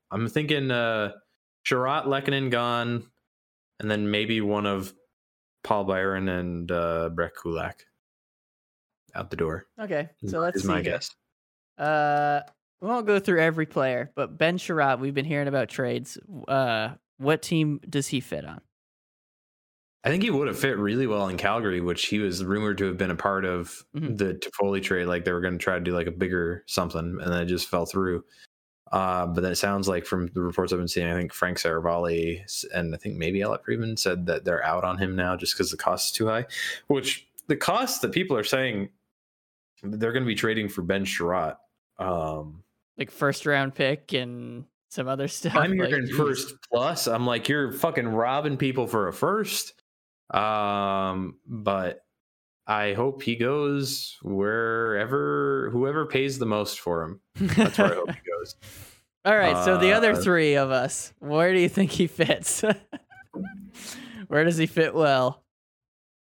Speaker 3: I'm thinking, uh, Sherratt, Lekanen gone. and then maybe one of Paul Byron and uh, Brett Kulak out the door.
Speaker 1: Okay,
Speaker 3: is-
Speaker 1: so let's
Speaker 3: is
Speaker 1: see.
Speaker 3: my
Speaker 1: here.
Speaker 3: guess.
Speaker 1: Uh, we won't go through every player, but Ben Sherratt, we've been hearing about trades. Uh, what team does he fit on?
Speaker 3: I think he would have fit really well in Calgary, which he was rumored to have been a part of
Speaker 1: Mhm.
Speaker 3: the Toffoli trade. Like they were going to try to do like a bigger something, and then it just fell through. Uh, but then it sounds like from the reports I've been seeing, I think Frank Saravalli s- and I think maybe Alec Friedman said that they're out on him now just because the cost is too high. Which the cost that people are saying they're going to be trading for Ben Sherratt. Um,
Speaker 1: Like first round pick and some other stuff.
Speaker 3: I'm
Speaker 1: like,
Speaker 3: hearing
Speaker 1: geez.
Speaker 3: first plus. I'm like, you're fucking robbing people for a first. Um, but I hope he goes wherever whoever pays the most for him. That's where I hope he goes.
Speaker 1: All right, so the other
Speaker 3: Uh,
Speaker 1: three of us, where do you think he fits? where does he fit well?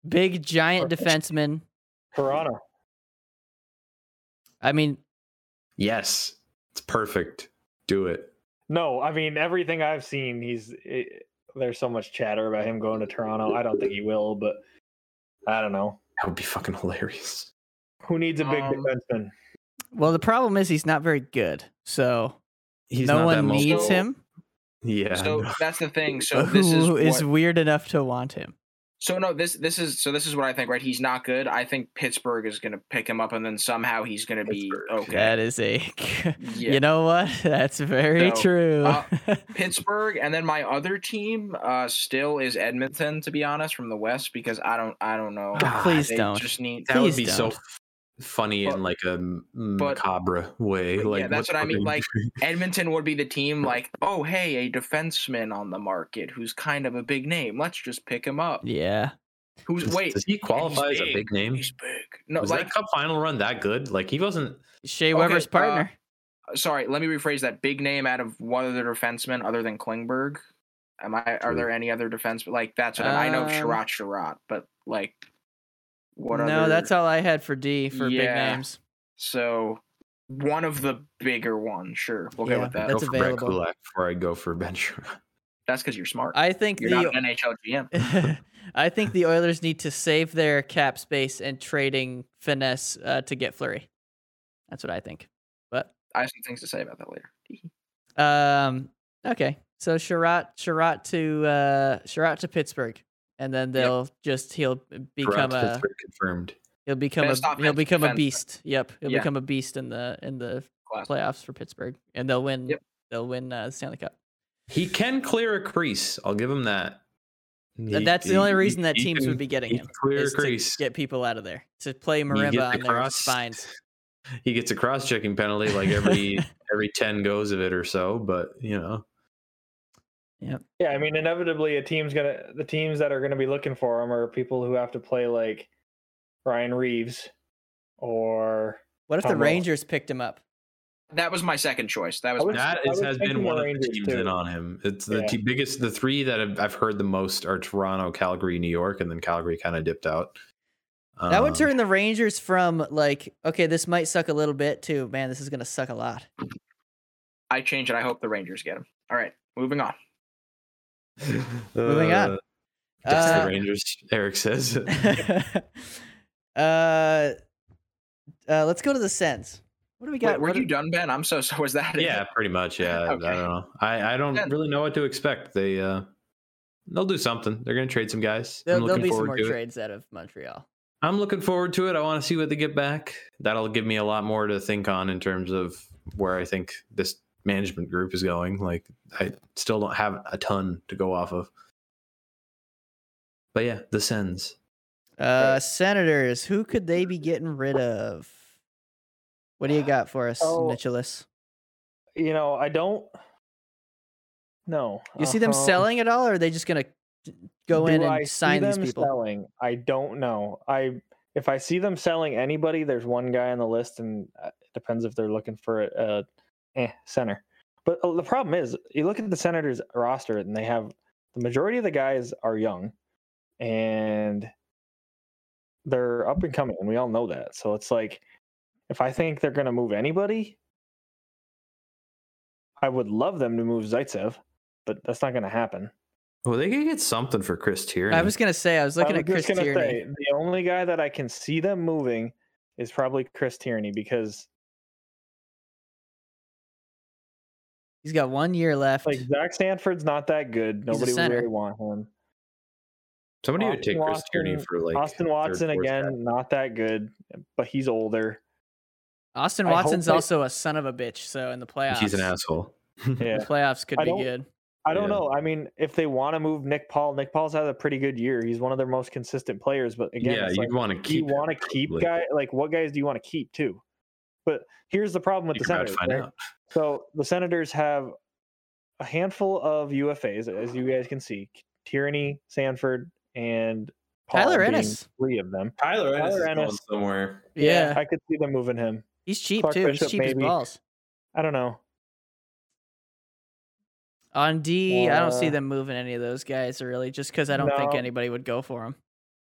Speaker 1: Big giant defenseman.
Speaker 4: Toronto.
Speaker 1: I mean,
Speaker 3: Yes, it's perfect. Do it.
Speaker 4: No, I mean everything I've seen, he's it, there's so much chatter about him going to Toronto. I don't think he will, but I don't know.
Speaker 3: That would be fucking hilarious.
Speaker 4: Who needs a big
Speaker 2: Um,
Speaker 4: defenseman?
Speaker 1: well, the problem is he's not very good. So
Speaker 3: He's
Speaker 1: no
Speaker 3: not that
Speaker 1: one
Speaker 3: multi-
Speaker 1: needs
Speaker 2: So-
Speaker 1: him.
Speaker 3: Yeah.
Speaker 2: so
Speaker 3: no.
Speaker 2: that's the thing. So
Speaker 1: But
Speaker 2: this is
Speaker 1: who is
Speaker 2: what-
Speaker 1: weird enough to want him?
Speaker 2: So no, this this is so this is what I think. Right, he's not good. I think Pittsburgh is going to pick him up, and then somehow he's going to be
Speaker 3: Pittsburgh.
Speaker 2: okay.
Speaker 1: That is a.
Speaker 2: Yeah.
Speaker 1: You know what? That's very
Speaker 2: So,
Speaker 1: true.
Speaker 2: uh, Pittsburgh, and then my other team uh, still is Edmonton. To be honest, from the West, because I don't Ah, I don't know.
Speaker 3: God,
Speaker 1: Please
Speaker 2: They
Speaker 1: don't.
Speaker 2: Just need.
Speaker 3: that would
Speaker 1: please
Speaker 3: be so
Speaker 1: don't.
Speaker 3: f- funny in
Speaker 2: But-
Speaker 3: like a m-
Speaker 2: but-
Speaker 3: macabre way.
Speaker 2: yeah,
Speaker 3: Like
Speaker 2: that's what I mean,
Speaker 3: fucking-
Speaker 2: Edmonton would be the team like, oh hey, a defenseman on the market who's kind of a big name. Let's just pick him up.
Speaker 1: yeah.
Speaker 2: Who's
Speaker 3: does,
Speaker 2: wait?
Speaker 3: does he qualify as a
Speaker 2: big.
Speaker 3: big name?
Speaker 2: He's big. No,
Speaker 3: was
Speaker 2: like
Speaker 3: that cup final run that good? Like he wasn't.
Speaker 1: Shea
Speaker 2: Okay,
Speaker 1: Weber's
Speaker 2: uh,
Speaker 1: partner.
Speaker 2: sorry, let me rephrase that. Big name out of one other defenseman other than Klingberg. Am I? Are
Speaker 3: True.
Speaker 2: there any other defense? Like that's what I'm- I know. of
Speaker 1: Um,
Speaker 2: Sherrod, Sherrod, but like what?
Speaker 1: no,
Speaker 2: other,
Speaker 1: that's all I had for D for big
Speaker 2: Yeah.
Speaker 1: names.
Speaker 2: So one of the bigger ones, sure, we'll
Speaker 1: Yeah,
Speaker 2: go with that.
Speaker 1: That's
Speaker 3: go for Brett
Speaker 1: available.
Speaker 3: Kulak before I go for Ben Sherrod.
Speaker 2: That's because you're smart.
Speaker 1: I think
Speaker 2: you're
Speaker 1: the
Speaker 2: not an NHL GM.
Speaker 1: I think the Oilers need to save their cap space and trading finesse uh, to get Flurry. That's what I think. But
Speaker 2: I have some things to say about that later.
Speaker 1: um, okay, so Sherratt, Sherratt to uh, Sherratt to Pittsburgh, and then they'll just he'll become
Speaker 3: Sherrod's
Speaker 1: a
Speaker 3: Pittsburgh confirmed.
Speaker 1: he'll become
Speaker 2: Best
Speaker 1: a he'll
Speaker 2: offensive
Speaker 1: become a
Speaker 2: defenseman.
Speaker 1: beast. Yep, he'll
Speaker 2: Yeah.
Speaker 1: become a beast in the in the
Speaker 2: Class.
Speaker 1: playoffs for Pittsburgh, and they'll win.
Speaker 2: Yep.
Speaker 1: They'll win uh, the Stanley Cup.
Speaker 3: He can clear a crease. I'll give him that.
Speaker 1: And
Speaker 3: He-
Speaker 1: that's the only
Speaker 3: he-
Speaker 1: reason that
Speaker 3: he
Speaker 1: teams
Speaker 3: can-
Speaker 1: would be getting
Speaker 3: he
Speaker 1: him
Speaker 3: can Clear a
Speaker 1: is to
Speaker 3: crease.
Speaker 1: get people out of there to play
Speaker 3: He gets
Speaker 1: marimba
Speaker 3: a
Speaker 1: on their
Speaker 3: cross-
Speaker 1: spines.
Speaker 3: He gets a cross checking penalty like every every ten goes of it or so. But you know,
Speaker 4: Yeah, I mean, inevitably, a team's gonna the teams that are gonna be looking for him are people who have to play like Ryan Reeves or
Speaker 1: What if the
Speaker 4: Tom Wilson.
Speaker 1: Rangers picked him up?
Speaker 2: That was my second choice. That was
Speaker 4: I
Speaker 2: my
Speaker 4: would-
Speaker 3: that
Speaker 4: I
Speaker 3: is,
Speaker 4: was
Speaker 3: has
Speaker 4: thinking
Speaker 3: been
Speaker 4: the
Speaker 3: one of the
Speaker 4: Rangers,
Speaker 3: teams
Speaker 4: too.
Speaker 3: in on him. It's the
Speaker 4: Yeah.
Speaker 3: two biggest. The three that I've, I've heard the most are Toronto, Calgary, New York, and then Calgary kind of dipped out.
Speaker 1: That would
Speaker 3: Um,
Speaker 1: turn the Rangers from like, okay, this might suck a little bit to man, this is gonna suck a lot.
Speaker 2: I changed it. I hope the Rangers get him. All right, moving on.
Speaker 1: Moving on.
Speaker 3: Uh, That's
Speaker 1: Uh,
Speaker 3: the Rangers, Eric says.
Speaker 1: uh, uh, let's go to the Sens. What do we
Speaker 2: Wait,
Speaker 1: got?
Speaker 2: were
Speaker 1: What
Speaker 2: you
Speaker 1: do-
Speaker 2: done, Ben? I'm so so. Was that it?
Speaker 3: yeah, pretty much. Yeah,
Speaker 2: Okay.
Speaker 3: I don't know. I, I don't
Speaker 2: Then-
Speaker 3: really know what to expect. They uh, they'll do something. They're gonna trade some guys.
Speaker 1: There,
Speaker 3: I'm
Speaker 1: will
Speaker 3: looking
Speaker 1: be some
Speaker 3: forward
Speaker 1: more
Speaker 3: to it.
Speaker 1: trades out of Montreal.
Speaker 3: I'm looking forward to it. I want to see what they get back. That'll give me a lot more to think on in terms of where I think this management group is going. Like I still don't have a ton to go off of. But yeah, the Sens.
Speaker 1: Uh, Senators, who could they be getting rid of? What do you got for us,
Speaker 4: Oh,
Speaker 1: Nicholas?
Speaker 4: you know I don't. No,
Speaker 1: You see them
Speaker 4: um,
Speaker 1: selling at all, or are they just gonna go in
Speaker 4: do
Speaker 1: and
Speaker 4: I see
Speaker 1: sign these
Speaker 4: them
Speaker 1: people?
Speaker 4: Selling? I don't know. I if I see them selling anybody, there's one guy on the list, and uh, it depends if they're looking for a, a eh, center. But uh, the problem is, you look at the Senators roster, and they have the majority of the guys are young, and they're up and coming, and we all know that. So it's like, if I think they're going to move anybody, I would love them to move Zaitsev, but that's not going to happen.
Speaker 3: Well, Oh, they could get something for Chris Tierney.
Speaker 1: I was gonna say I was looking
Speaker 4: I
Speaker 1: at
Speaker 4: was
Speaker 1: Chris
Speaker 4: just gonna
Speaker 1: Tierney.
Speaker 4: say, the only guy that I can see them moving is probably Chris Tierney because
Speaker 1: He's got one year left.
Speaker 4: like Zach Sanford's not that good.
Speaker 1: a
Speaker 4: Nobody would
Speaker 1: center.
Speaker 4: really want him.
Speaker 3: Somebody would
Speaker 4: Austin
Speaker 3: take Chris Tierney
Speaker 4: Watson-
Speaker 3: for like
Speaker 4: Austin
Speaker 3: third,
Speaker 4: Watson
Speaker 3: fourth
Speaker 4: again,
Speaker 3: guy.
Speaker 4: not that good, but he's older.
Speaker 1: Austin
Speaker 4: I hope
Speaker 1: Watson's
Speaker 4: they-
Speaker 1: also a son of a bitch. So in the playoffs,
Speaker 3: He's an asshole.
Speaker 1: The
Speaker 4: Yeah.
Speaker 1: playoffs could
Speaker 4: I
Speaker 1: be
Speaker 4: don't-
Speaker 1: good.
Speaker 4: I don't
Speaker 3: Yeah.
Speaker 4: know. I mean, if they want to move Nick Paul, Nick Paul's had a pretty good year. He's one of their most consistent players, but again,
Speaker 3: yeah,
Speaker 4: it's
Speaker 3: you'd
Speaker 4: like,
Speaker 3: want to
Speaker 4: do you
Speaker 3: keep.
Speaker 4: want to keep
Speaker 3: probably.
Speaker 4: guy like what guys do you want to keep too? But here's the problem with
Speaker 3: You're
Speaker 4: the
Speaker 3: about to
Speaker 4: Senators.
Speaker 3: find
Speaker 4: right?
Speaker 3: out.
Speaker 4: So the Senators have a handful of UFAs, as you guys can see: Tyranny, Sanford, and Paul
Speaker 1: Tyler
Speaker 4: being
Speaker 1: Ennis.
Speaker 4: Three of them.
Speaker 3: Tyler
Speaker 4: Ennis is going Ennis.
Speaker 3: somewhere.
Speaker 1: Yeah,
Speaker 4: I could see them moving him.
Speaker 1: he's cheap
Speaker 4: Clark
Speaker 1: too.
Speaker 4: Bishop,
Speaker 1: he's cheap
Speaker 4: maybe.
Speaker 1: as balls.
Speaker 4: I don't know.
Speaker 1: On D, I don't see
Speaker 4: Uh,
Speaker 1: them moving any of those guys really, just because I don't think
Speaker 4: No.
Speaker 1: anybody would go for him.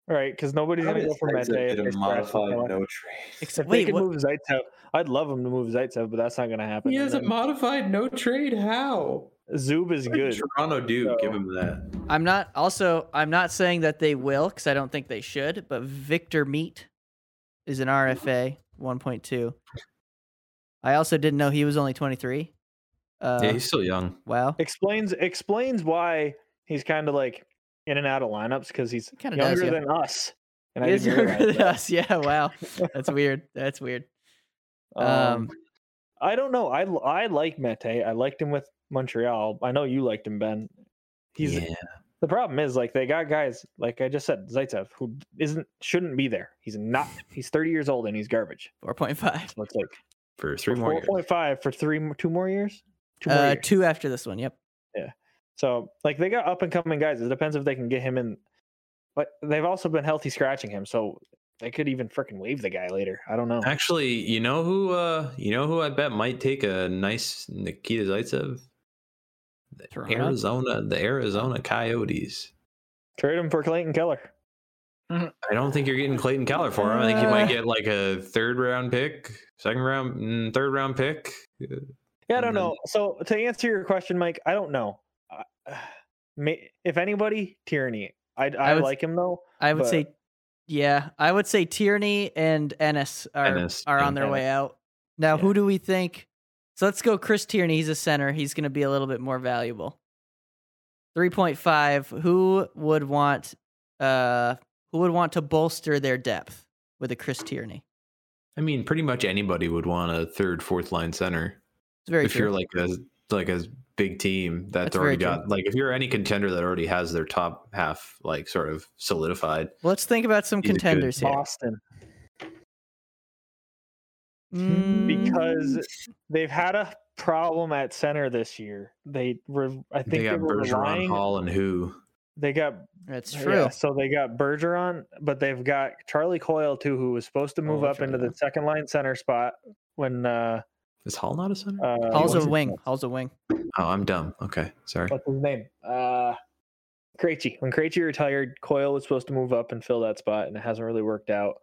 Speaker 4: All right, because nobody's going to go for Mete. If, they scratch him so much.
Speaker 3: trade.
Speaker 4: if they
Speaker 1: Wait,
Speaker 4: could
Speaker 1: what,
Speaker 4: move Zaitsev, I'd love him to move Zaitsev, but that's not going to happen.
Speaker 3: He
Speaker 4: And
Speaker 3: has a
Speaker 4: then
Speaker 3: modified no trade. How?
Speaker 4: Zub is
Speaker 3: What did
Speaker 4: good.
Speaker 3: Toronto do.
Speaker 4: So-
Speaker 3: Give him that.
Speaker 1: I'm not. Also, I'm not saying that they will, because I don't think they should. But Victor Meat is an RFA 1.2. I also didn't know he was only 23. Uh,
Speaker 3: yeah, he's still young.
Speaker 1: wow.
Speaker 4: Explains explains why he's kind of like in and out of lineups because he's
Speaker 1: Kinda
Speaker 4: younger
Speaker 1: does, yeah.
Speaker 4: than us. And
Speaker 1: He is
Speaker 4: didn't
Speaker 1: younger
Speaker 4: realize
Speaker 1: than
Speaker 4: that.
Speaker 1: us. Yeah. Wow. That's weird. That's weird. Um,
Speaker 4: Um, I don't know. I l- I like Mete. I liked him with Montreal. I know you liked him, Ben. He's
Speaker 3: yeah.
Speaker 4: the problem is like they got guys like I just said Zaitsev who isn't shouldn't be there. He's not. He's 30 years old and he's garbage.
Speaker 1: 4.5.
Speaker 4: So it's like
Speaker 3: for three more years.
Speaker 4: 4.5 for three m- two more years. Two more
Speaker 1: Uh,
Speaker 4: years.
Speaker 1: two after this one. Yep.
Speaker 4: So like they got up and coming guys. It depends if they can get him in. But they've also been healthy scratching him, so they could even freaking waive the guy later. I don't know.
Speaker 3: Actually, you know who? Uh, you know who I bet might take a nice Nikita Zaitsev.
Speaker 1: Toronto.
Speaker 3: Arizona, the Arizona Coyotes.
Speaker 4: Trade him for Clayton Keller.
Speaker 3: I don't think you're getting Clayton Keller for him. I think you might
Speaker 1: Uh.
Speaker 3: get like a third round pick, second round, mm, third round pick.
Speaker 4: Yeah, I
Speaker 3: and
Speaker 4: don't
Speaker 3: then-
Speaker 4: know. So to answer your question, Mike, I don't know. I- may- If anybody, Tyranny. I, I,
Speaker 1: I would-
Speaker 4: like him though.
Speaker 1: I would
Speaker 4: but-
Speaker 1: say, yeah, I would say Tierney and Ennis are
Speaker 3: Ennis,
Speaker 1: are on
Speaker 3: yeah.
Speaker 1: their way out. Now, who do we think? So let's go. Chris Tierney. He's a center. He's going to be a little bit more valuable. Three point five. Who would want? Uh, who would want to bolster their depth with a Chris Tierney?
Speaker 3: I mean, pretty much anybody would want a third, fourth line center
Speaker 1: It's very
Speaker 3: if
Speaker 1: true.
Speaker 3: you're like a like a big team that's,
Speaker 1: That's
Speaker 3: already
Speaker 1: very
Speaker 3: got
Speaker 1: true.
Speaker 3: like if you're any contender that already has their top half like sort of solidified.
Speaker 1: Let's think about some
Speaker 3: He's a good
Speaker 1: contenders here.
Speaker 4: Boston,
Speaker 1: Mm,
Speaker 4: because they've had a problem at center this year. They were, I think,
Speaker 3: They
Speaker 4: they,
Speaker 3: got
Speaker 4: were
Speaker 3: Bergeron,
Speaker 4: relying.
Speaker 3: Hall, and who?
Speaker 4: They got
Speaker 1: that's
Speaker 4: yeah,
Speaker 1: true.
Speaker 4: so they got Bergeron, but they've got Charlie Coyle too, who was supposed to move
Speaker 1: Oh,
Speaker 4: up into
Speaker 1: Charlie.
Speaker 4: the second line center spot when uh,
Speaker 3: Is Hall not a center?
Speaker 4: uh
Speaker 1: Hall's a
Speaker 4: what's-
Speaker 1: wing. Hall's a wing.
Speaker 3: oh, I'm dumb. Okay, sorry.
Speaker 4: what's his name? Uh Krejci. When Krejci retired, Coyle was supposed to move up and fill that spot, and it hasn't really worked out.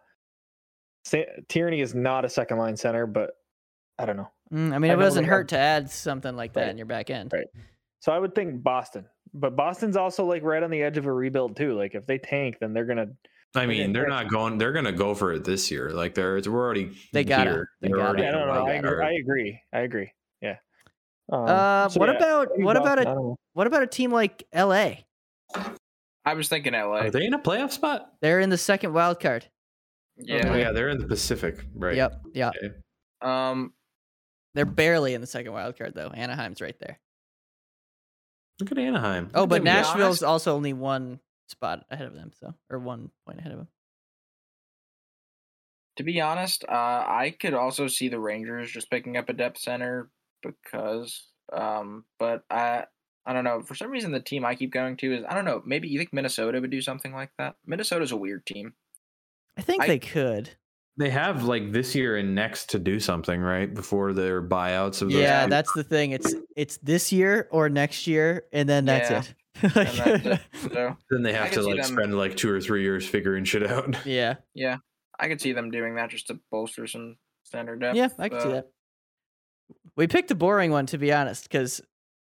Speaker 4: Sa- Tierney is not a second line center, but I don't know.
Speaker 1: Mm, I mean,
Speaker 4: I
Speaker 1: it
Speaker 4: know
Speaker 1: doesn't
Speaker 4: they
Speaker 1: hurt to
Speaker 4: have-
Speaker 1: add something like that
Speaker 4: Right.
Speaker 1: in your back end.
Speaker 4: Right. So I would think Boston, but Boston's also like right on the edge of a rebuild too. Like if they tank, then they're gonna.
Speaker 3: I mean,
Speaker 4: didn't
Speaker 3: they're
Speaker 4: pick.
Speaker 3: not going. They're gonna go for it this year. Like they're it's, we're already
Speaker 1: They gotta.
Speaker 3: here.
Speaker 1: They
Speaker 3: They're
Speaker 1: gotta.
Speaker 3: already
Speaker 4: Yeah, I don't know.
Speaker 3: like,
Speaker 4: I agree.
Speaker 3: our-
Speaker 4: I agree. I agree. Yeah. Um,
Speaker 1: Uh,
Speaker 4: so
Speaker 1: what
Speaker 4: yeah,
Speaker 1: about
Speaker 4: maybe
Speaker 1: what about
Speaker 4: Boston,
Speaker 1: a
Speaker 4: I don't know.
Speaker 1: What about a team like LA?
Speaker 2: I was thinking LA.
Speaker 3: Are Oh, they in a playoff spot?
Speaker 1: They're in the second wild card.
Speaker 3: Oh,
Speaker 2: Yeah.
Speaker 3: yeah, they're in the Pacific, right?
Speaker 1: Yep. Yeah.
Speaker 2: Um.
Speaker 1: They're barely in the second wild card though. Anaheim's right there.
Speaker 3: Look at Anaheim.
Speaker 1: Oh, but
Speaker 2: to be honest-
Speaker 1: Nashville's also only one spot ahead of them, so or one point ahead of them.
Speaker 2: To be honest, uh, I could also see the Rangers just picking up a depth center because, um, but I, I don't know. For some reason, the team I keep going to is I don't know. Maybe you think Minnesota would do something like that. Minnesota's a weird team.
Speaker 1: I think
Speaker 2: I-
Speaker 1: they could.
Speaker 3: they have like this year and next to do something, right? Before their buyouts of those
Speaker 1: Yeah,
Speaker 3: two-
Speaker 1: that's the thing. It's it's this year or next year, and then that's
Speaker 2: Yeah.
Speaker 1: it.
Speaker 2: And
Speaker 1: Like-
Speaker 2: that's it. So
Speaker 3: Then they
Speaker 2: I
Speaker 3: have
Speaker 2: can
Speaker 3: to
Speaker 2: see
Speaker 3: like
Speaker 2: them-
Speaker 3: spend like two or three years figuring shit out.
Speaker 1: yeah,
Speaker 2: I could see them doing that just to bolster some center depth.
Speaker 1: yeah, I can see
Speaker 2: uh,
Speaker 1: that. We picked a boring one to be honest, because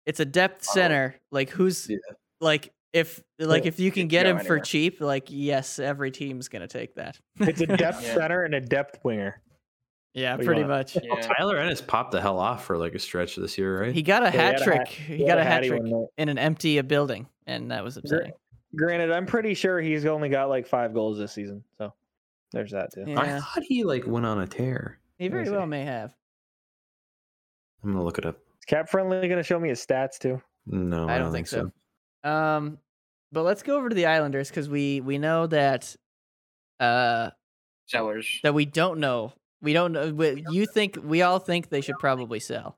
Speaker 1: it's a depth
Speaker 2: Oh.
Speaker 1: center. Like who's
Speaker 3: Yeah.
Speaker 1: like if like if you can
Speaker 2: Didn't
Speaker 1: get
Speaker 2: go
Speaker 1: him for
Speaker 2: anywhere.
Speaker 1: cheap, like yes, every team's gonna take that.
Speaker 5: It's a depth
Speaker 2: Yeah.
Speaker 5: center and a depth winger.
Speaker 1: yeah,
Speaker 5: What do you
Speaker 1: pretty
Speaker 5: want?
Speaker 1: much.
Speaker 2: Yeah.
Speaker 3: Tyler Ennis popped the hell off for like a stretch this year, right?
Speaker 1: He got a
Speaker 5: he had
Speaker 1: hat
Speaker 5: a
Speaker 1: trick.
Speaker 5: hat-
Speaker 1: he got a hat
Speaker 5: Hattie
Speaker 1: trick
Speaker 5: one night.
Speaker 1: in an empty a building, and that was upsetting.
Speaker 5: Granted, I'm pretty sure he's only got like five goals this season. So there's that too.
Speaker 3: I
Speaker 1: Yeah,
Speaker 3: thought he like went on a tear.
Speaker 1: he very
Speaker 5: Crazy.
Speaker 1: well may have.
Speaker 3: I'm gonna look it up.
Speaker 5: Is Cap Friendly going to show me his stats too?
Speaker 3: No, I, don't think so.
Speaker 1: Um, but let's go over to the Islanders because we we know that uh
Speaker 2: Sellers.
Speaker 1: that we don't know. We don't know. we- You think we all think they should probably sell.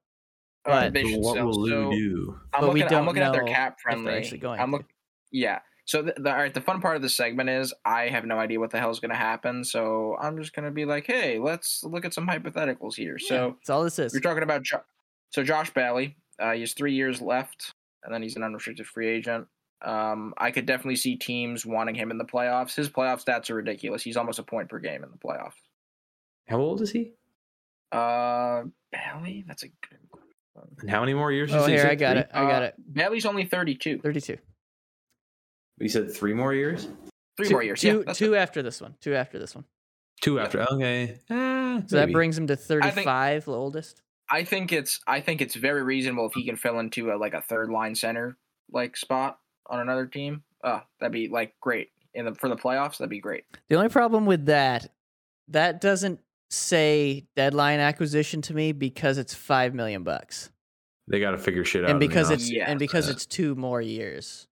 Speaker 2: Uh,
Speaker 1: But-
Speaker 2: they should
Speaker 3: what
Speaker 2: sell.
Speaker 3: will
Speaker 2: So-
Speaker 3: Lou do?
Speaker 2: I'm
Speaker 1: But we
Speaker 2: looking, I'm
Speaker 1: don't
Speaker 2: looking at their
Speaker 1: know
Speaker 2: cap
Speaker 1: they're
Speaker 2: friendly.
Speaker 1: actually going
Speaker 2: I'm
Speaker 1: to.
Speaker 2: look, yeah. So the, the all right, the fun part of the segment is I have no idea what the hell is going to happen. So I'm just going to be like, hey, let's look at some hypotheticals here. So
Speaker 1: That's all this is.
Speaker 2: you're talking about jo- so Josh Bailey. Uh, he has three years left, and then he's an unrestricted free agent. Um, I could definitely see teams wanting him in the playoffs. His playoff stats are ridiculous. He's almost a point per game in the playoffs.
Speaker 3: How old is he?
Speaker 2: Uh, Bailey, that's a good one.
Speaker 3: And how many more years?
Speaker 1: Oh,
Speaker 3: is
Speaker 1: here I got it. I got
Speaker 2: Uh,
Speaker 1: it.
Speaker 2: Bailey's only 32.
Speaker 1: Thirty-two.
Speaker 3: You said three more years?
Speaker 2: Three
Speaker 1: two,
Speaker 2: more years.
Speaker 1: Two,
Speaker 2: yeah, that's
Speaker 1: two after this one. Two after this one.
Speaker 3: Two after. Okay. Ah,
Speaker 1: So
Speaker 3: maybe.
Speaker 1: that brings him to
Speaker 2: think-
Speaker 1: thirty-five, the oldest.
Speaker 2: I think it's I think it's very reasonable if he can fill into a like a third line center like spot on another team. Uh, that'd be like great in the for the playoffs. That'd be great.
Speaker 1: The only problem with that, that doesn't say deadline acquisition to me because it's five million bucks,
Speaker 3: they got to figure shit out.
Speaker 1: and because
Speaker 3: now.
Speaker 1: it's
Speaker 2: Yeah.
Speaker 1: and because
Speaker 3: Yeah.
Speaker 1: it's two more years.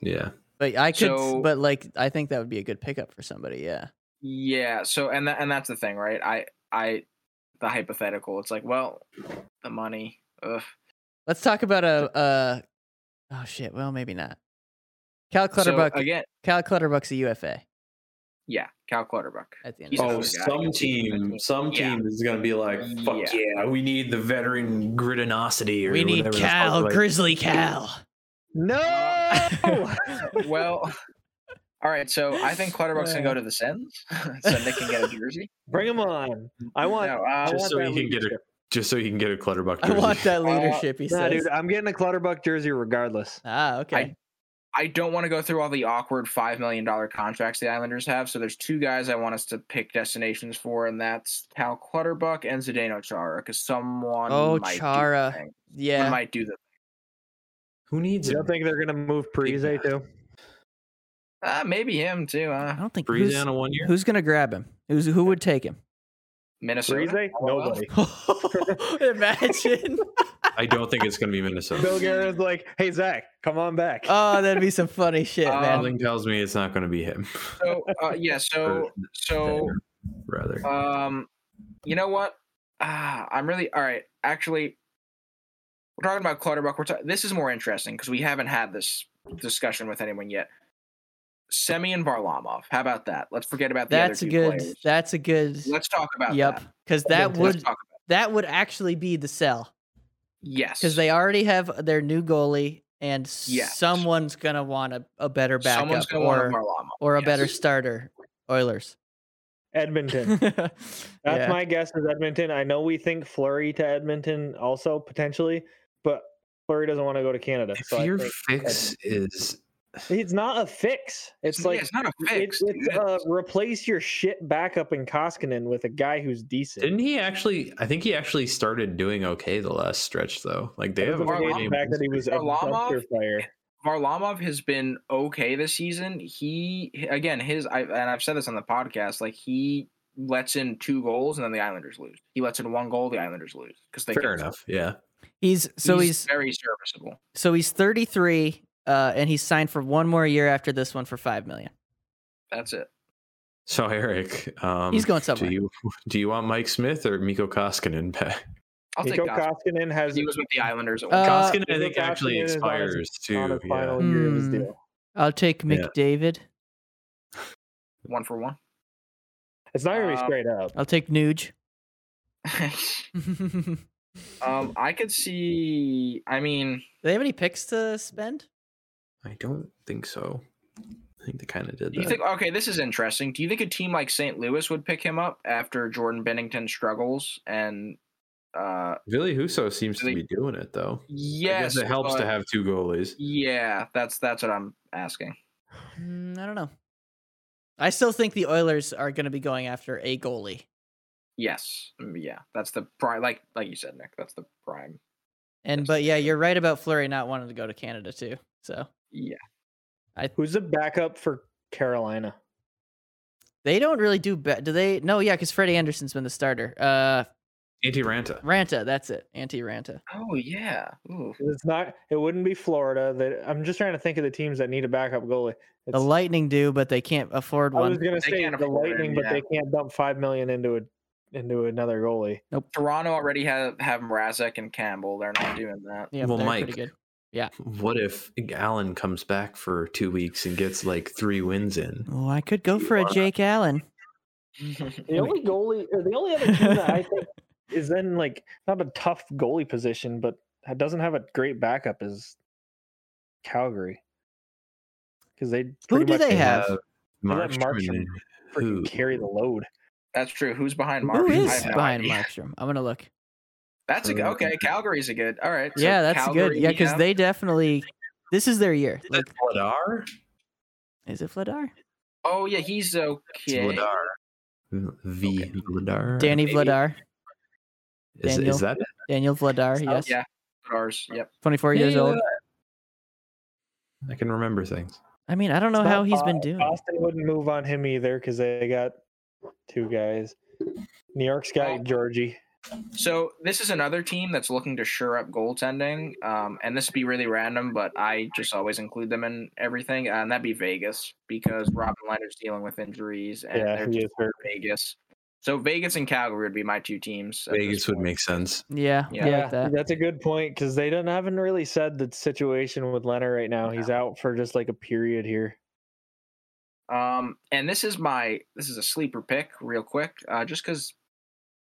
Speaker 3: yeah,
Speaker 1: But I could,
Speaker 2: So-
Speaker 1: but like I think that would be a good pickup for somebody. Yeah.
Speaker 2: Yeah. So and that and that's the thing, right? I I the hypothetical. It's like well, the money. Ugh.
Speaker 1: Let's talk about a. a oh shit. Well, maybe not. Cal
Speaker 2: So
Speaker 1: Clutterbuck.
Speaker 2: again,
Speaker 1: Cal Clutterbuck's a UFA
Speaker 2: yeah, Cal Clutterbuck.
Speaker 1: at the end.
Speaker 2: He's
Speaker 1: of
Speaker 2: another
Speaker 3: Oh,
Speaker 1: the
Speaker 2: guy.
Speaker 3: some team, some
Speaker 2: Yeah.
Speaker 3: team is gonna be like, fuck
Speaker 2: Yeah.
Speaker 3: yeah. we need the veteran gritinosity. Or
Speaker 1: We need
Speaker 3: whatever the fuck,
Speaker 1: Cal,
Speaker 3: like-
Speaker 1: Grizzly Cal.
Speaker 5: No.
Speaker 2: Well, all right. So I think Clutterbuck's gonna go to the Sens, so Nick can get a jersey.
Speaker 5: Bring him on. I want.
Speaker 2: No,
Speaker 5: I
Speaker 2: uh,
Speaker 3: Just
Speaker 5: want
Speaker 3: so
Speaker 5: that
Speaker 3: he can get a-
Speaker 5: leadership.
Speaker 3: just so you can get a clutterbuck.
Speaker 1: I
Speaker 3: Jersey.
Speaker 1: want that
Speaker 2: Uh,
Speaker 1: leadership. He
Speaker 5: Nah,
Speaker 1: says.
Speaker 5: dude, I'm getting a Clutterbuck jersey regardless.
Speaker 1: Ah, okay.
Speaker 2: I don't want to go through all the awkward five million dollar contracts the Islanders have. So there's two guys I want us to pick destinations for, and that's Cal Clutterbuck and Zdeno Chara, because someone
Speaker 1: Oh,
Speaker 2: might do the
Speaker 1: Chara.
Speaker 2: thing. Someone
Speaker 1: yeah.
Speaker 2: might do the
Speaker 3: Who needs
Speaker 5: You
Speaker 3: it?
Speaker 5: don't think they're gonna move Parise too?
Speaker 2: uh, maybe him too.
Speaker 1: I
Speaker 2: Uh,
Speaker 1: don't think
Speaker 3: Breeze
Speaker 1: who's,
Speaker 3: down a one year.
Speaker 1: who's gonna grab him. Who's who would take him?
Speaker 2: Minnesota.
Speaker 5: Parise? Nobody.
Speaker 1: Imagine.
Speaker 3: I don't Uh, think it's gonna be Minnesota.
Speaker 5: Bill Guerin's like, hey Zach, come on back.
Speaker 1: oh, that'd be some funny shit, man.
Speaker 2: Um,
Speaker 3: Something tells me it's not gonna be him.
Speaker 2: So uh, yeah. So
Speaker 3: Or
Speaker 2: so
Speaker 3: them, rather,
Speaker 2: um, you know what? Ah, I'm really all right. Actually, we're talking about Clutterbuck. We're ta- this is more interesting because we haven't had this discussion with anyone yet. Semyon Varlamov. How about that? Let's forget about the
Speaker 1: That's a
Speaker 2: other two
Speaker 1: good.
Speaker 2: players.
Speaker 1: That's a good.
Speaker 2: Let's talk about
Speaker 1: Yep.
Speaker 2: that.
Speaker 1: Because
Speaker 5: That'd
Speaker 1: that
Speaker 5: be
Speaker 2: Let's
Speaker 1: would
Speaker 2: talk about
Speaker 1: that would actually be the sell.
Speaker 2: yes
Speaker 1: Because they already have their new goalie, and
Speaker 2: Yes.
Speaker 1: someone's gonna want a, a better backup
Speaker 2: Someone's gonna
Speaker 1: or
Speaker 2: want Varlamov
Speaker 1: or a
Speaker 2: yes.
Speaker 1: better starter. Oilers.
Speaker 5: Edmonton.
Speaker 1: That's
Speaker 5: That's my guess is Edmonton. I know we think Flurry to Edmonton also potentially, but Flurry doesn't want to go to Canada.
Speaker 3: if
Speaker 5: So I
Speaker 3: your
Speaker 5: think
Speaker 3: fix is
Speaker 5: it's not a fix. It's
Speaker 2: Yeah,
Speaker 5: like
Speaker 2: it's not a
Speaker 5: it's,
Speaker 2: fix.
Speaker 5: it's
Speaker 2: dude.
Speaker 5: uh, replace your shit backup in Koskinen with a guy who's decent.
Speaker 3: Didn't he actually? I think he actually started doing okay the last stretch though. Like they
Speaker 5: That
Speaker 3: have a
Speaker 5: doesn't negate
Speaker 3: pretty
Speaker 5: the fact that he was a
Speaker 2: Varlamov?
Speaker 5: dumpster fire.
Speaker 2: Varlamov has been okay this season. He again his I and I've said this on the podcast. Like he lets in two goals and then the Islanders lose. He lets in one goal, the Islanders lose because they
Speaker 3: fair
Speaker 2: can't-
Speaker 3: enough. Yeah,
Speaker 1: He's so he's
Speaker 2: very serviceable.
Speaker 1: so he's 33, uh, and he's signed for one more year after this one for five million.
Speaker 2: That's it.
Speaker 3: So Eric, um,
Speaker 1: He's going somewhere.
Speaker 3: Do you do you want Mike Smith or Miko Koskinen back?
Speaker 2: I'll
Speaker 5: Nico
Speaker 2: take Koskinen.
Speaker 5: Koskinen has
Speaker 2: He was with the Islanders. At
Speaker 1: Uh,
Speaker 2: one time.
Speaker 3: Koskinen,
Speaker 5: Mikko
Speaker 3: I think, actually
Speaker 5: Koskinen is on his-
Speaker 3: expires
Speaker 5: on
Speaker 3: too.
Speaker 5: his
Speaker 3: Yeah.
Speaker 5: final year of his
Speaker 1: Hmm.
Speaker 5: deal.
Speaker 1: I'll take
Speaker 3: Yeah.
Speaker 1: McDavid.
Speaker 2: one for one.
Speaker 5: It's not gonna be
Speaker 2: Uh,
Speaker 5: straight up.
Speaker 1: I'll take Nuge.
Speaker 2: um, I could see. I mean,
Speaker 1: Do they have any picks to spend?
Speaker 3: I don't think so. I think they kind of did
Speaker 2: do you
Speaker 3: that.
Speaker 2: think? Okay, this is interesting. Do you think a team like St. Louis would pick him up after Jordan Bennington struggles and? uh
Speaker 3: Billy Huso seems to
Speaker 2: Really-
Speaker 3: be doing it though. I
Speaker 2: Yes,
Speaker 3: guess it helps
Speaker 2: but-
Speaker 3: to have two goalies.
Speaker 2: Yeah, that's that's what I'm asking.
Speaker 1: Mm, I don't know. I still think the Oilers are going to be going after a goalie,
Speaker 2: Yes, Mm, yeah, that's the prime. Like like you said, Nick, that's the prime.
Speaker 1: and
Speaker 2: Yes.
Speaker 1: but yeah, you're right about Flurry not wanting to go to Canada too. So
Speaker 2: Yeah,
Speaker 4: Who's the backup for Carolina?
Speaker 1: they don't really do. Be- do they? No, yeah, because Freddie Anderson's been the starter. Uh,
Speaker 3: Anti Ranta.
Speaker 1: Ranta, that's it. Anti Ranta.
Speaker 2: oh yeah, Ooh.
Speaker 4: It's not. It wouldn't be Florida. That I'm just trying to think of the teams that need a backup goalie.
Speaker 1: The
Speaker 4: It's,
Speaker 1: Lightning do, but they can't afford
Speaker 4: I was
Speaker 1: one.
Speaker 2: They
Speaker 4: gonna say
Speaker 2: can't
Speaker 4: the
Speaker 2: afford him,
Speaker 4: Lightning, but
Speaker 2: yeah.
Speaker 4: they can't dump five million into a into another goalie.
Speaker 2: Toronto already have have Mrazek and Campbell. They're not doing that.
Speaker 1: Yeah,
Speaker 3: Well,
Speaker 1: they're
Speaker 3: Mike.
Speaker 1: pretty good.
Speaker 3: What if Allen comes back for two weeks and gets like three wins in?
Speaker 1: Well, I could go
Speaker 3: You
Speaker 1: for a
Speaker 3: are-
Speaker 1: Jake Allen.
Speaker 4: The only goalie, or the only other team that I think is in like not a tough goalie position, but ha- doesn't have a great backup is Calgary. Because they
Speaker 1: Who
Speaker 4: pretty
Speaker 1: do
Speaker 4: much
Speaker 1: they have?
Speaker 4: just let
Speaker 3: Markstrom
Speaker 4: Markstrom
Speaker 3: and
Speaker 4: freaking
Speaker 3: Uh, who?
Speaker 4: carry the load.
Speaker 2: That's true. Who's behind
Speaker 1: Who
Speaker 2: Mark?
Speaker 3: I
Speaker 1: is
Speaker 3: have no
Speaker 1: behind Markstrom? I'm gonna look.
Speaker 2: That's a good.
Speaker 3: Uh,
Speaker 2: Okay, Calgary's a good. All right. so
Speaker 1: yeah, that's
Speaker 2: Calgary,
Speaker 1: good. Yeah, because
Speaker 2: have-
Speaker 1: they definitely. This is their year.
Speaker 3: Is that Vladar?
Speaker 1: Is it Vladar?
Speaker 2: Oh yeah, he's
Speaker 3: It's
Speaker 2: okay.
Speaker 3: Vladar. V. Vladar.
Speaker 1: Danny
Speaker 2: Maybe.
Speaker 1: Vladar.
Speaker 3: Is,
Speaker 1: Daniel.
Speaker 3: is that it?
Speaker 1: Daniel Vladar. Yes.
Speaker 2: Yeah, ours. Yep.
Speaker 1: 24 years
Speaker 3: Hey,
Speaker 1: old.
Speaker 3: uh, I can remember things.
Speaker 1: I mean, I don't know
Speaker 4: It's
Speaker 1: how
Speaker 4: not
Speaker 1: he's been
Speaker 4: Bo-
Speaker 1: doing.
Speaker 4: Boston wouldn't move on him either because they got two guys. New York's got
Speaker 2: Oh.
Speaker 4: Georgie.
Speaker 2: So this is another team that's looking to shore up goaltending, um, and this would be really random, but I just always include them in everything, uh, and that'd be Vegas because Robin Leonard's dealing with injuries, and
Speaker 4: Yeah,
Speaker 2: they're
Speaker 4: he
Speaker 2: just
Speaker 4: is hurt.
Speaker 2: Vegas. So Vegas and Calgary would be my two teams. at
Speaker 3: Vegas
Speaker 2: this
Speaker 3: would
Speaker 2: point.
Speaker 3: make sense.
Speaker 1: Yeah,
Speaker 2: Yeah.
Speaker 1: I like that.
Speaker 4: that's a good point because they don't haven't really said the situation with Leonard right now. He's out for just like a period here.
Speaker 2: Um, and this is my this is a sleeper pick, real quick, uh, just because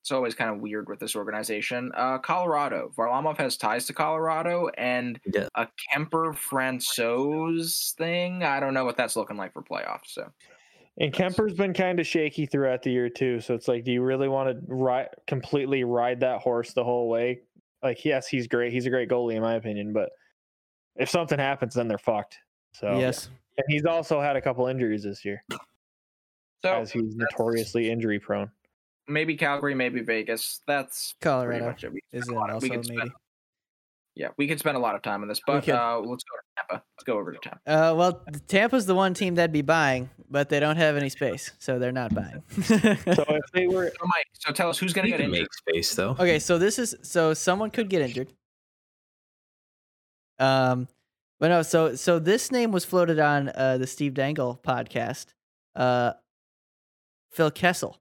Speaker 2: it's always kind of weird with this organization. Uh, Colorado. Varlamov has ties to Colorado, and
Speaker 3: Yeah.
Speaker 2: a Kemper Francouz thing. I don't know what that's looking like for playoffs. So
Speaker 4: And Kemper's been kind of shaky throughout the year too, so it's like, do you really want to ride completely ride that horse the whole way? Like, yes, he's great. He's a great goalie in my opinion, but if something happens, then they're fucked. So
Speaker 1: Yes.
Speaker 4: and he's also had a couple injuries this year,
Speaker 2: so
Speaker 4: as he's notoriously injury prone.
Speaker 2: maybe Calgary, maybe Vegas. That's pretty
Speaker 1: Colorado
Speaker 2: much it. We could
Speaker 1: is
Speaker 2: spend
Speaker 1: in
Speaker 2: a lot of-
Speaker 1: also
Speaker 2: we could spend-
Speaker 1: maybe.
Speaker 2: yeah, we could spend a lot of time on this, but
Speaker 1: could.
Speaker 2: uh, let's go to Tampa. Let's go over to Tampa.
Speaker 1: Uh, well, Tampa's the one team that'd be buying, but they don't have any space, so they're not buying.
Speaker 4: So if they were
Speaker 2: So Mike, so tell us who's going to
Speaker 3: You
Speaker 2: get
Speaker 3: can
Speaker 2: injured.
Speaker 3: make space though.
Speaker 1: okay, so this is so someone could get injured. Um, but no, so so this name was floated on uh, the Steve Dangle podcast. Uh, Phil Kessel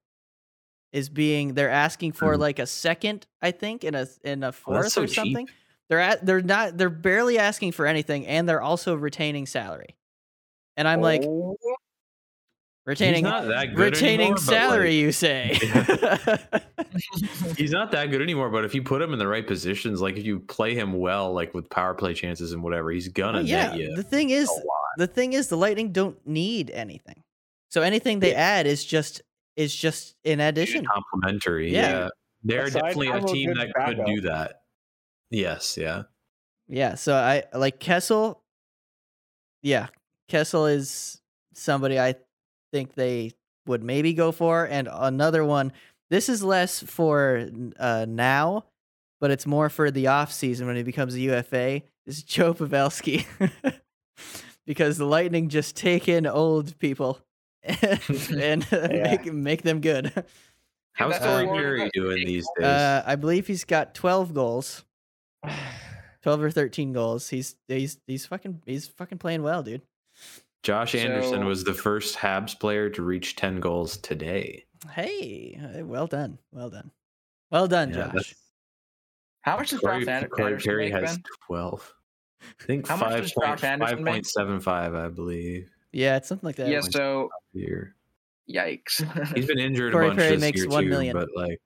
Speaker 1: is being they're asking for
Speaker 3: Mm.
Speaker 1: like a second, I think, and a and a fourth
Speaker 3: Oh, so
Speaker 1: or
Speaker 3: cheap.
Speaker 1: something. They're at they're not they're barely asking for anything, and they're also retaining salary. And I'm like
Speaker 2: Oh,
Speaker 1: retaining
Speaker 3: He's not that good
Speaker 1: retaining
Speaker 3: anymore, but, like,
Speaker 1: salary, you say?
Speaker 3: he's not that good anymore. But if you put him in the right positions, like if you play him well, like with power play chances and whatever, he's gonna
Speaker 2: Oh,
Speaker 3: uh,
Speaker 1: Well, yeah.
Speaker 3: net you.
Speaker 1: The thing is,
Speaker 3: a lot.
Speaker 1: the thing is, the Lightning don't need anything. So anything they add is just is just an addition.
Speaker 3: Complimentary.
Speaker 1: Yeah.
Speaker 3: Yeah. They're
Speaker 4: Aside
Speaker 3: definitely a
Speaker 4: from a
Speaker 3: team
Speaker 4: good
Speaker 3: that
Speaker 4: backup.
Speaker 3: could do that. Yes, yeah.
Speaker 1: Yeah. So I like Kessel. Yeah, Kessel is somebody I think they would maybe go for, and another one. This is less for uh, now, but it's more for the off season when he becomes a UFA. Is Joe Pavelski because the Lightning just take in old people and uh,
Speaker 4: Yeah.
Speaker 1: make make them good.
Speaker 3: How's
Speaker 2: that's
Speaker 3: Corey
Speaker 2: what we're
Speaker 3: Perry doing these days?
Speaker 1: Uh, I believe he's got twelve goals, twelve or thirteen goals. He's he's he's fucking he's fucking playing well, dude.
Speaker 3: Josh Anderson
Speaker 2: so-
Speaker 3: was the first Habs player to reach 10 goals today.
Speaker 1: Hey, uh, well done, well done, well done,
Speaker 3: Yeah,
Speaker 1: Josh.
Speaker 3: that's-
Speaker 2: How much does
Speaker 3: Corey,
Speaker 2: Josh Ander-
Speaker 3: Corey
Speaker 2: Anderson
Speaker 3: Perry
Speaker 2: make,
Speaker 3: has
Speaker 2: Ben?
Speaker 3: 12. I think
Speaker 2: How much does Josh Anderson make?
Speaker 3: 5.75, I believe.
Speaker 1: Yeah, it's something like that.
Speaker 2: Yeah,
Speaker 3: one.
Speaker 2: so
Speaker 3: Here.
Speaker 2: yikes.
Speaker 3: He's been injured
Speaker 1: Corey
Speaker 3: a bunch
Speaker 1: Perry
Speaker 3: this
Speaker 1: makes
Speaker 3: year
Speaker 1: one
Speaker 3: too,
Speaker 1: million.
Speaker 3: but like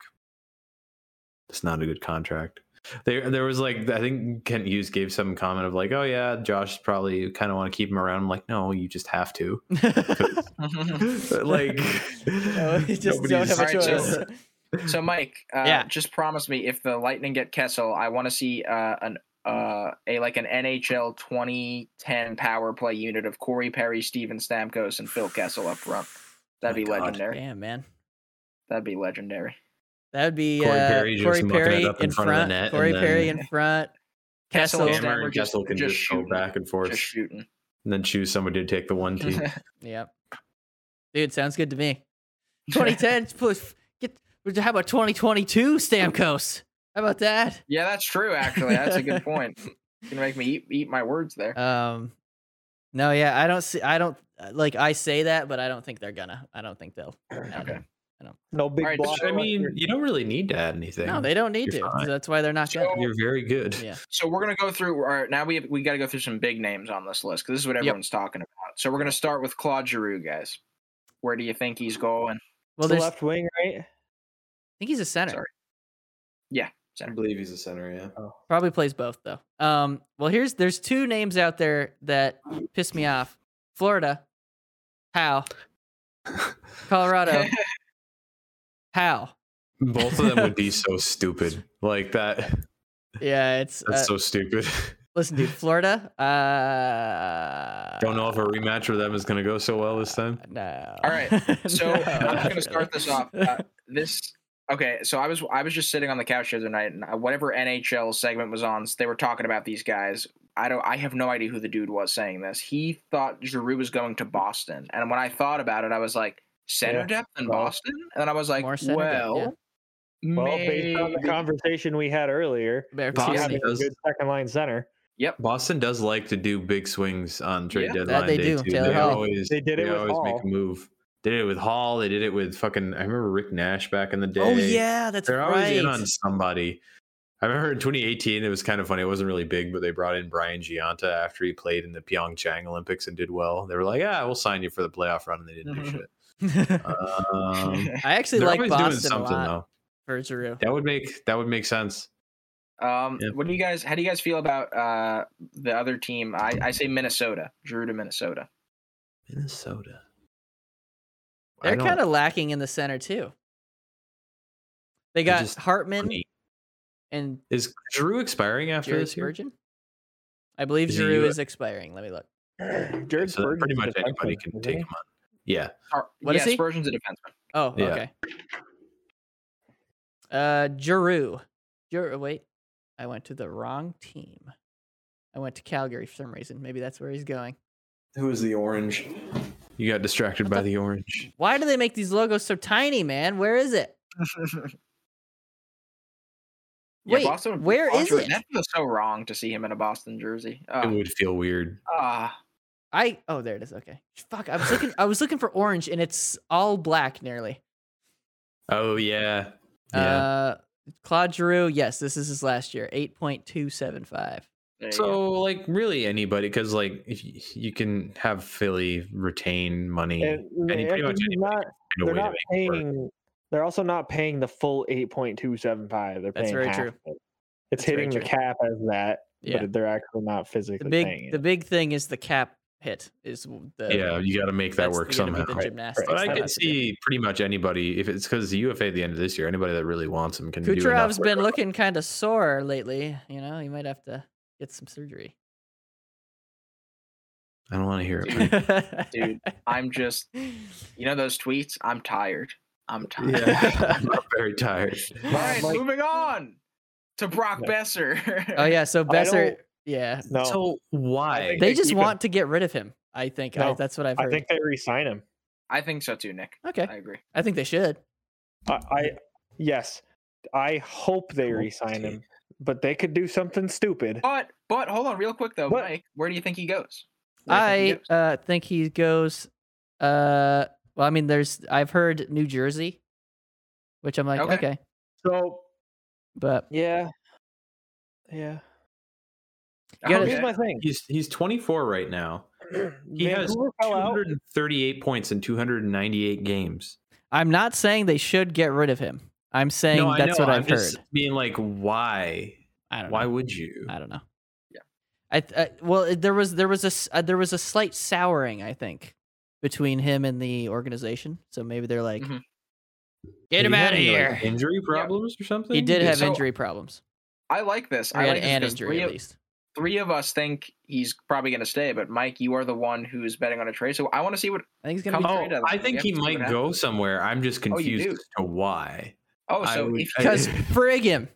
Speaker 3: it's not a good contract. There, there was like I think Kent Hughes gave some comment of like, "Oh yeah, Josh probably kind of want to keep him around." I'm like, "No, you just have to." But, like,
Speaker 1: No, we just don't
Speaker 3: nobody's-
Speaker 1: have a
Speaker 2: Alright, so-
Speaker 1: choice.
Speaker 2: so Mike, uh,
Speaker 1: Yeah.
Speaker 2: just promise me if the Lightning get Kessel, I want to see uh, an uh, a like an NHL 2010 power play unit of Corey Perry, Steven Stamkos, and Phil Kessel up front. That'd
Speaker 3: My
Speaker 2: be
Speaker 3: God.
Speaker 2: legendary.
Speaker 1: Damn, Oh man.
Speaker 2: That'd be legendary.
Speaker 1: That would be
Speaker 3: Corey
Speaker 1: uh,
Speaker 3: Perry just
Speaker 1: Corey
Speaker 3: mucking it
Speaker 1: Perry
Speaker 3: up
Speaker 1: in front,
Speaker 3: of the net and
Speaker 1: Corey
Speaker 3: then-
Speaker 1: Perry in front. Kessel.
Speaker 2: Kessel.
Speaker 3: Hammer and
Speaker 2: just-
Speaker 3: Kessel can
Speaker 2: just
Speaker 3: just, go
Speaker 2: shooting.
Speaker 3: back and forth
Speaker 2: Just shooting.
Speaker 3: and then choose somebody to take the one team.
Speaker 1: Yep. Dude, sounds good to me. 2010 plus get how about 2022 Stamkos? How about that?
Speaker 2: yeah, that's true. Actually, that's a good point. You can make me eat, eat my words there.
Speaker 1: Um No, yeah, I don't see I don't uh, like I say that, but I don't think they're gonna. I don't think they'll. I don't-
Speaker 2: Okay.
Speaker 5: No big
Speaker 2: All right,
Speaker 5: block.
Speaker 3: I mean, you don't really need to add anything.
Speaker 1: No, they don't need
Speaker 3: You're
Speaker 1: to.
Speaker 3: fine.
Speaker 1: so that's why they're not
Speaker 2: So-
Speaker 1: gonna.
Speaker 3: You're very good.
Speaker 1: Yeah.
Speaker 2: So we're gonna go through. All right, now we have, we got to go through some big names on this list because this is what everyone's talking about. So we're gonna start with Claude Giroux, guys. Where do you think he's going?
Speaker 1: Well,
Speaker 5: the
Speaker 1: there's, I
Speaker 5: left wing, right?
Speaker 1: think he's a center.
Speaker 2: Sorry. I
Speaker 3: believe he's a center, yeah.
Speaker 1: Probably plays both though. Um, well, here's there's two names out there that piss me off: Florida, how? Colorado, how?
Speaker 3: Both of them would be so stupid. Like that.
Speaker 1: Yeah, it's
Speaker 3: That's
Speaker 1: uh,
Speaker 3: so stupid.
Speaker 1: listen, dude. Florida, uh,
Speaker 3: don't know if a rematch with them is going to go so well this time.
Speaker 1: No.
Speaker 2: All right, So
Speaker 1: No,
Speaker 2: I'm
Speaker 1: not
Speaker 2: just gonna start
Speaker 1: really.
Speaker 2: this off. Uh, this okay. So I was I was just sitting on the couch the other night, and I- whatever NHL segment was on, they were talking about these guys. I don't. I have no idea who the dude was saying this. He thought Giroux was going to Boston, and when I thought about it, I was like, center
Speaker 5: Yeah.
Speaker 2: depth in
Speaker 5: Well,
Speaker 2: Boston, and I was like,
Speaker 1: more center depth,
Speaker 2: well,
Speaker 1: yeah.
Speaker 5: Well, based on the
Speaker 2: maybe-
Speaker 5: conversation we had earlier,
Speaker 1: Bear-
Speaker 5: you
Speaker 3: Boston
Speaker 5: have a
Speaker 1: Excuse me.
Speaker 3: does-
Speaker 5: good second line center.
Speaker 3: Boston does like to do big swings on trade
Speaker 2: Yeah,
Speaker 1: that
Speaker 3: deadline.
Speaker 1: they
Speaker 3: day
Speaker 1: do,
Speaker 3: too.
Speaker 1: Taylor
Speaker 3: They
Speaker 1: Hall.
Speaker 3: always
Speaker 5: They did it
Speaker 3: they
Speaker 5: with
Speaker 3: always
Speaker 5: Hall.
Speaker 3: make a move. They did it with Hall. They did it with fucking. I remember Rick Nash back in the day.
Speaker 1: Oh yeah, that's
Speaker 3: they're always
Speaker 1: right.
Speaker 3: in on somebody. I remember in 2018, it was kind of funny. It wasn't really big, but they brought in Brian Gianta after he played in the Pyeongchang Olympics and did well. They were like, "Yeah, we'll sign you for the playoff run," and they didn't do
Speaker 2: Mhm.
Speaker 3: shit. Um,
Speaker 1: I actually
Speaker 3: they're
Speaker 1: Mm-hmm. like
Speaker 3: always
Speaker 1: Boston a lot for Giroux.
Speaker 3: That would make that would make sense.
Speaker 2: um,
Speaker 3: Yeah.
Speaker 2: what do you guys? How do you guys feel about uh, the other team? I, I say Minnesota, Drew to Minnesota.
Speaker 3: Minnesota. I
Speaker 1: They're
Speaker 3: don't-
Speaker 1: kind of lacking in the center too. They
Speaker 3: They're
Speaker 1: got
Speaker 3: just
Speaker 1: Hartman and
Speaker 3: Is Drew expiring after
Speaker 1: Jared
Speaker 3: this year?
Speaker 1: Spurgeon. I believe
Speaker 3: Is he
Speaker 1: Giroux
Speaker 3: U-
Speaker 1: is expiring. Let me look.
Speaker 5: Jared
Speaker 3: So
Speaker 5: Spurgeon's
Speaker 3: pretty
Speaker 5: a
Speaker 3: much
Speaker 5: defenseman,
Speaker 3: anybody can
Speaker 5: isn't
Speaker 3: take
Speaker 5: he?
Speaker 3: him on. Yeah,
Speaker 2: Har-
Speaker 1: What
Speaker 2: yeah,
Speaker 1: is he?
Speaker 2: Spurgeon's a defenseman.
Speaker 1: Oh,
Speaker 3: Yeah.
Speaker 1: okay. Uh, Giroux. Giroux. Wait, I went to the wrong team. I went to Calgary for some reason. Maybe that's where he's going.
Speaker 3: Who is the orange? You got distracted
Speaker 1: What
Speaker 3: by
Speaker 1: the-
Speaker 3: the orange.
Speaker 1: Why do they make these logos so tiny, man? Where is it?
Speaker 2: Yeah,
Speaker 1: Wait,
Speaker 2: Boston,
Speaker 1: where is
Speaker 2: Boston-
Speaker 1: it?
Speaker 2: That feels so wrong to see him in a Boston jersey.
Speaker 1: Ah.
Speaker 3: It
Speaker 2: Uh,
Speaker 3: would feel weird.
Speaker 2: ah,
Speaker 1: I oh there it is. Okay. Fuck. I was looking. I was looking for orange, and it's all black nearly.
Speaker 3: Oh yeah, yeah.
Speaker 1: Uh, Claude Giroux. Yes, this is his last year. Eight point two seven five.
Speaker 2: there you go.
Speaker 3: so like really anybody because like if you, you can have Philly retain money.
Speaker 5: And,
Speaker 3: And he
Speaker 5: they-
Speaker 3: pretty much
Speaker 5: he's
Speaker 3: anybody
Speaker 5: not,
Speaker 3: find a
Speaker 5: they're
Speaker 3: way to
Speaker 5: not
Speaker 3: make it work.
Speaker 5: paying. They're also not paying the full eight point two seven five. They're
Speaker 1: That's
Speaker 5: paying
Speaker 1: very
Speaker 5: half
Speaker 1: true.
Speaker 5: of it. It's
Speaker 1: That's very
Speaker 5: hitting the
Speaker 1: true.
Speaker 5: cap as that,
Speaker 1: Yeah.
Speaker 5: but they're actually not physically
Speaker 1: The big
Speaker 5: paying
Speaker 1: the
Speaker 5: it.
Speaker 1: big thing is the cap hit is w- the
Speaker 3: yeah, you got to make that
Speaker 1: that's
Speaker 3: work
Speaker 1: gonna be
Speaker 3: somehow.
Speaker 1: The gymnastics
Speaker 3: But I
Speaker 1: that
Speaker 3: can
Speaker 1: has to be-
Speaker 3: see pretty much anybody if it's because the UFA at the end of this year, anybody that really wants him can. do enough
Speaker 1: Kucherov's
Speaker 3: work.
Speaker 1: been looking kind of sore lately. You know, he might have to get some surgery.
Speaker 3: I don't want to hear it. man.
Speaker 1: Dude.
Speaker 2: Dude, I'm just, you know, those tweets. I'm tired. I'm tired.
Speaker 3: yeah, I'm very tired.
Speaker 2: All right,
Speaker 5: Like-
Speaker 2: moving on to Brock
Speaker 5: Yeah.
Speaker 2: Besser.
Speaker 1: Oh yeah. So Besser.
Speaker 5: don't-
Speaker 1: Yeah.
Speaker 5: no,
Speaker 3: So why?
Speaker 5: think
Speaker 1: They
Speaker 5: they
Speaker 1: just
Speaker 5: keep him.
Speaker 1: want to get rid of him. I think. I,
Speaker 5: No,
Speaker 1: that's what I've
Speaker 5: I
Speaker 1: heard.
Speaker 5: think they re-sign him.
Speaker 2: I think so too, Nick.
Speaker 1: okay.
Speaker 2: I agree.
Speaker 1: I think they should.
Speaker 5: I, I yes, I hope they re-sign him, but they could do something stupid.
Speaker 2: But but hold on, real quick though,
Speaker 5: What?
Speaker 2: Mike. Where do you think he goes? Where do you
Speaker 1: I
Speaker 2: think he goes?
Speaker 1: uh, think he goes. Uh, well, I mean, there's I've heard New Jersey, which I'm like, okay,
Speaker 2: Okay.
Speaker 5: So
Speaker 1: but
Speaker 5: yeah, yeah.
Speaker 1: gotta-
Speaker 5: Here's
Speaker 2: Okay.
Speaker 5: my thing.
Speaker 3: He's he's 24 right now. He has
Speaker 5: Vancouver fell out.
Speaker 3: 238 points in 298 games.
Speaker 1: I'm not saying they should get rid of him. I'm saying
Speaker 3: no,
Speaker 1: that's
Speaker 3: I know.
Speaker 1: what
Speaker 3: I'm
Speaker 1: I've heard.
Speaker 3: just being like, why?
Speaker 1: I don't
Speaker 3: Why
Speaker 1: know.
Speaker 3: would you?
Speaker 1: I don't know.
Speaker 2: Yeah.
Speaker 1: I, th- I well, it- there was there was a s- uh, there was a slight souring, I think, between him and the organization. So maybe they're like,
Speaker 2: Mhm.
Speaker 1: get
Speaker 3: Did
Speaker 1: him
Speaker 3: he
Speaker 1: out
Speaker 3: have
Speaker 1: of
Speaker 3: any,
Speaker 1: here.
Speaker 3: like, injury problems or something?
Speaker 1: he did have
Speaker 2: So-
Speaker 1: injury problems.
Speaker 2: I like this.
Speaker 1: Or
Speaker 2: I
Speaker 1: he
Speaker 2: like
Speaker 1: had
Speaker 2: this
Speaker 1: an
Speaker 2: 'cause
Speaker 1: injury
Speaker 2: three,
Speaker 1: at
Speaker 2: of,
Speaker 1: least.
Speaker 2: three of us think he's probably going to stay, but Mike, you are the one who's betting on a trade. So I want to see what.
Speaker 1: I think he's gonna
Speaker 2: Come
Speaker 1: be
Speaker 2: on.
Speaker 1: traded.
Speaker 2: trade deadline.
Speaker 3: Oh, I
Speaker 2: We
Speaker 3: think he
Speaker 2: have to see
Speaker 3: might
Speaker 2: what
Speaker 3: go somewhere. I'm just
Speaker 2: Oh, you
Speaker 3: confused
Speaker 2: do?
Speaker 3: as to why.
Speaker 2: Oh,
Speaker 3: I
Speaker 2: so
Speaker 3: would-
Speaker 2: if
Speaker 3: I-
Speaker 1: because frig him.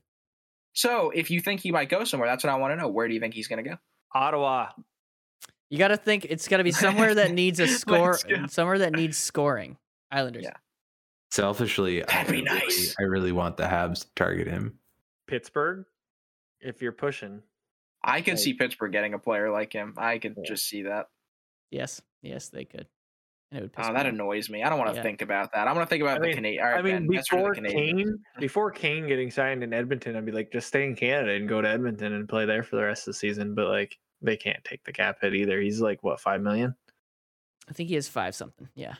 Speaker 2: so, if you think he might go somewhere, that's what I want to know. Where do you think he's going to go?
Speaker 4: Ottawa.
Speaker 1: You got to think it's got to be somewhere that needs a score,
Speaker 2: Let's go.
Speaker 1: somewhere that needs scoring. Islanders.
Speaker 2: Yeah.
Speaker 3: Selfishly,
Speaker 2: That'd
Speaker 3: I
Speaker 2: be
Speaker 3: really-
Speaker 2: nice.
Speaker 3: I really want the Habs to target him.
Speaker 4: Pittsburgh. If you're pushing.
Speaker 2: I could
Speaker 4: Like-
Speaker 2: see Pittsburgh getting a player like him. I could
Speaker 4: Yeah.
Speaker 2: just see that.
Speaker 1: Yes. Yes, they could. And it would piss
Speaker 2: Oh,
Speaker 1: me
Speaker 2: that
Speaker 1: off.
Speaker 2: annoys me. I don't want to
Speaker 1: Yeah.
Speaker 2: think about that. I want to think about
Speaker 4: I
Speaker 2: the
Speaker 4: mean-
Speaker 2: Canadian. All right,
Speaker 4: I mean,
Speaker 2: ben, that's for
Speaker 4: before
Speaker 2: the Canadian.
Speaker 4: Kane, before Kane getting signed in Edmonton, I'd be like, just stay in Canada and go to Edmonton and play there for the rest of the season. But like, they can't take the cap hit either. He's like what five million?
Speaker 1: I think he has five something. Yeah.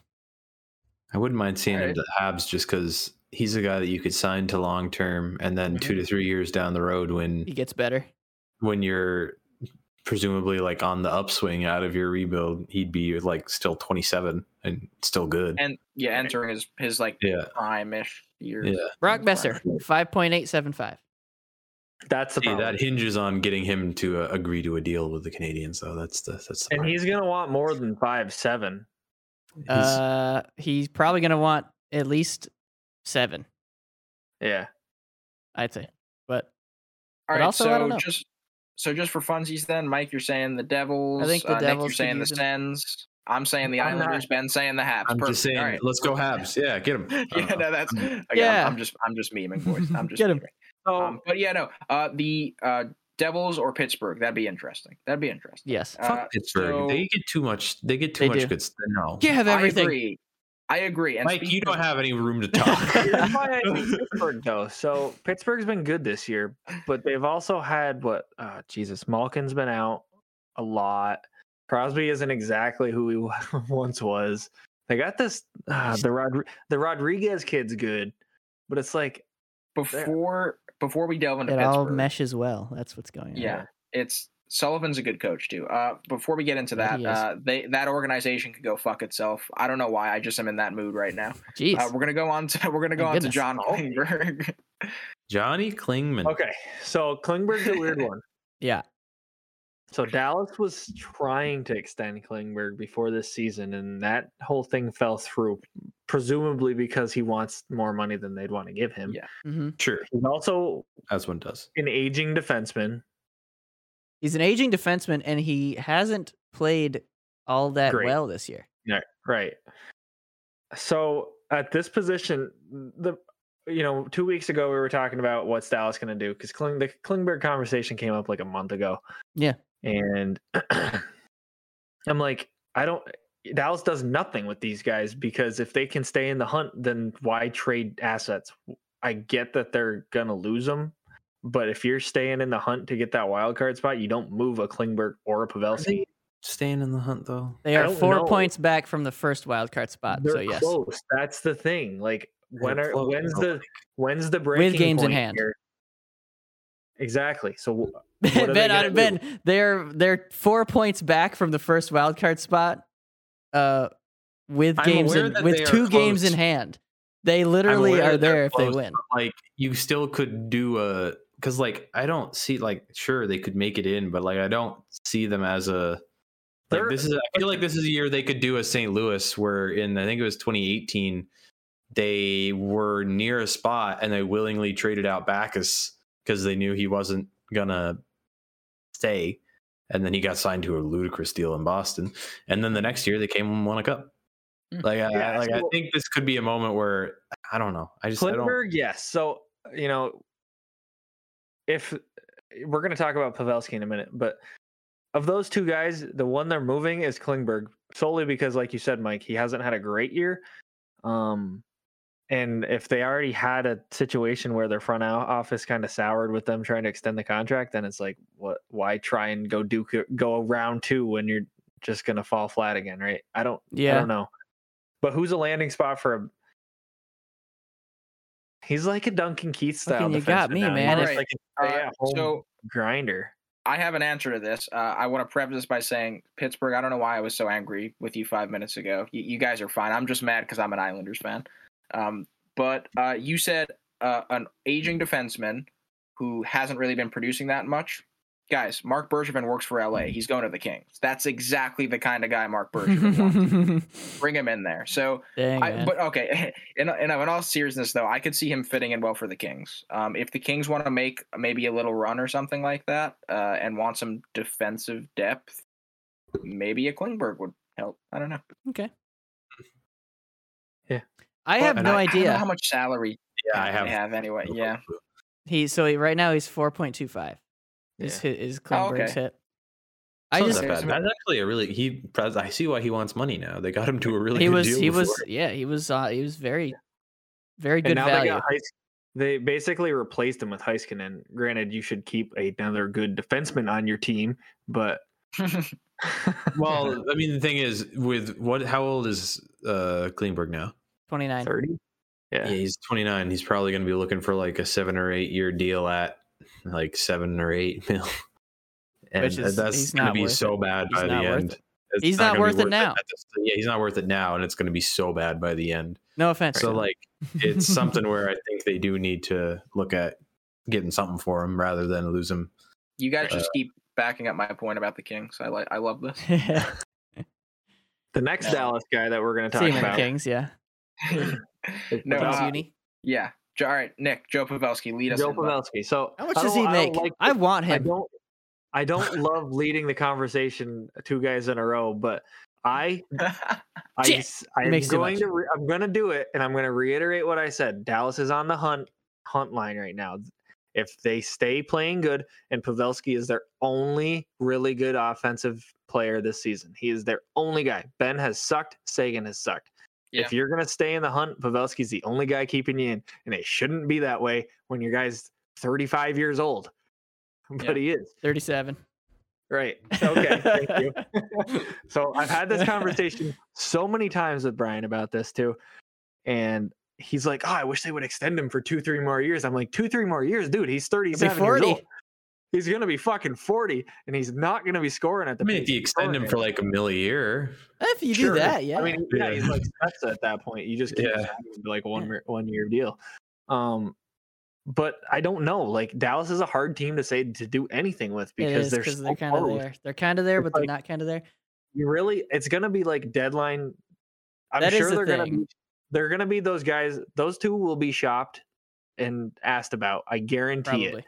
Speaker 3: I wouldn't mind seeing him
Speaker 2: Alright.
Speaker 3: to the Habs just because he's a guy that you could sign to long term, and then
Speaker 2: Mm-hmm.
Speaker 3: two to three years down the road, when
Speaker 1: He gets better.
Speaker 3: when you're presumably like on the upswing out of your rebuild, he'd be like still 27 and still good.
Speaker 2: and yeah, entering his his like
Speaker 3: yeah,
Speaker 2: prime ish years.
Speaker 3: yeah.
Speaker 1: Brock
Speaker 2: Prime.
Speaker 1: Besser, 5.875.
Speaker 4: That's the
Speaker 3: See,
Speaker 4: problem.
Speaker 3: that hinges on getting him to uh, agree to a deal with the Canadians, though. That's the that's the
Speaker 4: and
Speaker 3: part.
Speaker 4: he's gonna want more than five seven.
Speaker 3: He's-
Speaker 1: Uh, he's probably going to want at least seven,
Speaker 4: Yeah,
Speaker 1: I'd say. But
Speaker 2: All
Speaker 1: But
Speaker 2: right,
Speaker 1: also,
Speaker 2: so
Speaker 1: I don't know.
Speaker 2: just so just for funsies, then Mike, you're saying the Devils.
Speaker 1: I think the
Speaker 2: uh, Nick,
Speaker 1: Devils
Speaker 2: you're
Speaker 1: could
Speaker 2: saying the
Speaker 1: use him.
Speaker 2: Sens. I'm saying the
Speaker 4: I'm not-
Speaker 2: Islanders. Ben saying the Habs.
Speaker 3: I'm just
Speaker 2: Perfect.
Speaker 3: saying,
Speaker 2: All
Speaker 3: let's go Habs. Yeah, get him. Uh, I don't
Speaker 2: yeah,
Speaker 3: know.
Speaker 2: no, that's again,
Speaker 1: Yeah.
Speaker 2: I'm just I'm just memeing, boys. I'm just
Speaker 1: Get Oh. 'em.
Speaker 2: memeing.
Speaker 4: so
Speaker 2: Um, but yeah, no. Uh, the uh, Devils or Pittsburgh. That'd be interesting. That'd be interesting.
Speaker 1: yes.
Speaker 3: Fuck
Speaker 2: Uh,
Speaker 3: Pittsburgh.
Speaker 2: so-
Speaker 3: they get too much. They get too
Speaker 1: They
Speaker 3: much
Speaker 1: do.
Speaker 3: good stuff. No,
Speaker 1: You have
Speaker 2: I
Speaker 1: everything.
Speaker 2: agree. I agree. And
Speaker 3: Mike, you
Speaker 2: speaking
Speaker 3: don't
Speaker 2: of-
Speaker 3: have any room to talk.
Speaker 4: Here's why I think Pittsburgh though. So Pittsburgh's been good this year, but they've also had what? Uh, Jesus, Malkin's been out a lot. Crosby isn't exactly who he wa- once was. They got this. Uh, the Rod- the Rodriguez kid's good, but it's like
Speaker 2: before before we delve into
Speaker 1: It all
Speaker 2: Pittsburgh.
Speaker 1: meshes well. That's what's going on.
Speaker 2: yeah, it's Sullivan's a good coach too. Uh, before we get into
Speaker 1: Yeah,
Speaker 2: that,
Speaker 1: he is.
Speaker 2: uh, they that organization could go fuck itself. I don't know why. I just am in that mood right now.
Speaker 1: Jeez.
Speaker 2: Uh, we're gonna go on to we're gonna go
Speaker 1: My
Speaker 2: on
Speaker 1: goodness. Oh.
Speaker 2: to John Holmberg.
Speaker 3: Johnny Klingman.
Speaker 4: okay. So Klingberg's a weird one.
Speaker 1: yeah.
Speaker 4: So Dallas was trying to extend Klingberg before this season, and that whole thing fell through, presumably because he wants more money than they'd want to give him.
Speaker 2: Yeah.
Speaker 1: hmm
Speaker 3: Sure,
Speaker 4: He's also
Speaker 3: as one does.
Speaker 4: an aging defenseman.
Speaker 1: He's an aging defenseman, and he hasn't played all that
Speaker 4: Great.
Speaker 1: well this year.
Speaker 4: Right. So at this position, the you know, two weeks ago we were talking about what's Dallas going to do because Kling, the Klingberg conversation came up like a month ago.
Speaker 1: Yeah.
Speaker 4: and I'm like, I don't. Dallas does nothing with these guys because if they can stay in the hunt, then why trade assets? I get that they're gonna lose them, but if you're staying in the hunt to get that wild card spot, you don't move a Klingberg or a Pavelski.
Speaker 3: Staying in the hunt though.
Speaker 1: They
Speaker 4: I
Speaker 1: are
Speaker 4: don't
Speaker 1: four
Speaker 4: know.
Speaker 1: points back from the first wild card spot.
Speaker 4: They're
Speaker 1: so yes, oh
Speaker 4: close. That's the thing. Like when
Speaker 3: They're
Speaker 4: are
Speaker 3: close,
Speaker 4: when's
Speaker 3: but,
Speaker 4: the when's the breaking
Speaker 1: games in
Speaker 4: point
Speaker 1: hand.
Speaker 4: here? Exactly. So are they
Speaker 1: Ben,
Speaker 4: gonna
Speaker 1: I- Ben, they're they're four points back from the first wild card spot. Uh, with
Speaker 3: I'm
Speaker 1: games
Speaker 3: aware
Speaker 1: in,
Speaker 3: that they
Speaker 1: with
Speaker 3: are
Speaker 1: two games in
Speaker 3: close.
Speaker 1: hand, they literally
Speaker 3: aware
Speaker 1: are
Speaker 3: that they're
Speaker 1: there if they
Speaker 3: close,
Speaker 1: win.
Speaker 3: Like you still could do a because like I don't see like sure they could make it in, but like I don't see them as a. Like
Speaker 4: They're-
Speaker 3: this is I feel like this is a year they could do a St. Louis where in I think it was 2018 they were near a spot and they willingly traded out Backus because they knew he wasn't gonna stay. And then he got signed to a ludicrous deal in Boston. And then the next year they came and won a cup.
Speaker 2: Hmm.
Speaker 3: Like, I-
Speaker 4: Yeah,
Speaker 3: I, like I
Speaker 4: so-
Speaker 3: think this could be a moment where I don't know. I just I don't.
Speaker 4: Klingberg, yes. So uh, you know, if eh, we're gonna talk about Pavelski in a minute, but of those two guys, the one they're moving is Klingberg solely because, like you said, Mike, he hasn't had a great year. Um, and if they already had a situation where their front o- office kind of soured with them trying to extend the contract, then it's like, what? Why try and go do go round two when you're just gonna fall flat again, right? I don't I
Speaker 1: Yeah,
Speaker 4: don't know. But who's a landing spot for a? He's like a Duncan Keith style.
Speaker 1: Fucking you got
Speaker 4: defenseman
Speaker 1: me, man.
Speaker 4: now. He's just
Speaker 2: Alright,
Speaker 4: like a
Speaker 2: Uh,
Speaker 4: stay-at-home
Speaker 2: so
Speaker 4: grinder.
Speaker 2: I have an answer to this. Uh, I want to preface this by saying Pittsburgh. I don't know why I was so angry with you five minutes ago. You, you guys are fine. I'm just mad because I'm an Islanders fan. Um, but uh, you said uh, an aging defenseman who hasn't really been producing that much. Guys, Mark Bergevin works for LA. He's going to the Kings. That's exactly the kind of guy Mark Bergevin wants.
Speaker 1: Dang,
Speaker 2: Bring him in there. So, I,
Speaker 1: man.
Speaker 2: but okay, in, in, in all seriousness, though, I could see him fitting in well for the Kings. Um, if the Kings want to make maybe a little run or something like that, uh, and want some defensive depth, maybe a Klingberg would help. I don't know.
Speaker 1: I have
Speaker 3: and
Speaker 1: no
Speaker 3: I- I
Speaker 2: I don't know
Speaker 1: idea.
Speaker 2: how much salary
Speaker 3: Yeah, I
Speaker 2: they
Speaker 3: have.
Speaker 2: have anyway. Yeah,
Speaker 1: He so he, right now he's four point two five. Is hit is Klingberg's
Speaker 2: okay.
Speaker 1: hit. I
Speaker 3: It's not
Speaker 1: just
Speaker 3: that bad. That's actually a really he. I see why he wants money now. They got him to a really.
Speaker 1: he
Speaker 3: good
Speaker 1: was
Speaker 3: deal
Speaker 1: he
Speaker 3: before.
Speaker 1: was yeah he was uh, he was very very
Speaker 4: and
Speaker 1: good
Speaker 4: now they
Speaker 1: value.
Speaker 4: got Heis- They basically replaced him with Heiskanen. Granted, you should keep another good defenseman on your team, but
Speaker 3: Well, I mean, the thing is, with what? How old is uh Klingberg now?
Speaker 1: Twenty nine.
Speaker 4: thirty.
Speaker 3: Yeah,
Speaker 4: Yeah.
Speaker 3: he's 29. He's probably going to be looking for like a seven or eight year deal at like seven or eight mil. And
Speaker 1: Which is-
Speaker 3: that's
Speaker 1: he's
Speaker 3: going
Speaker 1: not
Speaker 3: to be
Speaker 1: worth
Speaker 3: so
Speaker 1: it.
Speaker 3: bad
Speaker 1: He's
Speaker 3: by the
Speaker 1: not worth
Speaker 3: end.
Speaker 1: it.
Speaker 3: It's
Speaker 1: He's not
Speaker 3: gonna be
Speaker 1: worth it now.
Speaker 3: at this- yeah, he's not worth it now, and it's going to be so bad by the end.
Speaker 1: No offense.
Speaker 3: So like, it's something where I think they do need to look at getting something for him rather than lose him.
Speaker 2: you guys
Speaker 3: Uh,
Speaker 2: just keep backing up my point about the Kings. I like. I love this.
Speaker 4: The next
Speaker 2: No.
Speaker 4: Dallas guy that we're going to
Speaker 1: See
Speaker 4: talk
Speaker 1: him in the
Speaker 4: about.
Speaker 1: Kings. Yeah.
Speaker 2: no,
Speaker 1: Kings
Speaker 2: uh,
Speaker 1: uni.
Speaker 2: yeah. Jo- All right, Nick, Joe Pavelski, lead us.
Speaker 4: Joe
Speaker 2: in love.
Speaker 4: Pavelski. So
Speaker 1: How much
Speaker 4: I
Speaker 1: does
Speaker 4: don't-
Speaker 1: he
Speaker 4: I don't
Speaker 1: make?
Speaker 4: like
Speaker 1: I
Speaker 4: this-
Speaker 1: want
Speaker 4: I
Speaker 1: him.
Speaker 4: don't I don't love leading the conversation two guys in a row, but I I
Speaker 1: Shit.
Speaker 4: s- I'm
Speaker 1: Makes too
Speaker 4: going
Speaker 1: much.
Speaker 4: to re- I'm going to do it and I'm going to reiterate what I said. Dallas is on the hunt hunt line right now. If they stay playing good and Pavelski is their only really good offensive player this season. He is their only guy. Ben has sucked, Sagan has sucked. If
Speaker 2: Yeah.
Speaker 4: you're going to stay in the hunt, Pavelski's the only guy keeping you in and it shouldn't be that way when your guy's 35 years old. But
Speaker 2: Yeah.
Speaker 4: he is.
Speaker 1: Thirty seven.
Speaker 4: Right. Okay. Thank you. so I've had this conversation so many times with Brian about this too. And he's like, Oh, I wish they would extend him for two, three more years. I'm like, two, three more years, dude. He's 37. years
Speaker 1: 40.
Speaker 4: old. He's gonna be fucking 40 and he's not gonna be scoring at the
Speaker 3: I mean,
Speaker 4: pace
Speaker 3: if you
Speaker 4: he's
Speaker 3: extend
Speaker 4: scoring
Speaker 3: him
Speaker 4: at.
Speaker 3: for like a mil a year,
Speaker 1: If you
Speaker 4: Sure.
Speaker 1: do that, yeah.
Speaker 4: I mean, yeah, he's
Speaker 3: Yeah.
Speaker 4: like Spezza at that point. You just can't
Speaker 3: Yeah.
Speaker 4: sign him to, like one
Speaker 1: Yeah.
Speaker 4: year- one year deal. Um, but I don't know. Like Dallas is a hard team to say to do anything with
Speaker 1: It
Speaker 4: because
Speaker 1: is,
Speaker 4: they're, so
Speaker 1: they're kind of
Speaker 4: close.
Speaker 1: there. They're kind of there,
Speaker 4: It's
Speaker 1: but they're
Speaker 4: like-
Speaker 1: not kind of there.
Speaker 4: You really, it's gonna be like deadline. I'm
Speaker 1: That is
Speaker 4: sure
Speaker 1: the
Speaker 4: they're gonna
Speaker 1: thing.
Speaker 4: be, they're gonna be those guys. Those two will be shopped and asked about. I guarantee it
Speaker 1: Probably.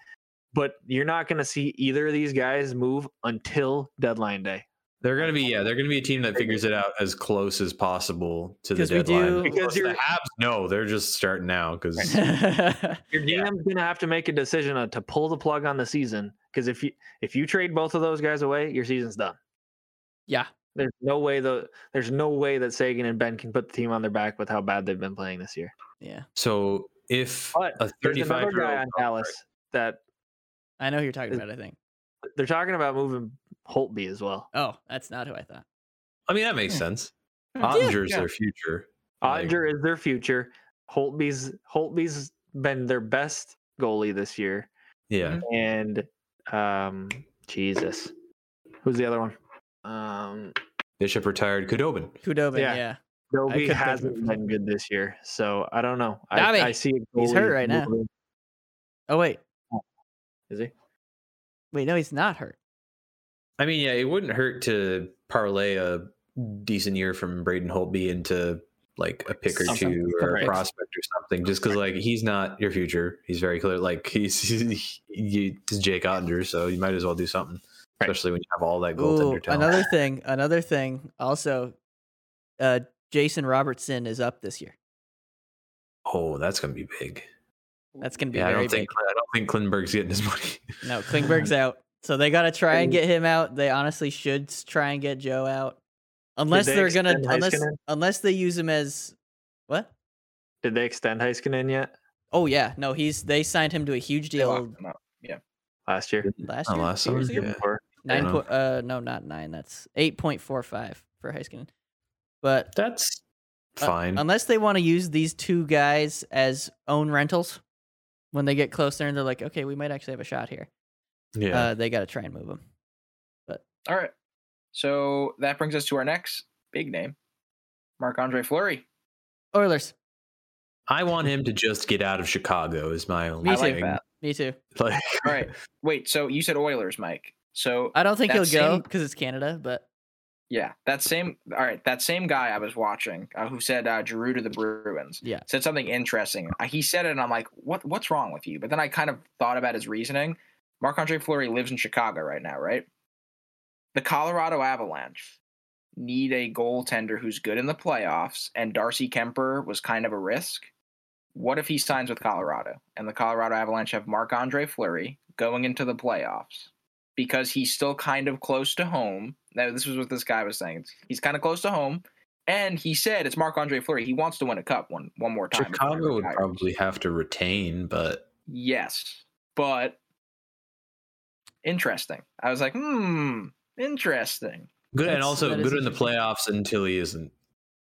Speaker 4: but you're not going to see either of these guys move until deadline day.
Speaker 3: They're gonna be yeah. They're gonna be a team that figures it out as close as possible to the
Speaker 1: 'Cause we do-
Speaker 3: deadline.
Speaker 4: Because
Speaker 3: Because
Speaker 4: you're-
Speaker 3: the Habs, no, they're just starting now. Because
Speaker 4: Your
Speaker 3: Yeah.
Speaker 4: DM's going to have to make a decision on, to pull the plug on the season because if you if you trade both of those guys away, your season's done.
Speaker 1: yeah.
Speaker 4: There's no way the there's no way that Sagan and Ben can put the team on their back with how bad they've been playing this year.
Speaker 1: Yeah.
Speaker 3: so if
Speaker 4: But
Speaker 3: a
Speaker 4: There's another
Speaker 3: thirty-five year
Speaker 4: guy on
Speaker 3: old
Speaker 4: Dallas that
Speaker 1: I know who you're talking
Speaker 4: Is-
Speaker 1: about, I think.
Speaker 4: they're talking about moving Holtby as well.
Speaker 1: Oh, that's not who I thought.
Speaker 3: I mean that makes sense. Ottinger's their future. Like,
Speaker 4: Ottinger is their future. Holtby's Holtby's been their best goalie this year,
Speaker 3: yeah,
Speaker 4: and um Jesus, who's the other one? Um,
Speaker 3: Bishop retired. Kudobin.
Speaker 1: Kudobin,
Speaker 4: Yeah.
Speaker 1: yeah. couldn't
Speaker 4: Dobie
Speaker 1: think of
Speaker 4: hasn't
Speaker 1: it.
Speaker 4: been good this year, so I don't know. I,
Speaker 1: Dobby,
Speaker 4: I see a
Speaker 1: he's hurt
Speaker 4: goalie
Speaker 1: right now.
Speaker 4: moving-
Speaker 1: Oh wait.
Speaker 4: Is he?
Speaker 1: Wait, no, he's not hurt.
Speaker 3: I mean yeah, it wouldn't hurt to parlay a decent year from Braden Holtby into like a pick or
Speaker 4: Something.
Speaker 3: two or
Speaker 4: Right.
Speaker 3: a prospect or something. Just because like he's not your future. He's very clear. Like he's, he's, he's Jake Ottinger, so you might as well do something.
Speaker 4: Right.
Speaker 3: Especially when you have all that
Speaker 1: Ooh,
Speaker 3: goaltender talent.
Speaker 1: another thing, another thing. Also, uh, Jason Robertson is up this year.
Speaker 3: Oh, that's gonna be big.
Speaker 1: That's going to be
Speaker 3: Yeah, I
Speaker 1: very
Speaker 3: don't think
Speaker 1: big.
Speaker 3: I don't think Klinberg's getting his money.
Speaker 1: No, Klingberg's out. So they got to try and get him out. They honestly should s- try and get Joe out. Unless
Speaker 4: they
Speaker 1: they are going to
Speaker 4: extend
Speaker 1: unless
Speaker 4: Heiskanen?
Speaker 1: unless they use him as what?
Speaker 4: Did they extend Heiskanen yet
Speaker 1: Oh yeah, no, he's they signed him to a huge
Speaker 2: They
Speaker 1: deal
Speaker 2: locked him up.
Speaker 4: last year?
Speaker 1: last
Speaker 3: Oh,
Speaker 1: year.
Speaker 3: last
Speaker 1: two years
Speaker 3: summer,
Speaker 1: ago?
Speaker 3: yeah.
Speaker 4: Or-
Speaker 1: Nine
Speaker 3: Yeah.
Speaker 1: point, uh, no, not nine. That's eight point four five for Heiskanen. But
Speaker 3: That's
Speaker 1: uh,
Speaker 3: fine.
Speaker 1: unless they want to use these two guys as own rentals, when they get closer and they're like, okay, we might actually have a shot here.
Speaker 3: yeah.
Speaker 1: Uh, they got to try and move him.
Speaker 2: All right. So that brings us to our next big name, Marc Andre Fleury.
Speaker 1: Oilers.
Speaker 3: I want him to just get out of Chicago is my
Speaker 1: Me
Speaker 3: only
Speaker 2: I like
Speaker 1: too.
Speaker 3: thing.
Speaker 2: that.
Speaker 1: Me too.
Speaker 3: Like,
Speaker 2: All right. Wait. So you said Oilers, Mike. So
Speaker 1: I don't think
Speaker 2: That
Speaker 1: he'll go
Speaker 2: seemed-
Speaker 1: because it's Canada, but
Speaker 2: yeah, that same. All right, that same guy I was watching uh, who said uh, Giroux to the Bruins.
Speaker 1: Yeah.
Speaker 2: Said something interesting. Uh, He said it, and I'm like, what? What's wrong with you? But then I kind of thought about his reasoning. Marc Andre Fleury lives in Chicago right now, right? The Colorado Avalanche need a goaltender who's good in the playoffs, and Darcy Kemper was kind of a risk. What if he signs with Colorado and the Colorado Avalanche have Marc Andre Fleury going into the playoffs because he's still kind of close to home? Now, this was what this guy was saying. He's kind of close to home. And he said it's Marc Andre Fleury. He wants to win a cup one one more time. if he
Speaker 3: Chicago would
Speaker 2: retires.
Speaker 3: probably have to retain, but
Speaker 2: Yes, but interesting. I was like, hmm, interesting.
Speaker 3: good and
Speaker 1: That's-
Speaker 3: also
Speaker 1: that is
Speaker 3: good in the
Speaker 1: interesting.
Speaker 3: playoffs until he isn't.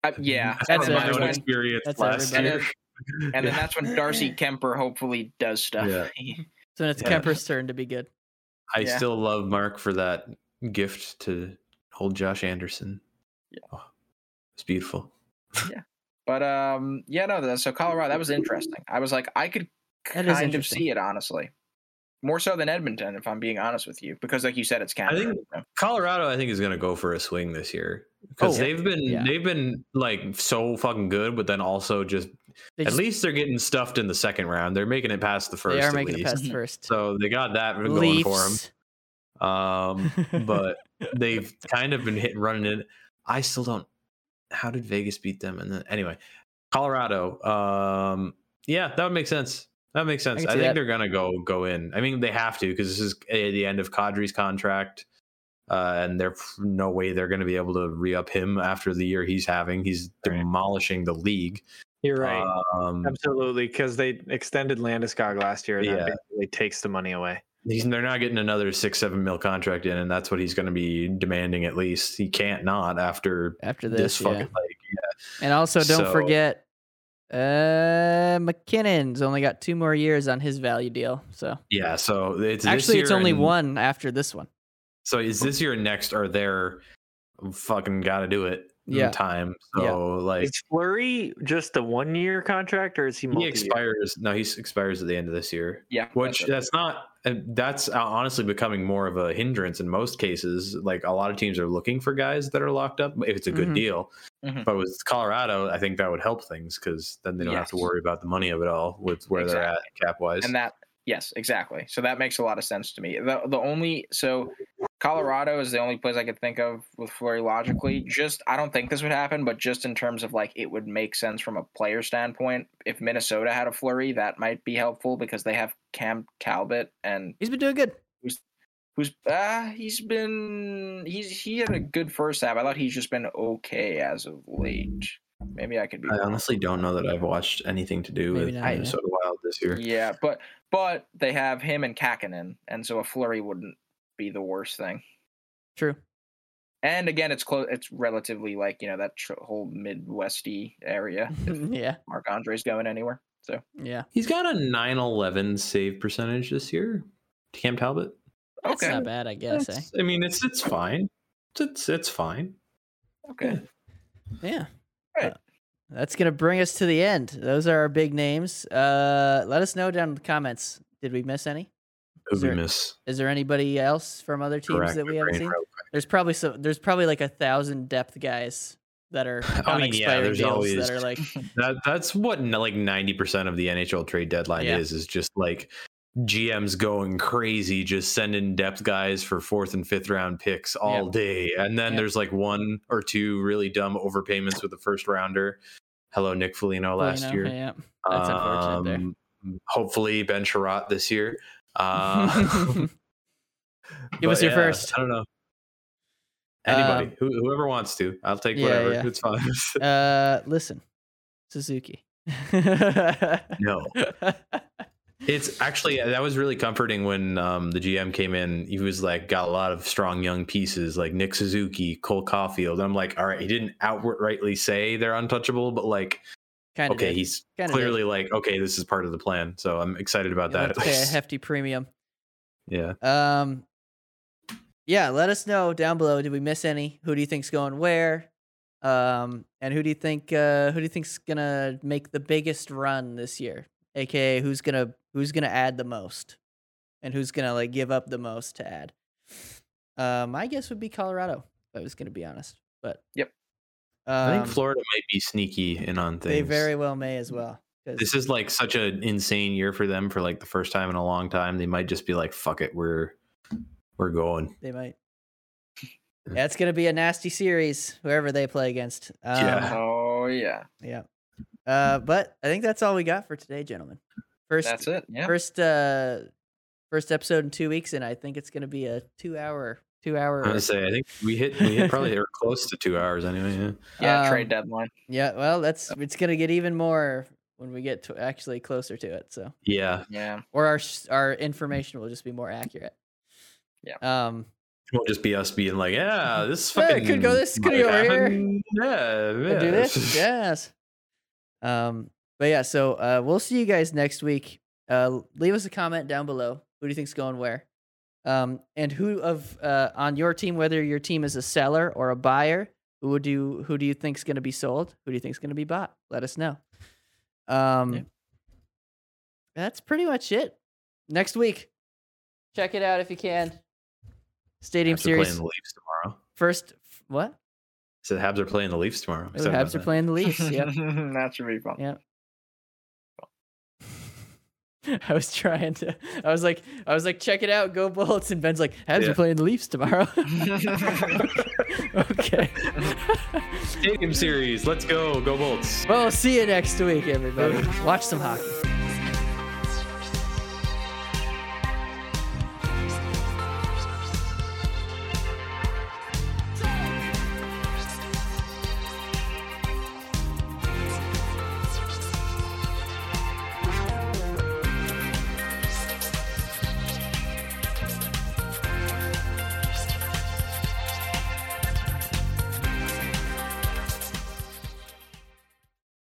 Speaker 2: Uh, yeah,
Speaker 1: That's
Speaker 2: and, that's
Speaker 3: from my own
Speaker 1: everybody.
Speaker 2: when,
Speaker 3: experience
Speaker 1: That's
Speaker 3: last
Speaker 2: everybody.
Speaker 3: year.
Speaker 2: and then
Speaker 3: Yeah.
Speaker 2: that's when Darcy Kemper hopefully does stuff.
Speaker 1: so then it's
Speaker 3: Yeah.
Speaker 1: Kemper's turn to be good.
Speaker 3: I
Speaker 2: Yeah.
Speaker 3: still love Mark for that gift to old Josh Anderson.
Speaker 2: Yeah.
Speaker 3: Oh, it's beautiful.
Speaker 2: but um, yeah, no. that- So Colorado, that was interesting. I was like, I could
Speaker 1: That is
Speaker 2: kind of
Speaker 1: interesting.
Speaker 2: see it honestly, more so than Edmonton, if I'm being honest with you, because like you said, it's Canada.
Speaker 3: think-
Speaker 2: you know?
Speaker 3: Colorado, I think, is going to go for a swing this year because
Speaker 1: Oh,
Speaker 3: they've been
Speaker 1: yeah.
Speaker 3: they've been like so fucking good, but then also just
Speaker 1: They
Speaker 3: at
Speaker 1: just-
Speaker 3: least they're getting stuffed in the second round. They're making it past the first.
Speaker 1: they are
Speaker 3: at
Speaker 1: making it
Speaker 3: least.
Speaker 1: past first.
Speaker 3: So they got that going for them.
Speaker 1: Leafs.
Speaker 3: Um, but they've kind of been hit running it. I still don't. How did Vegas beat them? And then anyway, Colorado. Um, yeah, that would make sense. That makes sense.
Speaker 1: can
Speaker 3: I,
Speaker 1: see
Speaker 3: think
Speaker 1: that.
Speaker 3: they're gonna go go in. I mean, they have to because this is uh, the end of Kadri's contract, uh, and there's no way they're gonna be able to re up him after the year he's having. He's
Speaker 4: Right.
Speaker 3: demolishing the league.
Speaker 4: You're right.
Speaker 3: Um,
Speaker 4: Absolutely, because they extended Landeskog last year. and That
Speaker 3: Yeah.
Speaker 4: basically takes the money away.
Speaker 3: he's they're not getting another six seven mil contract in, and that's what he's gonna be demanding at least. He can't not after
Speaker 1: after
Speaker 3: this,
Speaker 1: this, yeah.
Speaker 3: fucking like
Speaker 1: and also don't
Speaker 3: so-
Speaker 1: forget, uh, McKinnon's only got two more years on his value deal. So
Speaker 3: Yeah, so it's this
Speaker 1: actually, it's
Speaker 3: year
Speaker 1: only
Speaker 3: and-
Speaker 1: one after this one.
Speaker 3: So is this year and next are there fucking gotta do it
Speaker 1: Yeah.
Speaker 3: time. So
Speaker 1: Yeah.
Speaker 3: like
Speaker 4: Is Flurry just a one year contract or is he
Speaker 3: he
Speaker 4: multi?
Speaker 3: expires no, he expires at the end of this year.
Speaker 2: yeah,
Speaker 3: Which
Speaker 2: that's it.
Speaker 3: that's not uh, that's uh, honestly becoming more of a hindrance in most cases. Like a lot of teams are looking for guys that are locked up if it's a good
Speaker 1: Mhm.
Speaker 3: deal.
Speaker 2: Mhm.
Speaker 3: But with Colorado, I think that would help things because then they don't have to
Speaker 2: Yes.
Speaker 3: worry about the money of it all with where they're at cap wise.
Speaker 2: and that yes exactly so that makes a lot of sense to me the, the only so colorado is the only place i could think of with flurry logically just i don't think this would happen but just in terms of like it would make sense from a player standpoint if minnesota had a flurry that might be helpful because they have cam talbot and
Speaker 1: He's been doing good.
Speaker 2: who's uh he's been he's he had a good first half i thought he's just been okay as of late maybe i could be
Speaker 3: I uh,
Speaker 2: wrong.
Speaker 3: honestly don't know that I've watched anything to do
Speaker 1: Maybe
Speaker 3: with
Speaker 1: not, yeah.
Speaker 3: Minnesota Wild this year.
Speaker 2: Yeah, but but they have him and Kakinen, and so a flurry wouldn't be the worst thing.
Speaker 1: True.
Speaker 2: And again, it's close. It's relatively like you know that tr- whole Midwesty area.
Speaker 1: yeah.
Speaker 2: Mark Andre's going anywhere, so
Speaker 1: Yeah.
Speaker 3: He's got a 911 save percentage this year. Cam Talbot.
Speaker 1: That's
Speaker 2: okay,
Speaker 1: not bad, I guess. Eh?
Speaker 3: It's- I mean, it's it's fine. It's it's fine.
Speaker 2: okay.
Speaker 1: Yeah.
Speaker 2: Right.
Speaker 1: Uh, that's gonna bring us to the end. Those are our big names. Uh, let us know down in the comments. Did we miss any?
Speaker 3: Who
Speaker 1: Is
Speaker 3: we
Speaker 1: there
Speaker 3: miss?
Speaker 1: Is there anybody else from other teams
Speaker 3: Correct
Speaker 1: that we
Speaker 3: my
Speaker 1: haven't
Speaker 3: brain
Speaker 1: seen?
Speaker 3: real quick.
Speaker 1: There's probably so. There's probably like a thousand depth guys that are
Speaker 3: I
Speaker 1: on
Speaker 3: mean, yeah,
Speaker 1: expiring
Speaker 3: there's
Speaker 1: deals
Speaker 3: always-
Speaker 1: that are like
Speaker 3: That that's what n- like 90% of the NHL trade deadline
Speaker 1: Yeah.
Speaker 3: is is just like GMs going crazy, just sending depth guys for fourth and fifth round picks all day. And then
Speaker 1: Yep.
Speaker 3: there's like one or two really dumb overpayments with the first rounder. Hello, Nick Foligno last
Speaker 1: Foligno,
Speaker 3: year.
Speaker 1: Yeah. That's unfortunate there.
Speaker 3: there. Um, Hopefully, Ben Sherratt this year. Uh,
Speaker 1: Give us
Speaker 3: but
Speaker 1: your
Speaker 3: yeah,
Speaker 1: first.
Speaker 3: I don't know.
Speaker 1: Um,
Speaker 3: Anybody, who, whoever wants to, I'll take
Speaker 1: Yeah,
Speaker 3: whatever.
Speaker 1: yeah.
Speaker 3: It's fine.
Speaker 1: uh, listen, Suzuki.
Speaker 3: no, it's actually that was really comforting when um, the GM came in. He was like, got a lot of strong young pieces like Nick Suzuki, Cole Caulfield. And I'm like, all right, he didn't outrightly say they're untouchable, but like,
Speaker 1: kind of.
Speaker 3: okay, he's
Speaker 1: Kinda did.
Speaker 3: clearly like, okay, this is part of the plan. So I'm excited about that.
Speaker 1: have
Speaker 3: At
Speaker 1: to pay a
Speaker 3: least.
Speaker 1: hefty premium.
Speaker 3: Yeah.
Speaker 1: Um, yeah, let us know down below. Did we miss any? Who do you think's going where? Um, and who do you think uh, who do you think's gonna make the biggest run this year? aka who's gonna who's gonna add the most, and who's gonna like give up the most to add. Uh, my guess would be Colorado. If I was gonna be honest, but
Speaker 2: Yep.
Speaker 3: I
Speaker 1: um,
Speaker 3: think Florida might be sneaky in on things.
Speaker 1: They very well may as well. 'cause-
Speaker 3: This is like such an insane year for them for like the first time in a long time. They might just be like, "Fuck it, we're we're going."
Speaker 1: They might.
Speaker 3: Yeah.
Speaker 1: That's going to be a nasty series, whoever they play against. Um,
Speaker 3: Yeah.
Speaker 2: Oh yeah,
Speaker 1: Yeah. Uh, but I think that's all we got for today, gentlemen. First,
Speaker 2: that's it. Yeah,
Speaker 1: first, uh, first episode in two weeks, and I think it's going to be a two-hour, two-hour.
Speaker 3: I'm gonna say I think we hit we hit probably or close to two hours anyway. Yeah.
Speaker 2: yeah.
Speaker 1: um,
Speaker 2: trade deadline.
Speaker 1: Yeah. Well, that's it's going to get even more when we get to actually closer to it. So,
Speaker 3: yeah,
Speaker 2: Yeah,
Speaker 1: or our s- our information will just be more accurate.
Speaker 2: Yeah.
Speaker 1: Um.
Speaker 3: it won't just be us being like, "Yeah, this
Speaker 1: Yeah, it
Speaker 3: fucking
Speaker 1: could go this, could go over here.
Speaker 3: happened. Yeah, yeah.
Speaker 1: We'll do this. yes. Um, but yeah, so uh, we'll see you guys next week. Uh, leave us a comment down below. Who do you think's going where? Um, and who of uh, on your team, whether your team is a seller or a buyer, who would you who do you think's going to be sold? Who do you think's going to be bought? Let us know. Um,
Speaker 2: Yeah.
Speaker 1: that's pretty much it. Next week, check it out if you can. Stadium
Speaker 3: Habs are playing
Speaker 1: series
Speaker 3: the Leafs tomorrow.
Speaker 1: first. What?
Speaker 3: So the Habs are playing the Leafs tomorrow. I'm
Speaker 1: The
Speaker 3: excited
Speaker 1: Habs are
Speaker 3: about
Speaker 1: playing the Leafs. Yep.
Speaker 2: that should be fun.
Speaker 1: Yeah. I was trying to. I was like, I was like, check it out, go Bolts, and Ben's like, Habs
Speaker 3: Yeah.
Speaker 1: are playing the Leafs tomorrow. okay.
Speaker 3: that. Stadium series. Let's go. Go Bolts.
Speaker 1: well, see you next week, everybody. Watch some hockey.